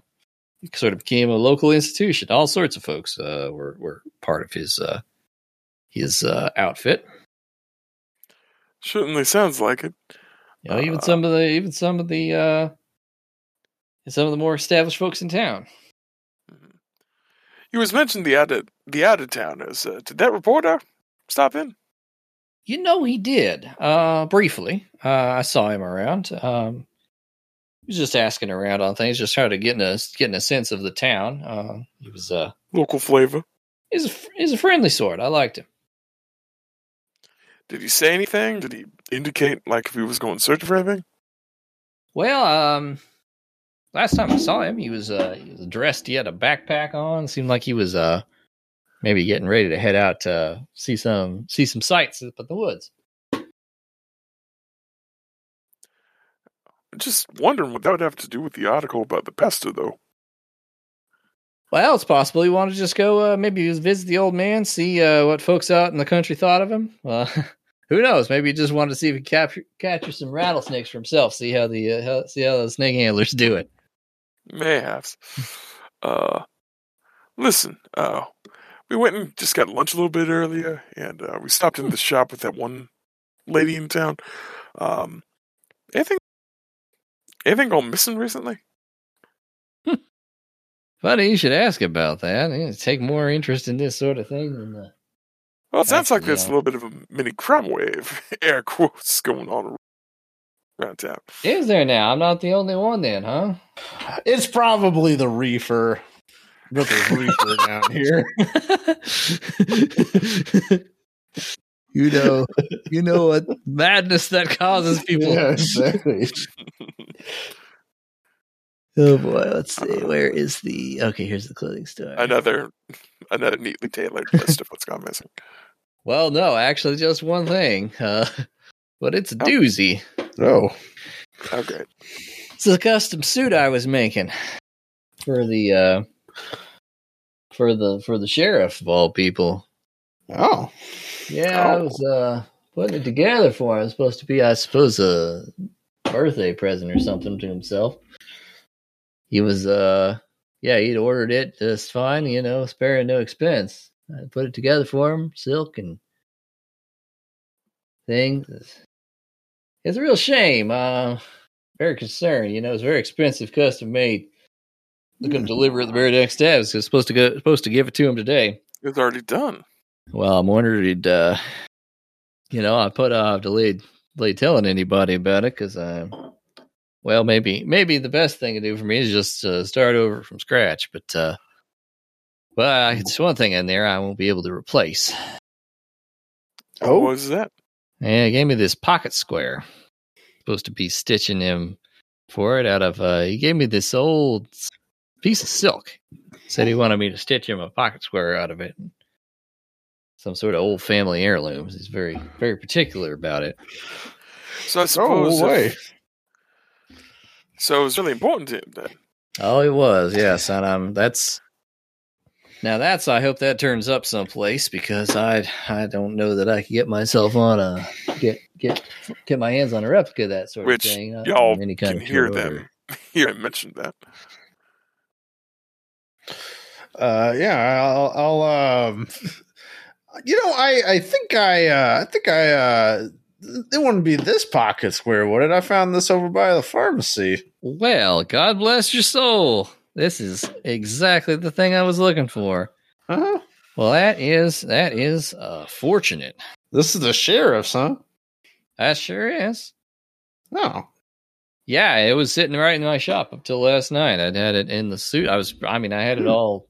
he sort of became a local institution. All sorts of folks uh, were were part of his uh, his uh, outfit. Certainly sounds like it. You know, even Uh. some of the even some of the uh, some of the more established folks in town. You was mentioned the out of the out of towners. Uh, did that reporter stop in? You know, he did. Uh, briefly, uh, I saw him around. Um, he was just asking around on things, just trying to get a getting a sense of the town. Uh, he was uh, Local flavor. he's a, he's a friendly sort. I liked him. Did he say anything? Did he indicate like if he was going searching for anything? Well, um, last time I saw him, he was uh he was dressed. He had a backpack on. Seemed like he was uh maybe getting ready to head out to see some see some sights up in the woods. Just wondering what that would have to do with the article about the pester, though. Well, it's possible he wanted to just go uh, maybe just visit the old man, see uh, what folks out in the country thought of him. Uh, (laughs) who knows? Maybe he just wanted to see if he could capture capture some rattlesnakes for himself. See how the uh, how, see how the snake handlers do it. Mayhaps. Uh, listen, uh, we went and just got lunch a little bit earlier, and uh, we stopped in the shop with that one lady in town. Um, anything, anything gone missing recently? Funny you should ask about that. You take more interest in this sort of thing than uh, the Well, it sounds like Actually, there's a no. little bit of a mini crime wave, (laughs) air quotes, going on around town. Is there now? I'm not the only one then, huh? It's probably the reefer. But there's reefer (laughs) down here. you know, you know what madness that causes people. (laughs) Yeah, exactly. (laughs) Oh boy, let's see. Where is the? Okay, here's the clothing store. Another, another neatly tailored list of what's gone missing. Well, no, actually, just one thing, uh, (laughs) but it's a Oh. doozy. Oh, Okay, It's a custom suit I was making for the uh, for the for the sheriff of all people. oh, Yeah, I Oh. was uh, putting it together for him. It was supposed to be, I suppose, a birthday present or something to himself. He was, uh, yeah, he'd ordered it just fine, you know, sparing no expense. I put it together for him, silk and things. It's a real shame. Uh, very concerned, you know, it's very expensive, custom made. They're going to deliver it the very next day. I was supposed to go, supposed to give it to him today. it's already done. Well, I'm wondering, uh, you know, I put off delayed, delayed telling anybody about it because I, well, maybe, maybe the best thing to do for me is just uh, start over from scratch. But, uh, well, it's one thing in there I won't be able to replace. Oh. what was that? Yeah, he gave me this pocket square. Supposed to be stitching him for it out of, uh, he gave me this old piece of silk. Said he wanted me to stitch him a pocket square out of it. Some sort of old family heirlooms. He's very, very particular about it. oh, So I suppose if- way. So it was really important to him then. Oh, it was, yes, and um, that's now that's. I hope that turns up someplace because I I don't know that I could get myself on a get get get my hands on a replica of that sort Which of thing. not y'all in any kind Can of hear short order. (laughs) them. Hear him mention that. Uh, yeah, I'll, I'll um, (laughs) You know, I I think I uh, I think I uh, it wouldn't be this pocket square, would it? I found this over by the pharmacy. Well, God bless your soul. This is exactly the thing I was looking for. Huh? Well, that is that is uh, fortunate. This is the sheriff's, huh? That sure is. No. Yeah, it was sitting right in my shop up till last night. I'd had it in the suit. I was, I mean, I had it Hmm. all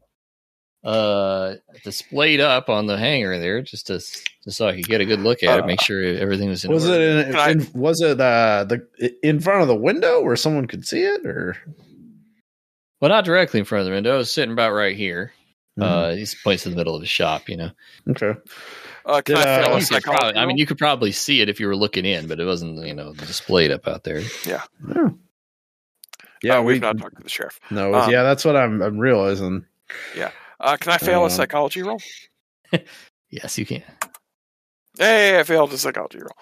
uh displayed up on the hanger there just to just so I could get a good look at it, make sure everything was in Was it order. in, Can I- in- was it uh the in front of the window where someone could see it or Well, not directly in front of the window. It was sitting about right here. Hmm. Uh, these points in the middle of the shop, you know. Mm, okay. Uh, can Did, I uh, fail You a could psychology probably- I mean, roll? you could probably see it if you were looking in, but it wasn't, you know, displayed up out there. Yeah, Uh, we we've not talked to the sheriff. no. it was- um, yeah, that's what I'm I'm realizing. Uh, can I fail Uh, a psychology roll? Yes, you can. Hey, I failed a psychology roll.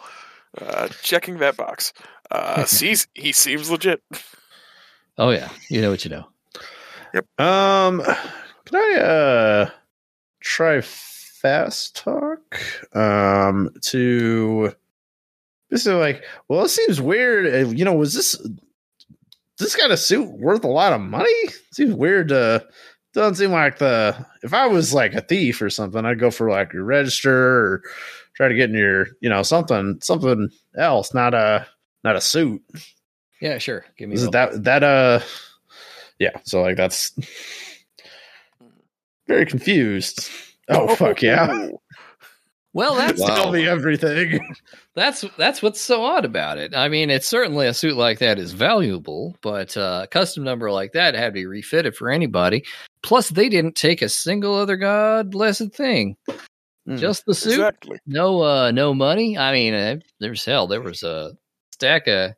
Uh, checking that box. (laughs) Uh, sees he seems legit. Oh yeah, you know what you know. Um, can I uh try fast talk? Um, to this is like, well, it seems weird. uh, You know, was this this got a suit worth a lot of money? Seems weird to. Doesn't seem like the if I was like a thief or something, I'd go for like your register or try to get in your you know something something else, not a not a suit. Yeah, sure. Give me Is a it that that uh yeah, so like that's very confused. Oh fuck (laughs) yeah. Well, that's Wow. Tell me everything. That's that's what's so odd about it. I mean, it's certainly a suit like that is valuable, but uh, a custom number like that had to be refitted for anybody. Plus, they didn't take a single other god blessed thing. Hmm. Just the suit, Exactly. no, uh, no money. I mean, uh, there's hell. There was a stack of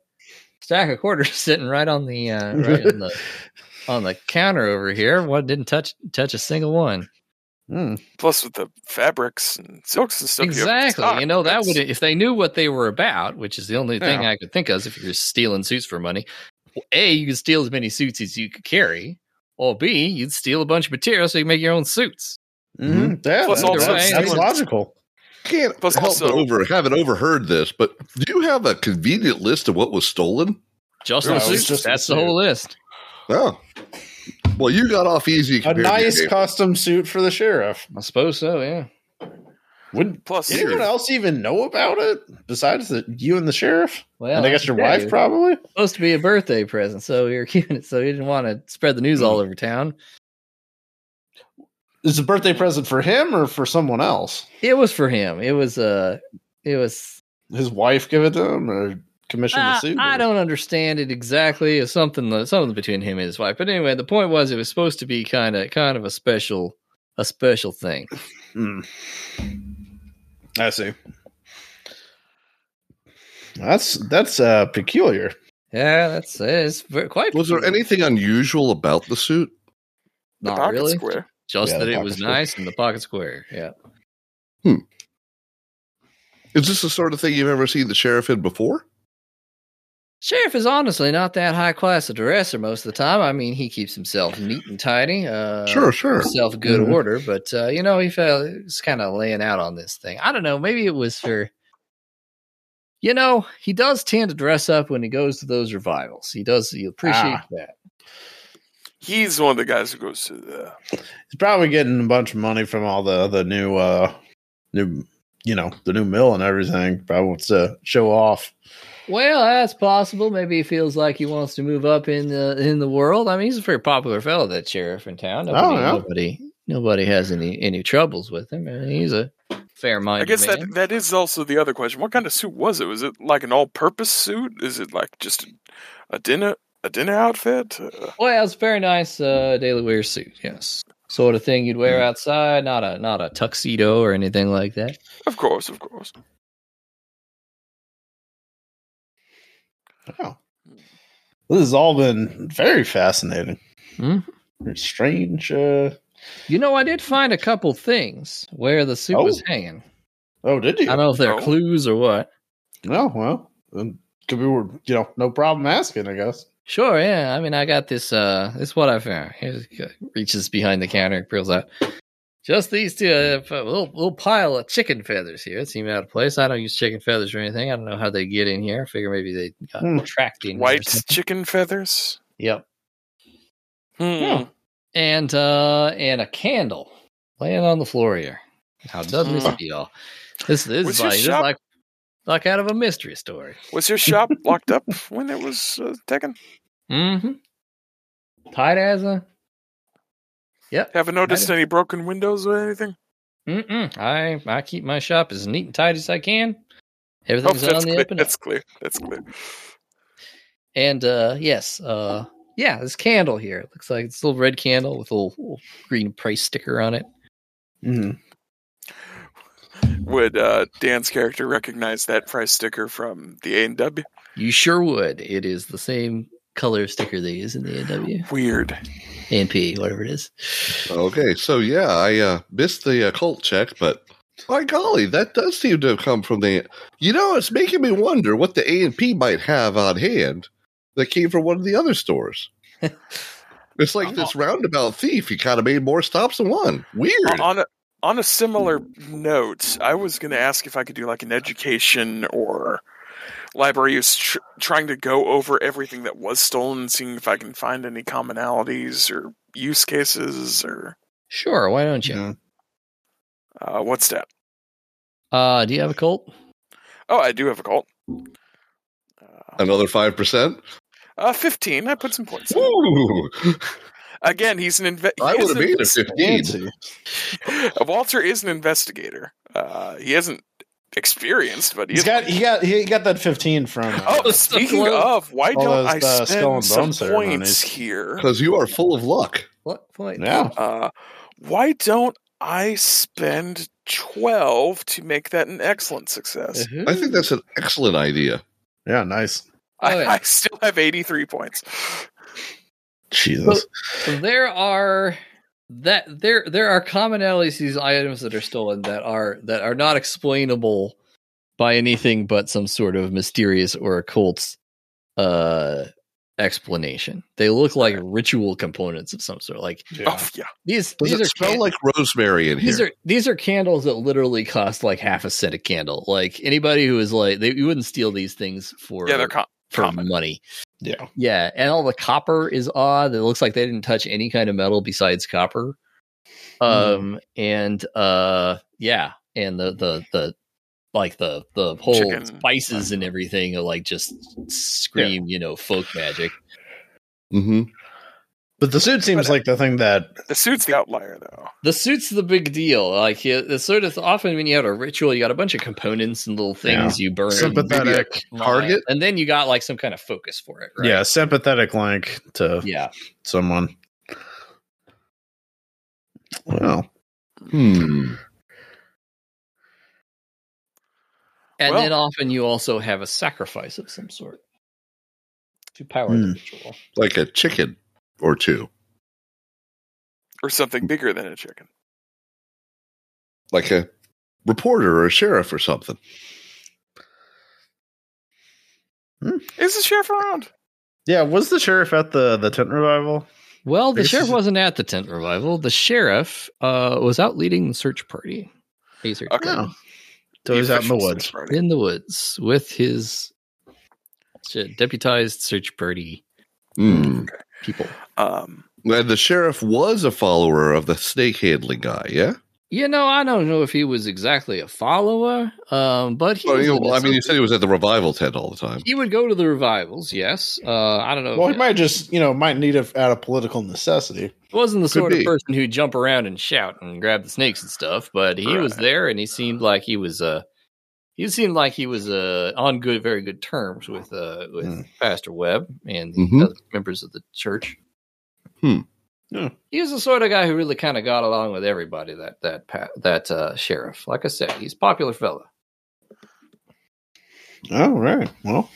stack of quarters (laughs) sitting right on the uh, right on (laughs) the on the counter over here. One didn't touch touch a single one. Hmm. Plus with the fabrics and silks and stuff. you have in Exactly. stock, you know, that that's- would if they knew what they were about, which is the only thing Yeah. I could think of is if you're stealing suits for money. A, you could steal as many suits as you could carry, or B, you'd steal a bunch of material so you make your own suits. Mhm. Yeah, Plus that- also that's, that's stealing- logical. Can't Plus help also- but over haven't overheard this, but do you have a convenient list of what was stolen? Just No, the it's suits. just the That's the suit. whole list. Oh, well, you got off easy. A compared to nice me. custom suit for the sheriff. I suppose so, yeah. Would Plus, anyone else even know about it besides the, you and the sheriff? Well, and I guess your wife probably probably. supposed to be a birthday present, so we were (laughs) keeping it so we didn't want to spread the news all over town. Is a birthday present for him or for someone else? It was for him. It was uh it was His wife give it to him or commission the Uh, suit? I or- don't understand it exactly. It's something something between him and his wife. But anyway, the point was it was supposed to be kind of kind of a special a special thing. Hmm. I see. That's that's uh peculiar. Yeah, that's eh, it's ver- quite. Was there anything unusual about the suit? the Not pocket really. square. Just Yeah, that the it pocket was square. nice and the pocket square. Yeah. Is this the sort of thing you've ever seen the sheriff in before? Sheriff is honestly not that high class a dresser most of the time. I mean, he keeps himself neat and tidy. Uh, sure, sure. Himself in good Mhm. order, but uh, you know he felt it's kind of laying out on this thing. I don't know. Maybe it was for. You know, he does tend to dress up when he goes to those revivals. He does. You appreciate Ah. that. He's one of the guys who goes to the. He's probably getting a bunch of money from all the the new uh new you know, the new mill and everything. Probably wants to show off. Well, that's possible. Maybe he feels like he wants to move up in the in the world. I mean, he's a very popular fellow, that sheriff in town. Oh, Nobody, yeah. nobody, nobody has any any troubles with him. And he's a fair I minded guess man. that that is also the other question. What kind of suit was it? Was it like an all-purpose suit? Is it like just a dinner a dinner outfit? Uh, Well, it's a very nice uh, daily wear suit. Yes, sort of thing you'd wear Mm. outside. Not a not a tuxedo or anything like that. of course, of course. Oh. This has all been very fascinating. Mhm. Strange. Uh, You know, I did find a couple things where the suit Oh. was hanging. oh, did I you? don't know if they're Oh. clues or what. No, well, then could be wor- you know no problem asking. I guess. Sure, yeah. I mean, I got this. Uh, this is what I found. Here's, uh, reaches behind the counter, peels out. Just these two, uh, a little, little pile of chicken feathers here. It seemed out of place. I don't use chicken feathers or anything. I don't know how they get in here. I figure maybe they got Hmm. tracked in. here or White something. chicken feathers. Yep. Hmm. Yeah. And uh, and a candle laying on the floor here. How doesn't this Hmm. feel? This, this Was is your like, this is shop- like like out of a mystery story. Was your shop locked up when it was uh, taken? Mm-hmm. Tight as a. Haven't noticed I any broken windows or anything. Mm-mm. I I keep my shop as neat and tight as I can. Oh, Everything's out that's on the clear. open. up. That's clear. That's clear. And uh yes, uh yeah, this candle here. It looks like it's a little red candle with a little, little green price sticker on it. Mm. Would uh, Dan's character recognize that price sticker from the A and W? You sure would. It is the same color sticker they use in the AW. Weird. ANP, whatever it is. Okay, so yeah, I uh, missed the occult check, but by golly, that does seem to have come from the. You know, it's making me wonder what the A and P might have on hand that came from one of the (laughs) other stores. it's like this Oh. roundabout thief. He kind of made more stops than one. Weird. on a on a similar note, I was going to ask if I could do like an education or library is tr- trying to go over everything that was stolen, seeing if I can find any commonalities or use cases or Sure, why don't you? Yeah. uh, what's that? Uh do you have a cult? Oh, I do have a cult. Uh, Another five percent. uh, fifteen. I put some points. in. Woo! Again, he's an inve- I he is would have an- made a fifteen. Fancy. (laughs) Walter is an investigator. Uh, he isn't experienced, but he He's is got he got he got that fifteen from. uh, Oh, Those speaking gloves. of, why All don't those, I uh, skull spend and some bone points ceremonies. here? Because you are full of luck. What point? yeah. Uh, why don't I spend twelve to make that an excellent success? Uh-huh. I think that's an excellent idea. Yeah. Nice. Oh, I, yeah. (laughs) I still have eighty-three points. Jesus. there are that there there are commonalities to these items that are stolen that are that are not explainable by anything but some sort of mysterious or occult uh explanation. They look like ritual components of some sort. Like Yeah. Oh yeah, these Does these it are smell can- like rosemary in here? these are these are candles that literally cost like half a cent a candle. Like anybody who is like they you wouldn't steal these things for yeah, they're com- for common. money. Yeah. Yeah, and all the copper is odd. It looks like they didn't touch any kind of metal besides copper. Mm-hmm. Um and uh yeah, and the the the like the the whole Chicken. spices and everything are like just scream, you know, folk magic. hmm But the suit seems But- like the thing that The suit's the outlier though. The suit's the big deal. Like it- it's sort of often when you have a ritual, you got a bunch of components and little things you burn. Maybe a sympathetic. target. And then you got like some kind of focus for it, right? Yeah, sympathetic link to Yeah. someone. Well, Hmm. And Well- then often you also have a sacrifice of some sort to power Hmm. the ritual. like a chicken or two, Or something bigger than a chicken. like a reporter or a sheriff or something. Is the sheriff around? yeah. Was the sheriff at the the tent revival? Well, the This sheriff is a- wasn't at the tent revival. The sheriff uh, was out leading the search party. A search Okay. party So he's out in the Official woods. search party. Oh. in the woods with his sh- deputized search party Hmm. people. Um, And the sheriff was a follower of the snake handling guy, yeah? You know, I don't know if he was exactly a follower, um, but he, Well, was you- in well, I mean, you this- said he was at the revival tent all the time. he would go to the revivals. Yes, uh, I don't know. Well, if he might just you know might need it out of political necessity. wasn't the Could sort of be. person who'd jump around and shout and grab the snakes and stuff, but he was Right. there and he seemed like he was uh he seemed like he was uh on good very good terms with uh with Hmm. Pastor Webb and the Mhm. other members of the church. Hmm. Yeah. He was the sort of guy who really kind of got along with everybody. That that pa- that uh, sheriff, like I said, he's a popular fella. Oh, All right. Well,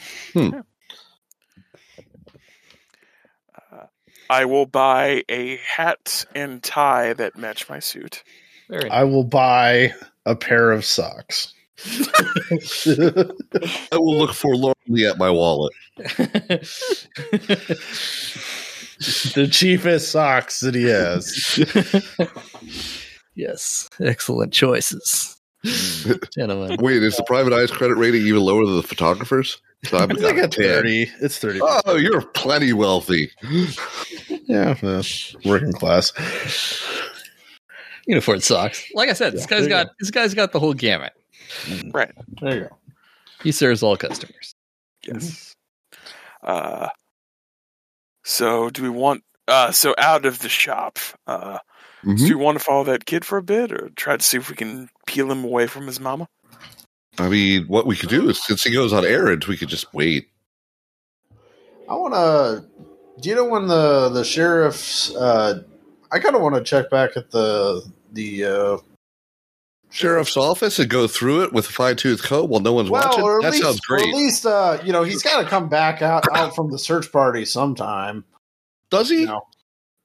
I will buy a hat and tie that match my suit. Very nice. I will buy a pair of socks. (laughs) I will look forlornly at my wallet. (laughs) the cheapest socks that he has. (laughs) yes, excellent choices, Hmm. gentlemen. Wait, is the private eye's credit rating even lower than the (laughs) photographer's? So I'm It's like a got 10. thirty. It's thirty. Oh, you're plenty wealthy. Yeah, uh, working class. Uniform socks. Like I said, this Yeah, guy's there you got this guy's got the whole gamut. There you go. He serves all customers. Mm-hmm. Yes. Uh, so do we want? Uh, so out of the shop. Uh, Mm-hmm. do Mhm. we want to follow that kid for a bit, or try to see if we can peel him away from his mama? I mean, what we could do is since he goes on errands, we could just wait. I want to. Do you know when the the sheriff's? Uh, I kind of want to check back at the the. Uh, Sheriff's office and go through it with a fine tooth comb while no one's watching. well, or at That least, sounds or great. at least uh, you know he's got to come back out, out from the search party sometime. Does he? You know,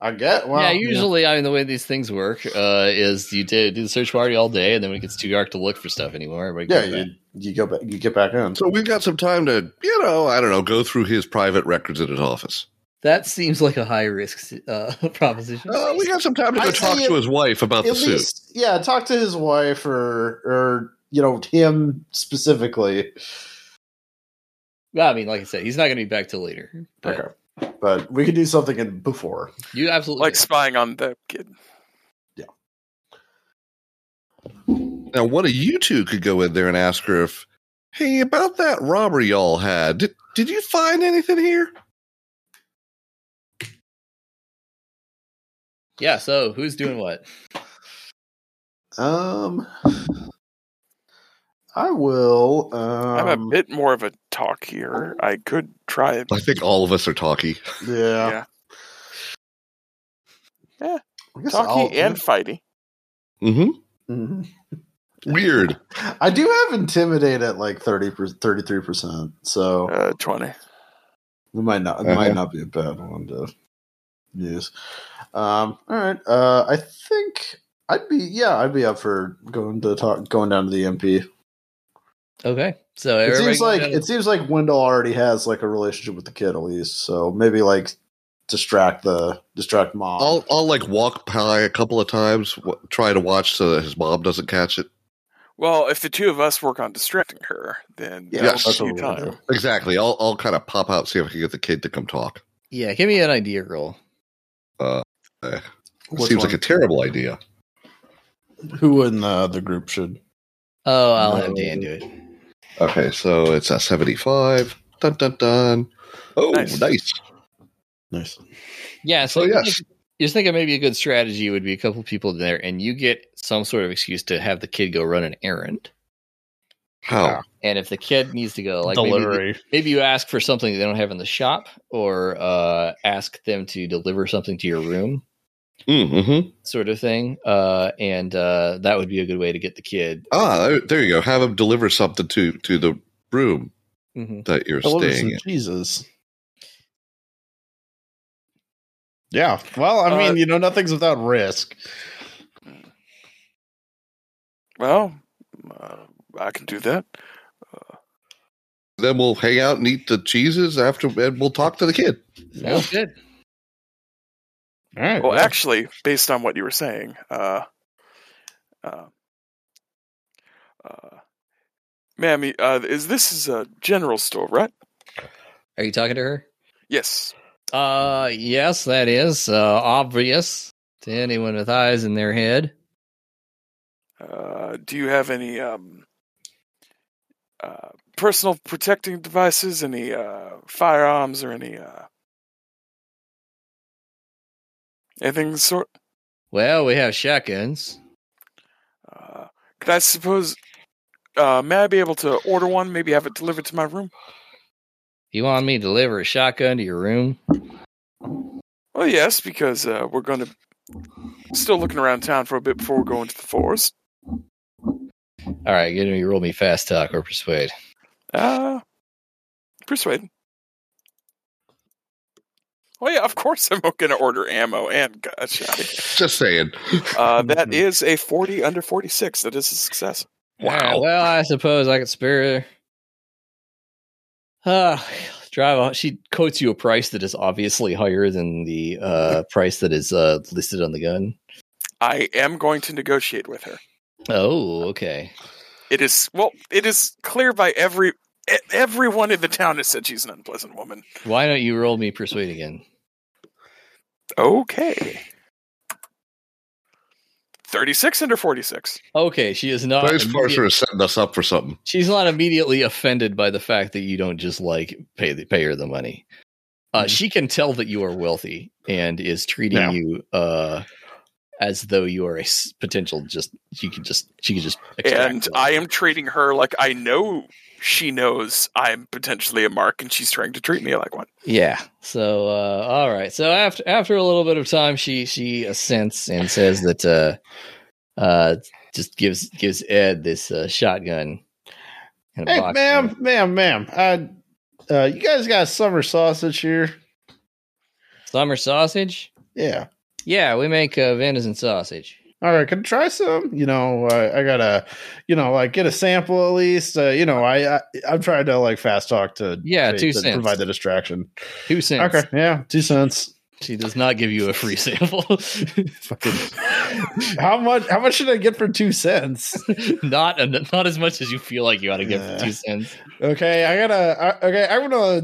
I get. Well, yeah, usually I mean the way these things work uh, is you do, do the search party all day, and then when it gets too dark to look for stuff anymore, everybody Yeah, goes you, back. you go back. You get back in. So we've got some time to, you know, I don't know, go through his private records in his office. that seems like a high risk uh, (laughs) proposition. Uh, we have some time to go I talk say to it- his wife about the at suit. least, yeah, talk to his wife or or you know him specifically. Well, I mean, like I said, he's not going to be back till later. But Okay, but we could do something in before. You absolutely Like spying on the kid. Now, one of you two could go in there and ask her if, hey, about that robbery y'all had, did, did you find anything here? yeah. So who's doing what? Um, I will. Um, I'm a bit more of a talk here. I could try it. I think all of us are talky. Yeah, Yeah. I guess I'll- Talky (laughs) and fighty. hmm Mhm. Weird. I do have intimidate at like 30 33 percent, so Uh, 20. it might not it Uh-huh. might not be a bad one to use. Um, all right, uh, I think I'd be yeah I'd be up for going to talk going down to the MP. Okay, so It everybody seems like goes- it seems like Wendell already has like a relationship with the kid at least, so maybe like distract the distract mom. I'll, I'll like walk by a couple of times, w- try to watch so that his mom doesn't catch it. Well, if the two of us work on distracting her, then yeah, that'll Yes. that's be what we're gonna time. do. Exactly. I'll, I'll kind of pop out, see if I can get the kid to come talk. Uh, yeah. Give me an idea roll. Which eh, Seems one? like a terrible idea. Who in the, the group should? Oh, I'll have No. Dan do it. Okay, so it's a 75. Dun, dun, dun. Oh, Nice. nice. Nice. Yeah, so Oh, So, you're, yes. thinking, you're thinking maybe a good strategy would be a couple people there, and you get some sort of excuse to have the kid go run an errand. How? And if the kid needs to go, like maybe, maybe you ask for something they don't have in the shop, or uh, ask them to deliver something to your room, Mm-hmm. sort of thing. Uh, and uh, that would be a good way to get the kid. Ah, there- there you go. Have him deliver something to to the room Mhm. that you're Deliver staying some in. cheeses. Yeah. Well, I Uh, mean, you know, nothing's without risk. Well, uh, I can do that. Then we'll hang out and eat the cheeses after, and we'll talk to the kid. Sounds good. All right. (laughs) Well, actually, based on what you were saying, uh, uh, uh, Mammy, uh, is this is a general store, right? Are you talking to her? Yes. Uh, yes, that is uh, obvious to anyone with eyes in their head. Uh, do you have any um, uh, personal protecting devices, any uh, firearms, or any uh, anything of the sort? Well, we have shotguns. Uh, could I suppose? Uh, may I be able to order one? Maybe have it delivered to my room? You want me to deliver a shotgun to your room? Well, yes, because uh, we're going to still looking around town for a bit before we go into the forest. All right, get me roll me fast talk or persuade. Uh, persuade. Oh yeah, of course I'm (laughs) going to order ammo and gotcha. Just saying. Uh, that is a 40 under 46. That is a success. Yeah, well, I suppose I could spare her. (sighs) Ah, drive on. She quotes you a price that is obviously higher than the uh, price that is uh, listed on the gun. I am going to negotiate with her. Oh, okay. It is well, it is clear by every e- everyone in the town has said she's an unpleasant woman. Why don't you roll me persuade again? Okay. 36 under 46. Okay, she is not. Police Forcer Uh, immediate- is setting us up for something. she's not immediately offended by the fact that you don't just like pay the, pay her the money. Uh, She can tell that you are wealthy and is treating Yeah. you uh, as though you are a s- potential. Just she could just she could just extract And them. I am treating her like I know she knows I'm potentially a mark and she's trying to treat me like one. yeah. So uh, all right. So after after a little bit of time, she she assents and says that uh, uh, just gives gives Ed this uh, shotgun. and a Hey, box. ma'am, ma'am, ma'am. I, uh, you guys got summer sausage here? summer sausage. Yeah. Yeah, we make uh, venison sausage. All right, can I try some? You know, I, I gotta, you know, like get a sample at least. Uh, you know, I, I I'm trying to like fast talk to Yeah, to, two to cents. provide the distraction. Two cents. Okay, yeah, two cents. She does not give you a free sample. (laughs) Fucking How much? How much should I get for two cents? not en- not as much as you feel like you ought to give for Yeah. two cents. Okay, I gotta. I, okay, I wanna.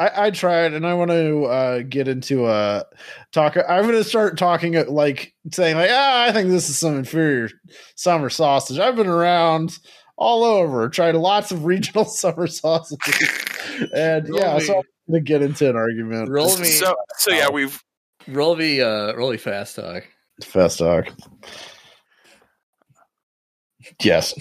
I, I tried, and I want to uh, get into a talk. I'm gonna start talking uh, like saying like, ah, I think this is some inferior summer sausage. I've been around all over, tried lots of regional (laughs) summer sausages, and Roll yeah, so me. I'm gonna get into an argument. Roll me, So so yeah, we've roll me, uh, roll me fast talk. fast talk. Yes.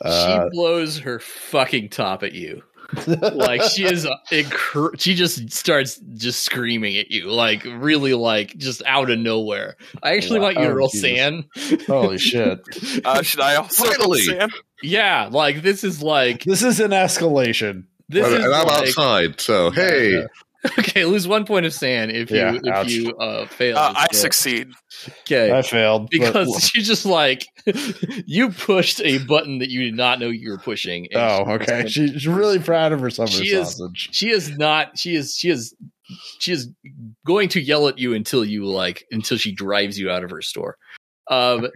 Uh, she blows her fucking top at you. Like she is, uh, incr- she just starts just screaming at you, like really, like just out of nowhere. I actually want you to Wow, roll Jesus. sand. holy shit! uh, should I also Finally. Sam? Yeah, like this is like This is an escalation. this and is I'm like- outside, so hey. (laughs) okay. Lose one point of sand if you Yeah, if ouch. you uh, fail. Uh, I Yeah. succeed. Okay, I (laughs) failed but- because (laughs) she just like (laughs) you pushed a button that you did not know you were pushing. and Oh, she- okay. She, she's really proud of her summer She is- sausage. She is not. She is. She is. She is going to yell at you until you like until she drives you out of her store. Um.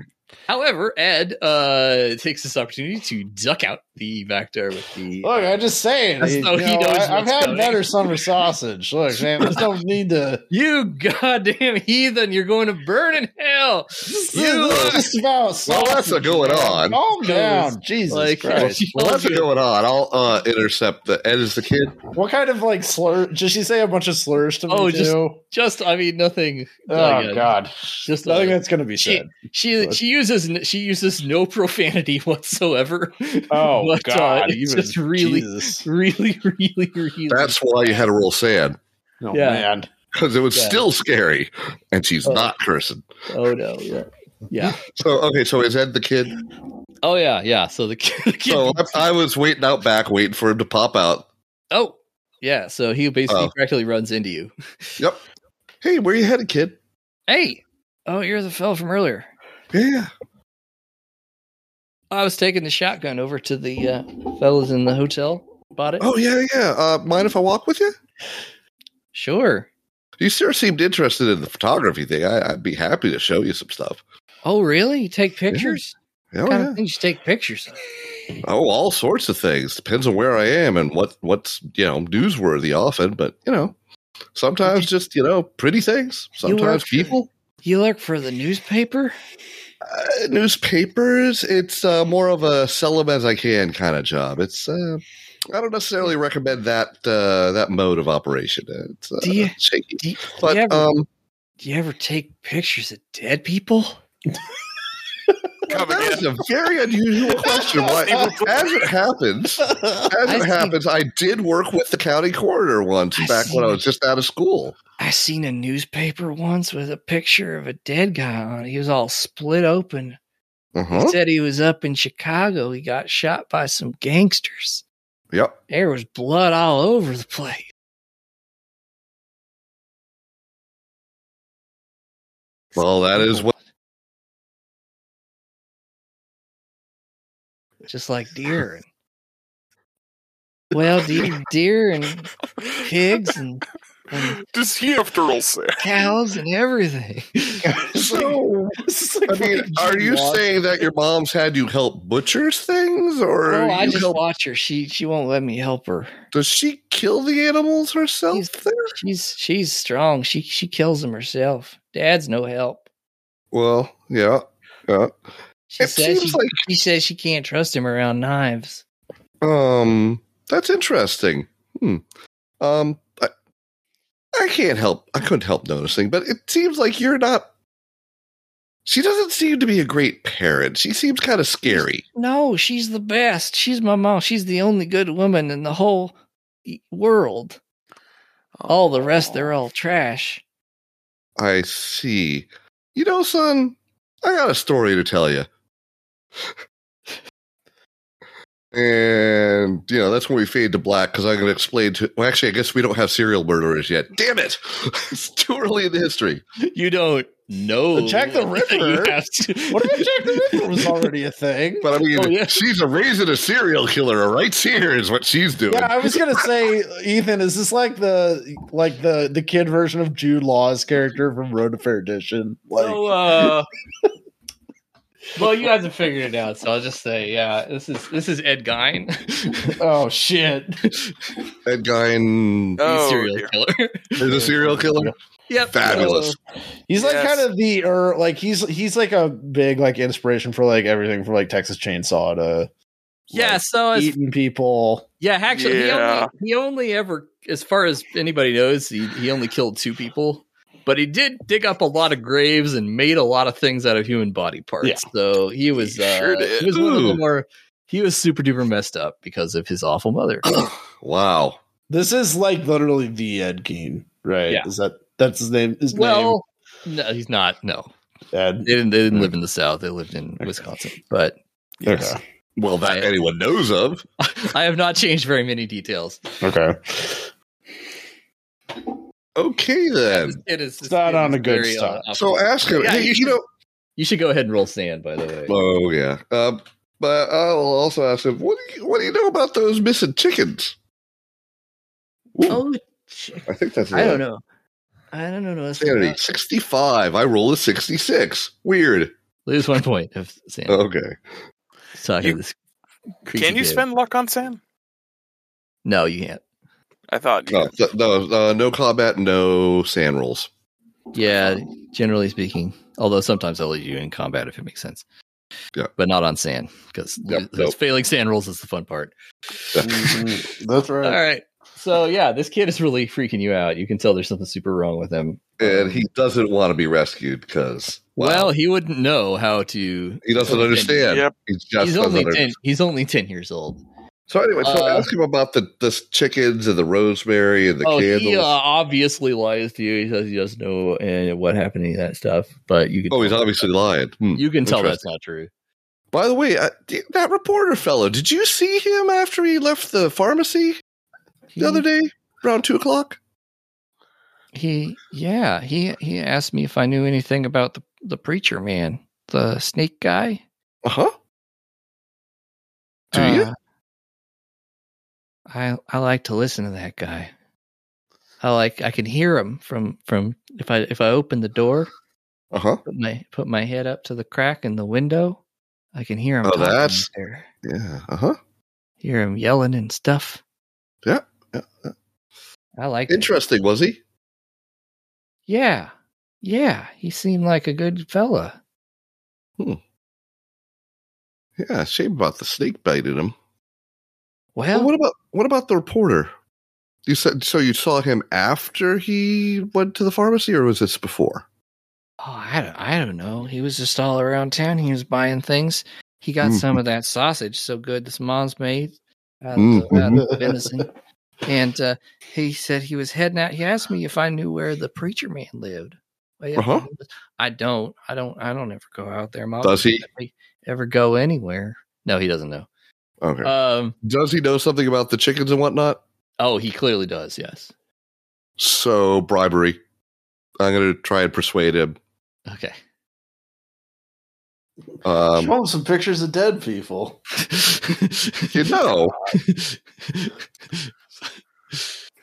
However, Ed uh takes this opportunity to duck out the back door with the. uh, Look, I'm just saying. That's you how he know, knows I, have what's had coming. better summer sausage. Look, man, there's no need to. (laughs) you goddamn heathen! You're going to burn in hell. This You is just about (laughs) Well, that's sausage, not going man. on. Calm Goes down, Jesus like (laughs) Christ. she Well, tells that's you- what's going on. I'll uh, intercept the Ed is the kid. What kind of like slur? Did she say a bunch of slurs to me Oh, too? just- Just I mean nothing. oh like, uh, God, Just nothing uh, that's gonna be she- said. She But- she uses n- she uses no profanity (laughs) whatsoever. Oh (laughs) But, uh, God, it's even- just really- (laughs) Jesus. really, really, really. That's why you had to roll sand Oh, Yeah. man. (laughs) because it was Yeah. still scary, and she's Oh. not cursing. oh no, yeah, yeah. So okay, so is Ed the kid? Oh yeah, yeah. So the kid. the kid- So I, I was waiting out back, waiting for him to pop out. oh yeah. So he basically Oh. practically runs into you. Yep. Hey, where you headed, kid? Hey. Oh, you're the fellow from earlier. Yeah. I was taking the shotgun over to the uh, fellas in the hotel. Bought it. Oh yeah, yeah. Uh, mind if I walk with you? Sure. You sure seemed interested in the photography thing. I, I'd be happy to show you some stuff. Oh really? You take pictures? Oh, What kind yeah. of things you take pictures of? Oh, all sorts of things. Depends on where I am and what what's you know newsworthy often, but you know, sometimes just you know pretty things. You work Sometimes for- people, You work for the newspaper? uh, newspapers. It's uh, more of a sell them as I can kind of job. It's uh, I don't necessarily recommend that uh, that mode of operation. It's uh, Do you- shaky, Do you, but do, you ever, um, do you ever take pictures of dead people? Come that again. is a very unusual question. Why, as (laughs) it happens, as I it see. happens, I did work with the county coroner once I back when I see. was just out of school. I seen a newspaper once with a picture of a dead guy on it. He was all split open. He Uh-huh. said he was up in Chicago. He got shot by some gangsters. Yep. There was blood all over the place. Well, that is what. Just like deer. (laughs) well, deer, deer and pigs and, and Does he have turtle say? cows and (laughs) everything. (laughs) So, I mean, are you saying that your mom's had you help butchers things, or Oh, I you just help- watch her. She she won't let me help her. does she kill the animals herself? He's- there? She's she's strong. She she kills them herself. Dad's no help. Well, yeah, yeah. She it says seems she, like she says she can't trust him around knives. um, that's interesting. Hmm. Um, I, I can't help. I couldn't help noticing, but it seems like you're not. She doesn't seem to be a great parent. She seems kind of scary. No, she's the best. She's my mom. She's the only good woman in the whole e- world. All the rest, they're all trash. I see. You know, son, I got a story to tell you. and, you know, that's when we fade to black because I'm going to explain to. Well, actually, I guess we don't have serial murderers yet. Damn it! (laughs) it's too early in the history. You don't know. Jack (laughs) the (laughs) Ripper? What if Jack the Ripper was already a (laughs) thing? But I mean, Oh, yeah. she's a raising a serial killer. Right here is what she's doing. Yeah, I was gonna say, Ethan, is this like the like the the kid version of Jude Law's character from Road to Perdition? Like, So, uh, (laughs) well, you haven't figured it out, so I'll just say, yeah, this is this is Ed Gein, (laughs) oh shit! Ed Gein the Oh, serial (laughs) dear. killer. is a serial killer. yep, Fabulous. He's like Yes. kind of the er, like he's he's like a big like inspiration for like everything from like Texas Chainsaw to yeah, like, so as eating people. Yeah, actually, Yeah. he only he only ever, as far as anybody knows, he he only killed two people, but he did dig up a lot of graves and made a lot of things out of human body parts. Yeah. So he was He uh, sure did. he was one of the Ooh. more he was super duper messed up because of his awful mother. wow. This is like literally the Ed Gein, right? Yeah. Is that that's his name? His well, no, he's not. No, name Ed. they didn't. They didn't live in the South. They lived in Okay. Wisconsin. But Yes. Well, that I- anyone knows of. (laughs) I have not changed very many details. Okay. Okay, then. It is It's not it on is a good very, start. uh, So ask him. Yeah, hey, you you know, you should go ahead and roll sand, by the way. Oh yeah, um, but I'll also ask him what do you what do you know about those missing chickens? Ooh, I think that's Oh, I don't know. I don't know. That's Sanity sixty five. I roll a sixty six. Weird. Lose one point if Sam Okay. talking You- to this. creepy Can you kid. spend luck on Sam? No, you can't. I thought. you No, th- no, uh, no combat. No sand rolls. Yeah, generally speaking. Although sometimes I'll lead you in combat if it makes sense. Yeah. But not on sand because Yep, nope. failing sand rolls is the fun part. Mhm. That's All right. right. So yeah, this kid is really freaking you out. You can tell there's something super wrong with him. And he doesn't want to be rescued because wow, Well, he wouldn't know how to. he doesn't understand. Yep. He just he's doesn't only under- ten. He's only ten years old. So anyway, so Uh, ask him about the the chickens and the rosemary and the oh, candles. he uh, obviously lies to you. He says he doesn't know and what happened to that stuff. But you can. oh, he's obviously lying. Hmm. You can tell Interesting. that's not true. By the way, I, d- that reporter fellow, did you see him after he left the pharmacy the other day around two o'clock? He, yeah, he he asked me if I knew anything about the the preacher man, the snake guy. Uh huh. Do you? Uh, I I like to listen to that guy. I like I can hear him from from if I if I open the door, Uh huh. put my put my head up to the crack in the window, I can hear him. Oh, talking that's- up there. Yeah. Uh huh. Hear him yelling and stuff. Yeah, yeah, yeah. I like that. Interesting, was he? Yeah. Yeah. He seemed like a good fella. Yeah. Shame about the snake biting him. Well, Well, what about what about the reporter? You said so. You saw him after he went to the pharmacy, or was this before? oh, I, don't, I don't know. He was just all around town. He was buying things. He got Mm. some of that sausage so good this mom's made out of, the, Mm, out of the venison. And uh, he said he was heading out. He asked me if I knew where the preacher man lived. Well, yeah, Uh-huh. I don't. I don't. I don't ever go out there. Mom Does he? doesn't let me ever go anywhere? No, he doesn't know. Okay. Um. Does he know something about the chickens and whatnot? Oh, he clearly does. Yes. So bribery. I'm going to try and persuade him. (laughs) Okay. (laughs) Um, Show him some pictures of dead people. you know,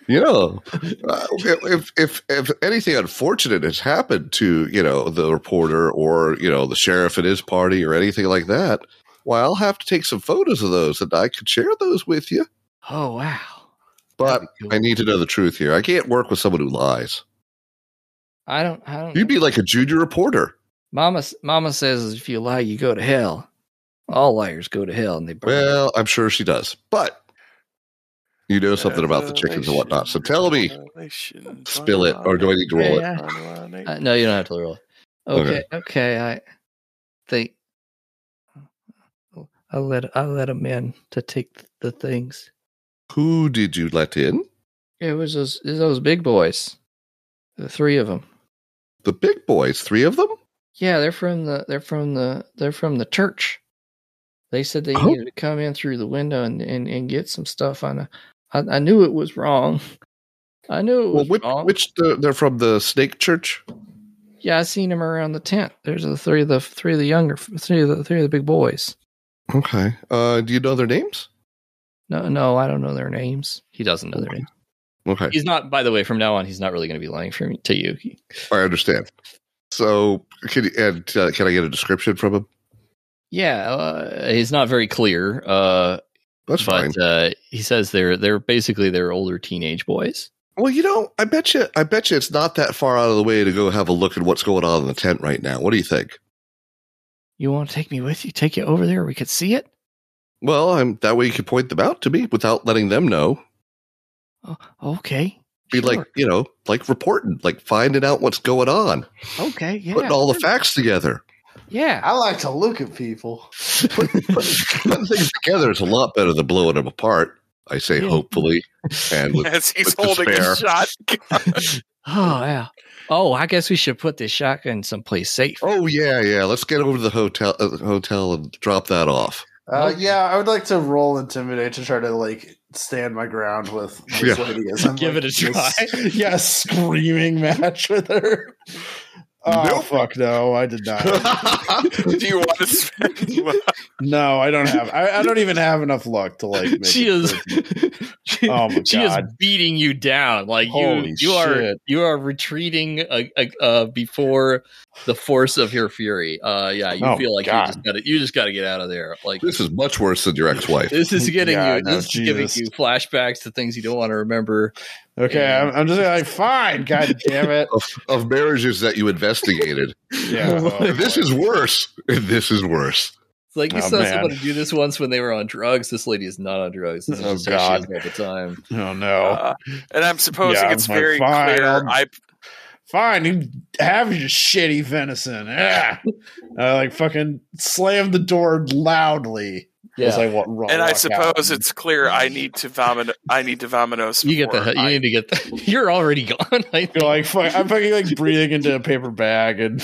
you know, uh, if if if anything unfortunate has happened to you know the reporter or you know the sheriff and his party or anything like that, well, I'll have to take some photos of those and I could share those with you. Oh wow. But That'd be cool. I need to know the truth here. I can't work with someone who lies. I don't. I don't. You'd be like a junior reporter. Mama. s- Mama says if you lie, you go to hell. All liars go to hell, and they burn. Well, I'm sure she does, but you know something about Uh, the chickens and whatnot. So tell me, Revelation, spill it, or do I need to roll it? Yeah, Revelation. Uh, (laughs) no, you don't have to roll. it. Okay, Okay. okay. I think I let I let him in to take the things. Who did you let in? It was those it was those big boys, the three of them. The big boys, three of them. Yeah, they're from the they're from the they're from the church. They said they Oh. needed to come in through the window and and, and get some stuff. I, know- I I knew it was wrong. (laughs) I knew it Well, was which, wrong. which the, they're from the Snake Church. yeah, I seen them around the tent. There's the three of the three of the younger three of the three of the big boys. Okay. Uh, do you know their names? No, no, I don't know their names. Oh He doesn't know their names. Okay, He's not. By the way, from now on, he's not really going to be lying for me to you. He- I understand. So, can you, and uh, can I get a description from him? yeah, uh, he's not very clear. Uh, That's fine. but uh, he says they're they're basically they're older teenage boys. Well, you know, I bet you, I bet you, it's not that far out of the way to go have a look at what's going on in the tent right now. What do you think? You want to take me with you? Take you over there? We could see it. Well, I'm that way you can point them out to me without letting them know. Oh, okay. Be like, you know, like reporting, like finding out what's going on, Sure. okay, yeah, putting all the facts together, yeah. I like to look at people. putting things together is a lot better than blowing them apart. I say Yeah. hopefully, and with As he's with holding despair. his (laughs) shot. Oh yeah. Oh, I guess we should put this shotgun someplace safe. Oh yeah, yeah. Let's get over to the hotel, uh, hotel, and drop that off. Uh, Nope. yeah, I would like to roll intimidate to try to like stand my ground (laughs) with this Yeah. lady. As I'm, Give like, it a try. this- yeah, screaming match with her. Oh Nope. fuck no, I did not. (laughs) Do you want to spend? no, I don't have. I, I don't even have enough luck to like. Make she it is work. (laughs) she, Oh my she is God. beating you down like Holy you you are shit. you are retreating uh, uh, uh, before the force of your fury uh yeah you Oh, feel like God. you just gotta you just gotta get out of there like this is much worse than your (laughs) ex-wife. this (laughs) is getting Yeah, you no, this is giving Jesus. you flashbacks to things you don't want to remember Okay, I'm, I'm just like fine. God damn (laughs) it. Of, of marriages that you investigated, (laughs) Yeah. well, (laughs) this is worse. This is worse. it's like you Oh, saw man. somebody do this once when they were on drugs this lady is not on drugs this is Oh, just how she God. is all the time oh no. Uh, and I'm supposing Yeah, it's I'm like, very fine, clear. I'll- I fine, you have your shitty venison. Ah. I like fucking slammed the door loudly. yeah It's like what wrong. and I suppose it's clear. I need to vomit. I need to vomitos. you get the before you need to get (laughs) the, (laughs) you're already gone (laughs) I You're like fuck, I'm fucking like breathing into a paper bag and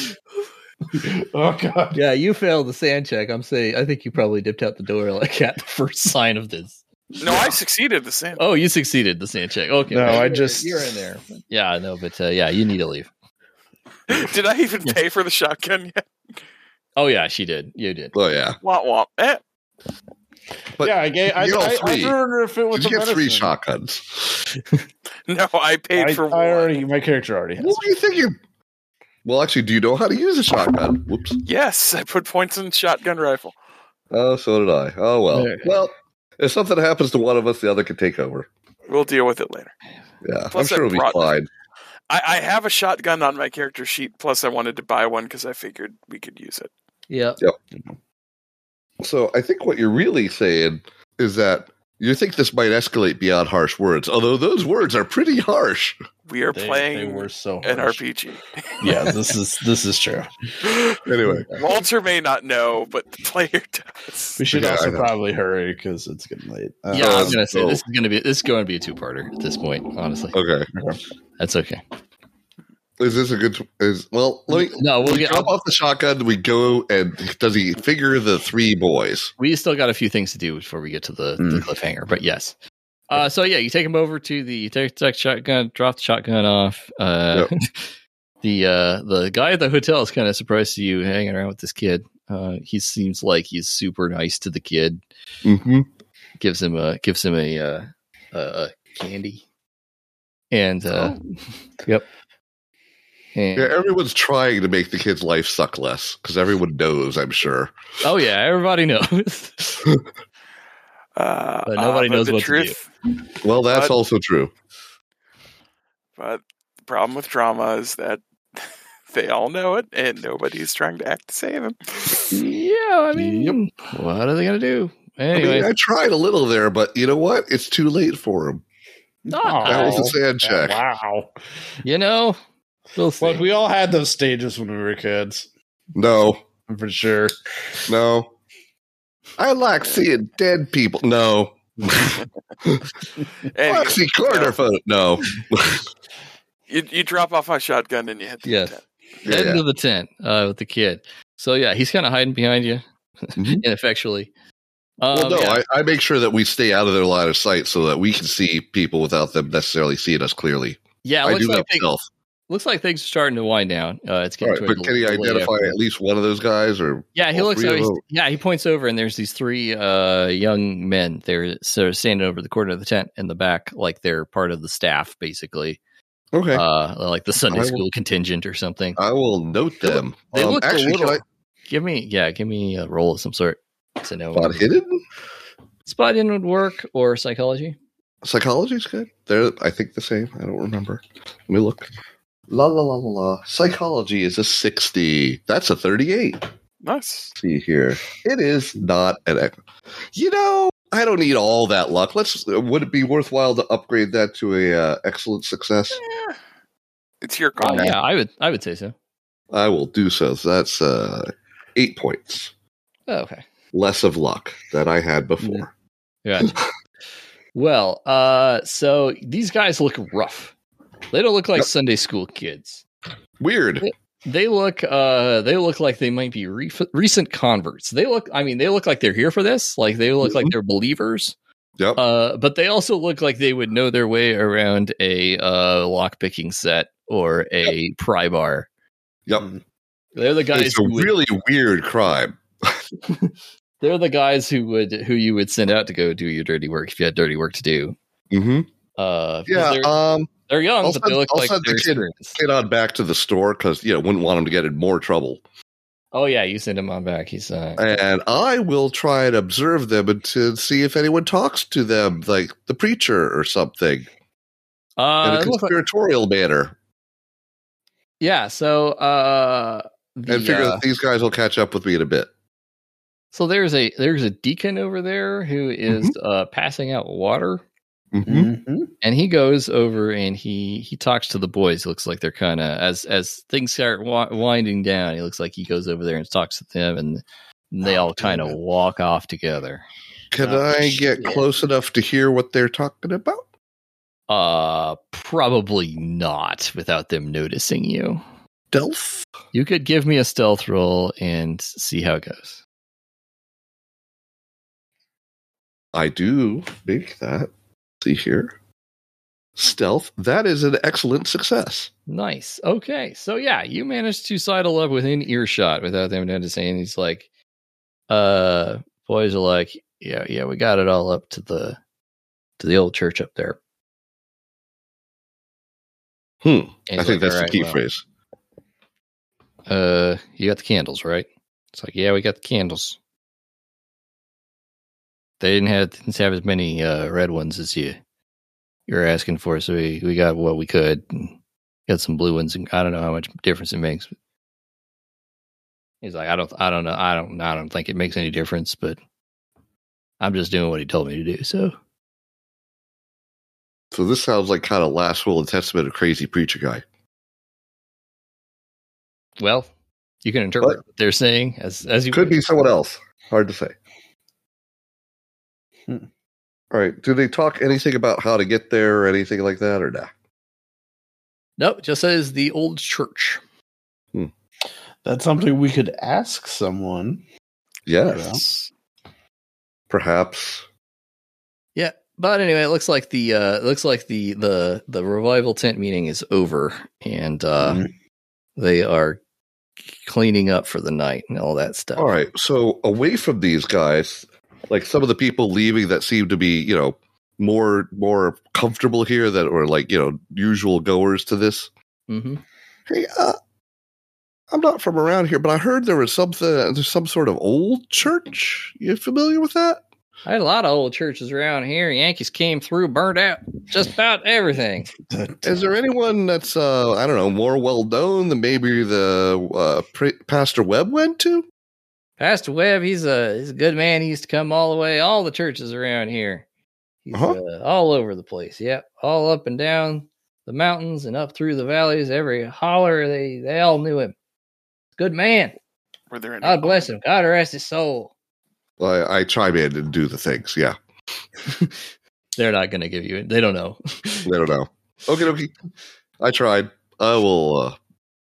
oh god. Yeah, you failed the sand check. I'm saying I think you probably dipped out the door like at the first (laughs) sign of this. I, no, (laughs) I succeeded the same. Oh, you succeeded the sand check. Okay. No, I You're- just- you're in there. Yeah, I know, but uh, yeah, you need to leave. (laughs) Did I even pay for the shotgun yet? Oh yeah, she did. You did. Oh yeah. Womp womp. Eh, But yeah, I gave. I, I, you got I, three. wonder if it was Did you the get three venison. shotguns? no, I paid I, for one. I already. My character already has. What were you thinking? Well, actually, do you know how to use a shotgun? Whoops. Yes, I put points in shotgun rifle. Oh, so did I. Oh well. Yeah. Well, if something happens to one of us, the other can take over. We'll deal with it later. Yeah, Plus, I I'm sure it'll be brought- fine. I, I have a shotgun on my character sheet. Plus, I wanted to buy one because I figured we could use it. Yeah. So I think what you're really saying is that you think this might escalate beyond harsh words, although those words are pretty harsh. (laughs) We are They- playing They were so. an harsh. RPG. yeah, this is this is true. Anyway, Walter may not know, but the player (laughs) does. We should Yeah, I also know. probably hurry because it's getting late. Uh, Yeah, I was Um, gonna say so- this is gonna be this is going to be a two parter at this point. Honestly, okay. that's okay. Is this a good? Is well, let me. no, we'll we get. drop off the shotgun. We go and does he figure the three boys? we still got a few things to do before we get to the, the Mm. cliffhanger, but yes. Uh, so yeah, you take him over to the you take, take shotgun, drop the shotgun off. Uh, (laughs) the uh, the guy at the hotel is kind of surprised to see you hanging around with this kid. Uh, he seems like he's super nice to the kid. Mm-hmm. Gives him a gives him a uh, a a candy, and uh, (laughs) yep. And, Oh. Yeah, everyone's trying to make the kid's life suck less because everyone knows, I'm sure. oh yeah, everybody knows. (laughs) Uh, But nobody uh, knows the what to do. truth, Well, that's But- also true. But the problem with drama is that (laughs) they all know it, and nobody's trying to act to save him. yeah, I mean, what are they gonna do? I Anyway, mean, I tried a little there, but you know what? It's too late for him. That was a sand check. Wow. you know, we'll see. Look, we all had those stages when we were kids, No, I'm pretty sure. no. I like seeing dead people. No. And you, Foxy Carter photo. No. you, you drop off my shotgun and you hit the Yes. tent. head Yeah. into the tent uh, with the kid. So yeah, he's kind of hiding behind you Mhm. (laughs) ineffectually. Um, Well, no, yeah. I, I make sure that we stay out of their line of sight so that we can see people without them necessarily seeing us clearly. yeah, it I do looks that like, things, myself. looks like things are starting to wind down. Uh, it's getting All right, toward but the- can he the late identify afternoon. at least one of those guys? Or Yeah, he all looks. three Over, of he's- them? yeah, he points over, and there's these three uh, young men. They're sort of standing over the corner of the tent in the back, like they're part of the staff, basically, okay, uh, like the Sunday I will- school contingent or something. I will note they look- them. Um, they look a actually, little- can give me, yeah, give me a roll of some sort. To I know spot hidden. spot in would work or psychology. Psychology's good. They're, I think, the same. I don't remember. Let me look. La la la la la. Psychology is a sixty. That's a thirty-eight. Nice. see here. It is not an. ex- You know, I don't need all that luck. Let's. Would it be worthwhile to upgrade that to a uh, excellent success? Yeah. It's your Oh call. yeah, I would, I would say so. I will do so. So that's uh, eight points Oh, okay. less of luck than I had before. Yeah. (laughs) well, uh, so these guys look rough. They don't look like Sunday school kids. Weird. They look, uh, they look like they might be re- recent converts. They look, I mean, they look like they're here for this. Like they look Mm-hmm. like they're believers. Yep. Uh, but they also look like they would know their way around a uh, lock picking set or a pry bar. yep. They're the guys It's a who would, really weird crime. they're the guys who would who you would send out to go do your dirty work if you had dirty work to do. Mm-hmm. Uh, because Yeah. they're- Um. They're young, I'll but send- they look I'll like send the they're kid. experienced. Get on back to the store because you know wouldn't want him to get in more trouble. Oh yeah, you send him on back. He's uh, and I will try and observe them and to see if anyone talks to them, like the preacher or something, in uh a it looks like- conspiratorial manner, yeah. So uh, the, and figure uh, that these guys will catch up with me in a bit. so there's a there's a deacon over there who is, Mm-hmm. uh passing out water, Mm-hmm. Mhm. and he goes over and he he talks to the boys. Looks like they're kind of as as things start wi- winding down. He looks like he goes over there and talks to them, and they Oh, all kind of walk off together. Can Oh, I get shit. close enough to hear what they're talking about? Uh, probably not without them noticing you. Delph? You could give me a stealth roll and see how it goes. I do think that. See here. Stealth. That is an excellent success. Nice. Okay. So yeah, you managed to sidle up within earshot without them noticing. And he's like, uh, boys are like, yeah, yeah, we got it all up to the to the old church up there. Hmm. And I he's think like, that's "All the right, key well, phrase. Uh, you got the candles, right? It's like, yeah, we got the candles. They didn't have didn't have as many uh, red ones as you you were asking for, so we, we got what we could. And got some blue ones, and I don't know how much difference it makes. He's like, I don't, I don't know, I don't, I don't think it makes any difference, but I'm just doing what he told me to do. So So this sounds like kind of last will and testament of crazy preacher guy. Well, you can interpret what they're saying as as you Could would. be someone else. Hard to say. Hmm. All right. Do they talk anything about how to get there or anything like that or not? Nope, just says the old church. That's something we could ask someone. Yes. Yeah. Yes. Perhaps. Yeah, but anyway, it looks like the uh, it looks like the the the revival tent meeting is over, and uh, Mhm. Mm-hmm. They are cleaning up for the night and all that stuff. All right. So away from these guys, like some of the people leaving that seem to be, you know, more more comfortable here that were like, you know, usual goers to this. Mm-hmm. Hey, uh, I'm not from around here, but I heard there was something there's some sort of old church. You familiar with that? I had a lot of old churches around here. Yankees came through, burned out just about everything. Is there anyone that's uh I don't know, more well known than maybe the uh, pre- Pastor Webb went to? Pastor Webb, he's a he's a good man. He used to come all the way, all the churches around here. He's Uh-huh. uh, all over the place. Yep, all up and down the mountains and up through the valleys. Every holler, they they all knew him. Good man. Were there any? God Oh, bless him. God rest his soul. I, I chime in and do the things. Yeah, They're not going to give you. it. They don't know. I don't know. Okay, okay. I tried. I will uh,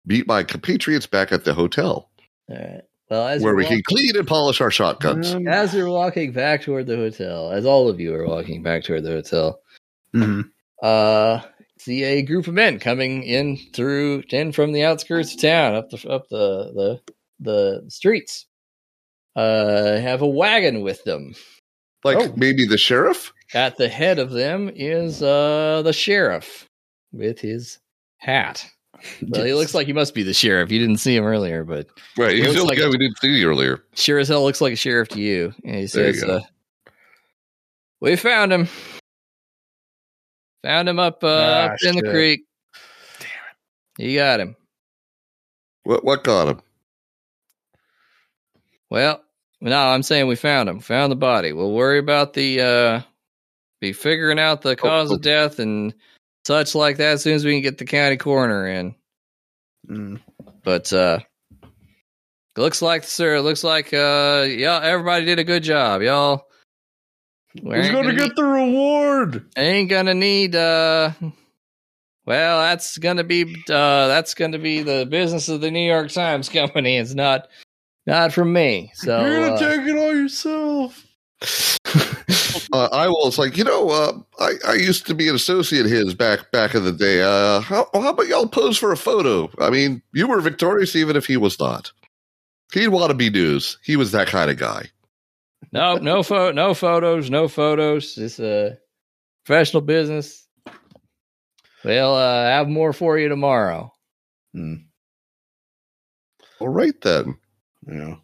meet my compatriots back at the hotel All right. Well, Uh, as where you're we can walking- clean and polish our shotguns. As you're walking back toward the hotel, as all of you are walking back toward the hotel, Mm-hmm. Mhm. uh, see a group of men coming in through in from the outskirts of town, up the up the the, the streets. Uh, have a wagon with them. Like Oh. maybe the sheriff. At the head of them is uh the sheriff with his hat. Well, he looks like he must be the sheriff. You didn't see him earlier, but Right, he's the only guy we didn't see earlier. sure as hell looks like a sheriff to you. And he There you says, go. uh, "We found him. Found him up uh, Ah, up in the shit. creek. Damn it! You got him. What what got him? Well, no, I'm saying we found him. Found the body. We'll worry about the uh, be figuring out the cause oh. of death and such like that as soon as we can get the county coroner in. Mm-hmm. Mm. But uh looks like sir, looks like uh y'all everybody did a good job, y'all. We Who's ain't going to gonna- get the reward? ain't gonna need uh well that's gonna be uh that's gonna be the business of the new york times (laughs) company it's not not from me so You're going uh, to take it all yourself. Uh, I was like, you know, uh, I I used to be an associate of his back back in the day. Uh, how, how about y'all pose for a photo? I mean, you were victorious even if he was not. He'd want to be news. He was that kind of guy. no no photo no photos no photos it's a professional business well uh have more for you tomorrow All right then. Yeah.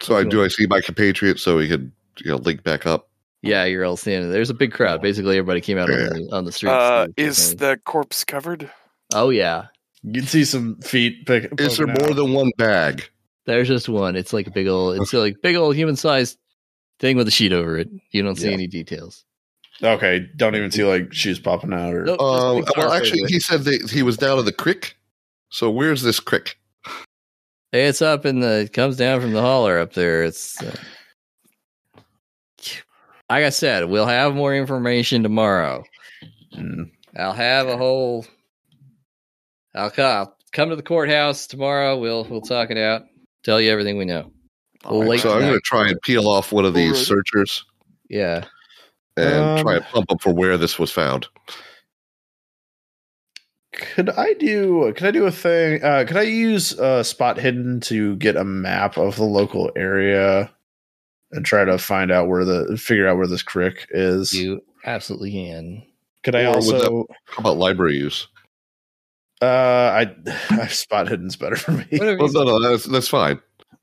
So I do. I see my compatriot, so we could you know link back up. yeah you're all standing there's a big crowd basically everybody came out on the, on the streets Uh, to- is the corpse covered? oh yeah You can see some feet pick. Is there poking more out. than one bag? There's just one. It's like a big old. It's like big old human sized thing with a sheet over it. You don't see Yeah. any details. Okay, don't even see like shoes popping out or. Nope, Um, just big well, carpet. actually, he said that he was down in the creek. So where's this creek? it's up in the. It comes down from the holler up there. It's. Uh, like I said, we'll have more information tomorrow. Mm. I'll have a whole. I'll come, I'll come to the courthouse tomorrow. We'll we'll talk it out. Tell you everything we know. Well, Alright, late (laughs) So I'm going to tonight. try and peel off one of these Alright. searchers Yeah. and Um, try and pump up for where this was found. Could I do? Could I do a thing? Uh, could I use uh, spot hidden to get a map of the local area and try to find out where the figure out where this crick is? You absolutely can. could I Or would also? How about library use? Uh, I I (sighs) spot hidden's better for (laughs) me. Whatever Well, you- no, no, that's, that's fine.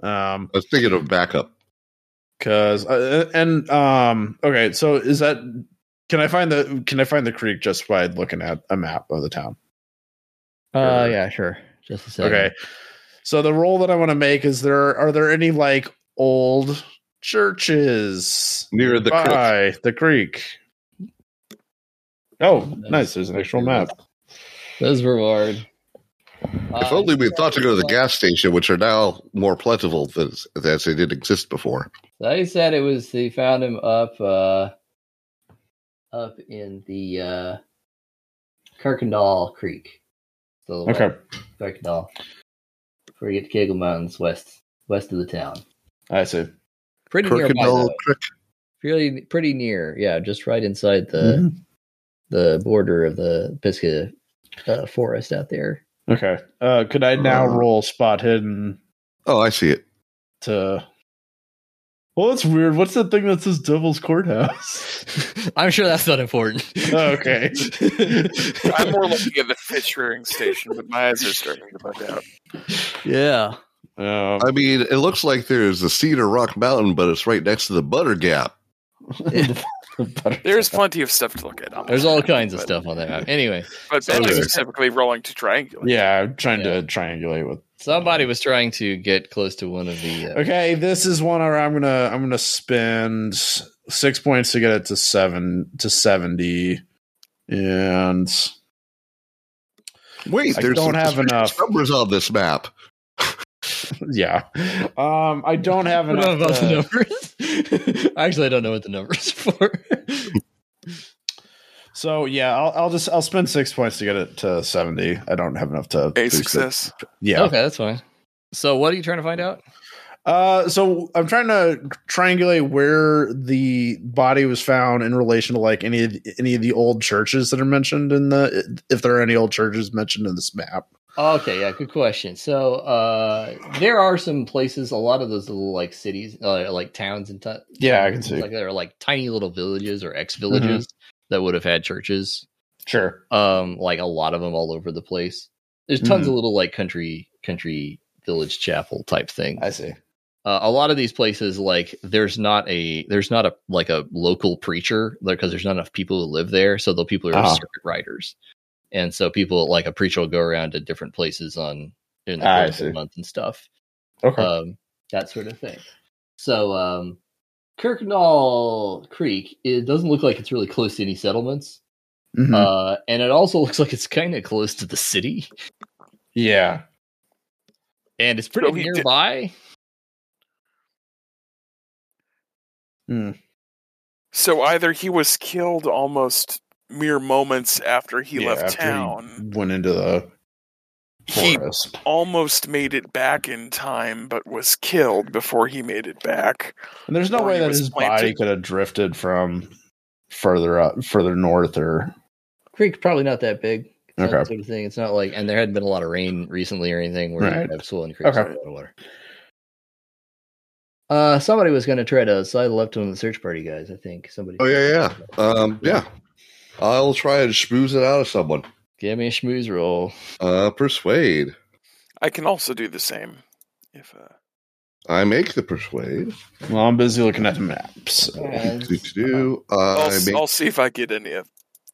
Um, I was thinking of backup. cause uh, and um, okay. So is that? Can I find the? Can I find the creek just by looking at a map of the town? Uh, yeah, sure. Just a second. Okay. So the role that I want to make is there are there any like old churches Near the creek. by the creek? Oh, nice. There's an actual map. There's reward. If only we thought to go to the gas station, which are now more plentiful than as they did exist before. They said it was they found him up uh up in the uh Kirkendall Creek. So Okay. Kirkendall. Before you get to Kegel Mountains west west of the town. I see. Pretty near nearby Kirkendall though. Creek. Really pretty near, yeah, just right Mm-hmm. inside the the border of the Pisgah uh, forest out there. Okay. Uh, could I now Uh. roll spot hidden Oh, I see it. to? Well, that's weird. What's the thing that says Devil's Courthouse? (laughs) (laughs) Oh, I'm sure that's not important. Okay. I'm more looking at the fish rearing station, but my eyes are starting to bug out. (laughs) yeah. (laughs) Um, I mean, it looks like there's the Cedar Rock Mountain, but it's right next to the Butter Gap. but- (laughs) There's plenty of stuff to look at. on the There's all map, kinds of but- stuff on that map. Anyway, But So- Bentley specifically rolling to triangulate. yeah, I'm trying to triangulate with. somebody was trying to get close to one of the. Uh, Okay, this is one where I'm gonna I'm gonna spend six points to get it to seven to seventy, and Wait, I there's don't some have suspicious enough. numbers on this map. yeah, um, I don't have (laughs) I don't know enough. about to- the numbers. (laughs) Actually, I don't know what the numbers (laughs) are for. So yeah, I'll, I'll just I'll spend six points to get it to seventy. I don't have enough to A boost it. success. Yeah. Okay, that's fine. So, what are you trying to find out? Uh, so I'm trying to triangulate where the body was found in relation to like any of the, any of the old churches that are mentioned in the if there are any old churches mentioned in this map. Okay, yeah, good question. So, uh, there are some places, a lot of those little like cities, uh, like towns and t- Yeah, I can see. like there are like tiny little villages or ex villages that would have had churches. Sure. um like a lot of them all over the place there's tons of little like country country village chapel type thing uh, I see. a lot of these places like there's not a there's not a like a local preacher because there's not enough people who live there so the people are Ah. circuit riders and so people like a preacher will go around to different places on during the Ah, I course of the see. month and stuff Okay. um, that sort of thing. So um, Kirknall Creek, it doesn't look like it's really close to any settlements, Mhm. uh, and it also (laughs) looks like it's kind of close to the city, yeah. and it's pretty we did- nearby. So either he was killed almost mere moments after he Yeah, left after he town. Went into the He forest. almost made it back in time, but was killed before he made it back. And there's no or way he that was his body planted. could have drifted from further up, further north, or Creek probably not that big. It's not Okay. Sort of thing. It's not like, and there hadn't been a lot of rain recently or anything where Right. you have swollen creeks Okay. okay. water. Uh, somebody was going to try to slide left on the search party guys. I think somebody. Oh yeah, yeah, um, yeah. I'll try and schmooze it out of someone. Give me a schmooze roll. Uh, persuade. I can also do the same. If uh, I make the persuade. well, I'm busy looking at the maps. so- Yeah. Do, do, do. Uh, I'll, I s- make, I'll see if I get any of.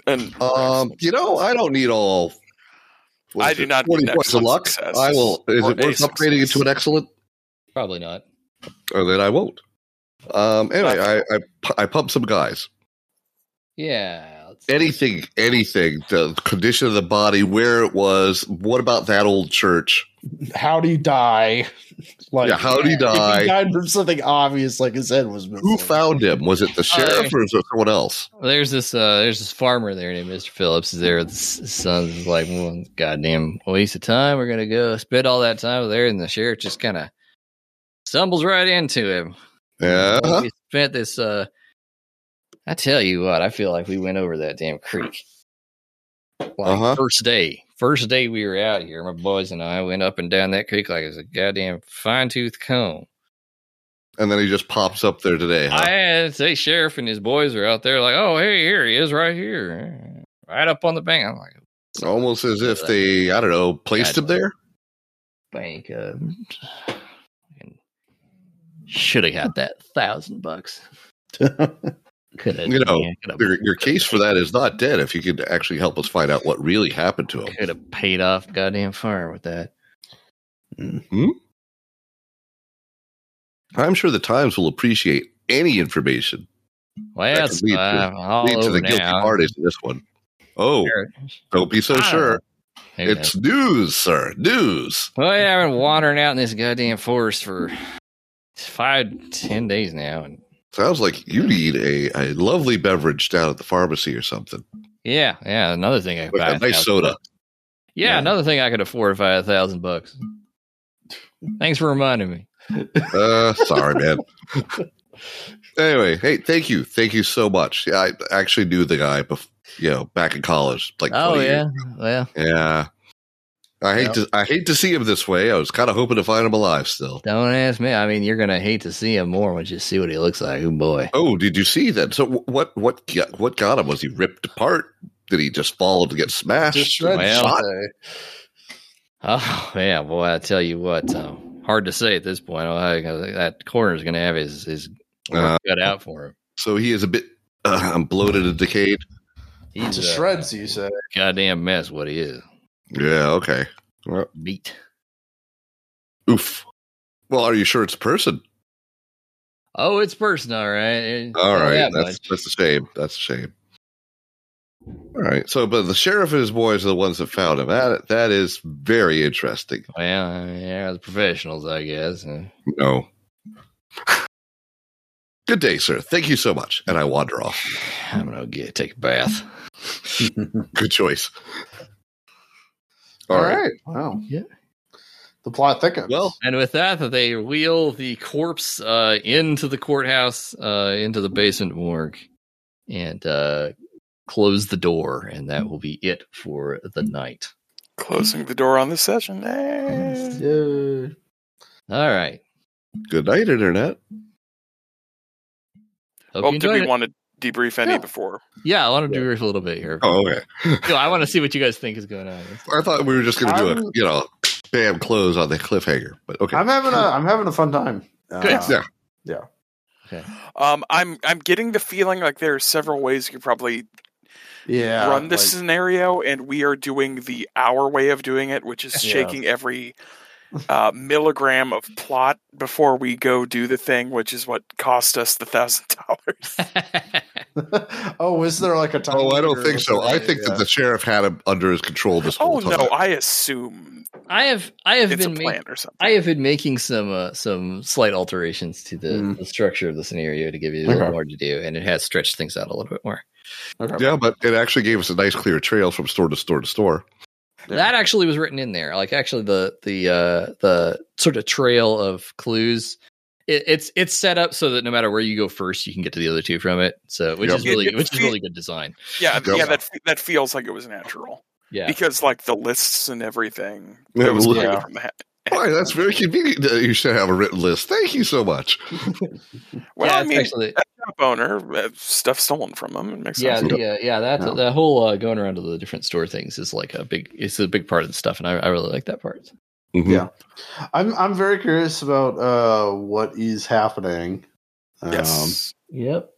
And um, you know, I don't need all. what I is do it, not need Twenty an points of excellent luck. success. I will. Is Or it a worth upgrading it success. to an excellent? Probably not. Or then I won't. Um, anyway, I, I pu- I pump some guys. Yeah. let's- Anything, anything. The condition of the body, where it was. What about that old church? How do you die? (laughs) Like yeah, how did he If (laughs) he die? died from something obvious, like his head was missing. Who found him? Was Uh, it the sheriff or was it someone else? Well, there's this uh there's this farmer there named Mr. Phillips is there with his son is like well, goddamn waste of time we're gonna go spend all that time there and the sheriff just kind of stumbles right into him Yeah. Well, we spent this uh I tell you what I feel like we went over that damn creek like Uh-huh. first day first day we were out here my boys and I went up and down that creek like it was a goddamn fine tooth comb And then he just pops up there today. Huh? I had say sheriff and his boys are out there like, oh hey, here he is right here. Right up on the bank. I'm like Almost as if they, I don't know, placed him there. bank uh should have got that thousand (laughs) bucks. Could have You know, Your, your case for that is not dead if you could actually help us find out what really happened to him. could have paid off goddamn farm with that. I'm sure the Times will appreciate any information. Well, That that's could lead to- I'm all Lead to over the guilty now. parties in this one. Oh, Oh, Sure. Ah, don't be so I don't sure. Who knows? It's news, sir. News. Well, yeah, I've been wandering out in this goddamn forest for five, ten days now, and Sounds like you need a, a lovely beverage down at the pharmacy or something. yeah, yeah. Another thing I could buy Like a nice thousand soda. Yeah, Yeah. another thing I could afford if I had a thousand bucks. Thanks for reminding me. Uh, sorry, man. anyway, hey, thank you, thank you so much. Yeah, I actually knew the guy, bef- you know, back in college. Like, Oh 20 yeah, years. well, yeah. I hate Yep. to I hate to see him this way. I was kind of hoping to find him alive still. Don't ask me. I mean, you're gonna hate to see him more once you see what he looks like. Oh boy. Oh, did you see that? So wh- what what got- what got him? Was he ripped apart? Did he just fall to get smashed? Just shred Well, shot? Oh man, boy, I tell you what, um, hard to say at this point. Ohio, that corner's gonna have his his work Uh, cut out for him. So he is a bit uh, bloated and decayed. He's to a shreds, you say. goddamn mess. What he is, Yeah. Okay. meat. Oof. Well, are you sure it's a person? Oh, it's person, all right. All Tell right, that that's much. that's a shame. That's a shame. All right. So, but the sheriff and his boys are the ones that found him. That that is very interesting. well, yeah, the professionals, I guess. Uh, No. (laughs) Good day, sir. Thank you so much. And I wander off. (sighs) (laughs) I'm gonna get take a bath. Good choice. All All right. right. Wow. Yeah. The plot thickens. Well, And with that, they wheel the corpse uh, into the courthouse, uh, into the basement morgue, and uh, close the door. And that will be it for the night. Closing the door on this session. Eh. yeah. All right. Good night, internet. Hope Well, you Oh, did we enjoyed it. want to debrief any Yeah. before? yeah, I want to do it a little bit here. Oh, okay. No, I want to see what you guys think is going on. (laughs) I thought we were just going to do I'm- a you know, bam, close on the cliffhanger. But okay. I'm having a I'm having a fun time. Good. Uh, (laughs) yeah. Um, I'm I'm getting the feeling like there are several ways you could probably yeah. run this like- scenario, and we are doing the our way of doing it, which is Yeah. shaking every uh, milligram of plot before we go do the thing, which is what cost us the thousand (laughs) dollars. (laughs) oh, is there like a time? Oh, I don't limit or think so. I something? think Yeah. that the sheriff had him under his control this Oh whole time. no, I assume I have I have it's a been ma- plan or something. I have been making some uh, some slight alterations to the, Mm. the structure of the scenario to give you a little Okay. more to do, and it has stretched things out a little bit more. Okay. Yeah, but it actually gave us a nice clear trail from store to store to store. Yeah. That actually was written in there. Like actually the the uh the sort of trail of clues. It, it's it's set up so that no matter where you go first, you can get to the other two from it. So which Yep. is really It- it which is fe- really good design. yeah, Yep. yeah, that that feels like it was natural Yeah. because like the lists and everything. Yeah, it was well, taken yeah. from the hat. Why, that's very convenient. that You should have a written list. Thank you so much. Well, yeah, I it's mean, actually, shop owner uh, stuff stolen from them. It makes yeah, sense. the, uh, yeah. That Yeah. that whole uh, going around to the different store things is like a big. It's a big part of the stuff, and I, I really like that part. Mhm. Yeah. I'm I'm very curious about uh what is happening. Um, Yes. Yep.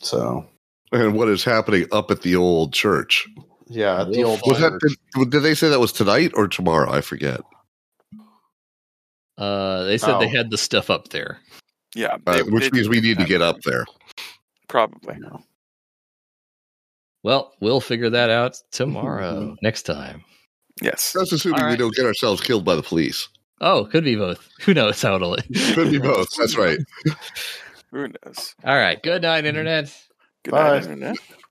So And what is happening up at the old church? yeah, at the old Was that church. did, did they say that was tonight or tomorrow? I forget. Uh, they said they Oh. had the stuff up there. yeah. Uh, they- which they- means we need to get up there. Probably. Well, we'll figure that out tomorrow, next time. Yes. That's assuming All we right. don't get ourselves killed by the police. Oh, could be both. Who knows how it'll. (laughs) Could be both. That's right. Who knows? All right. Good night, internet. Good Bye. night, Internet.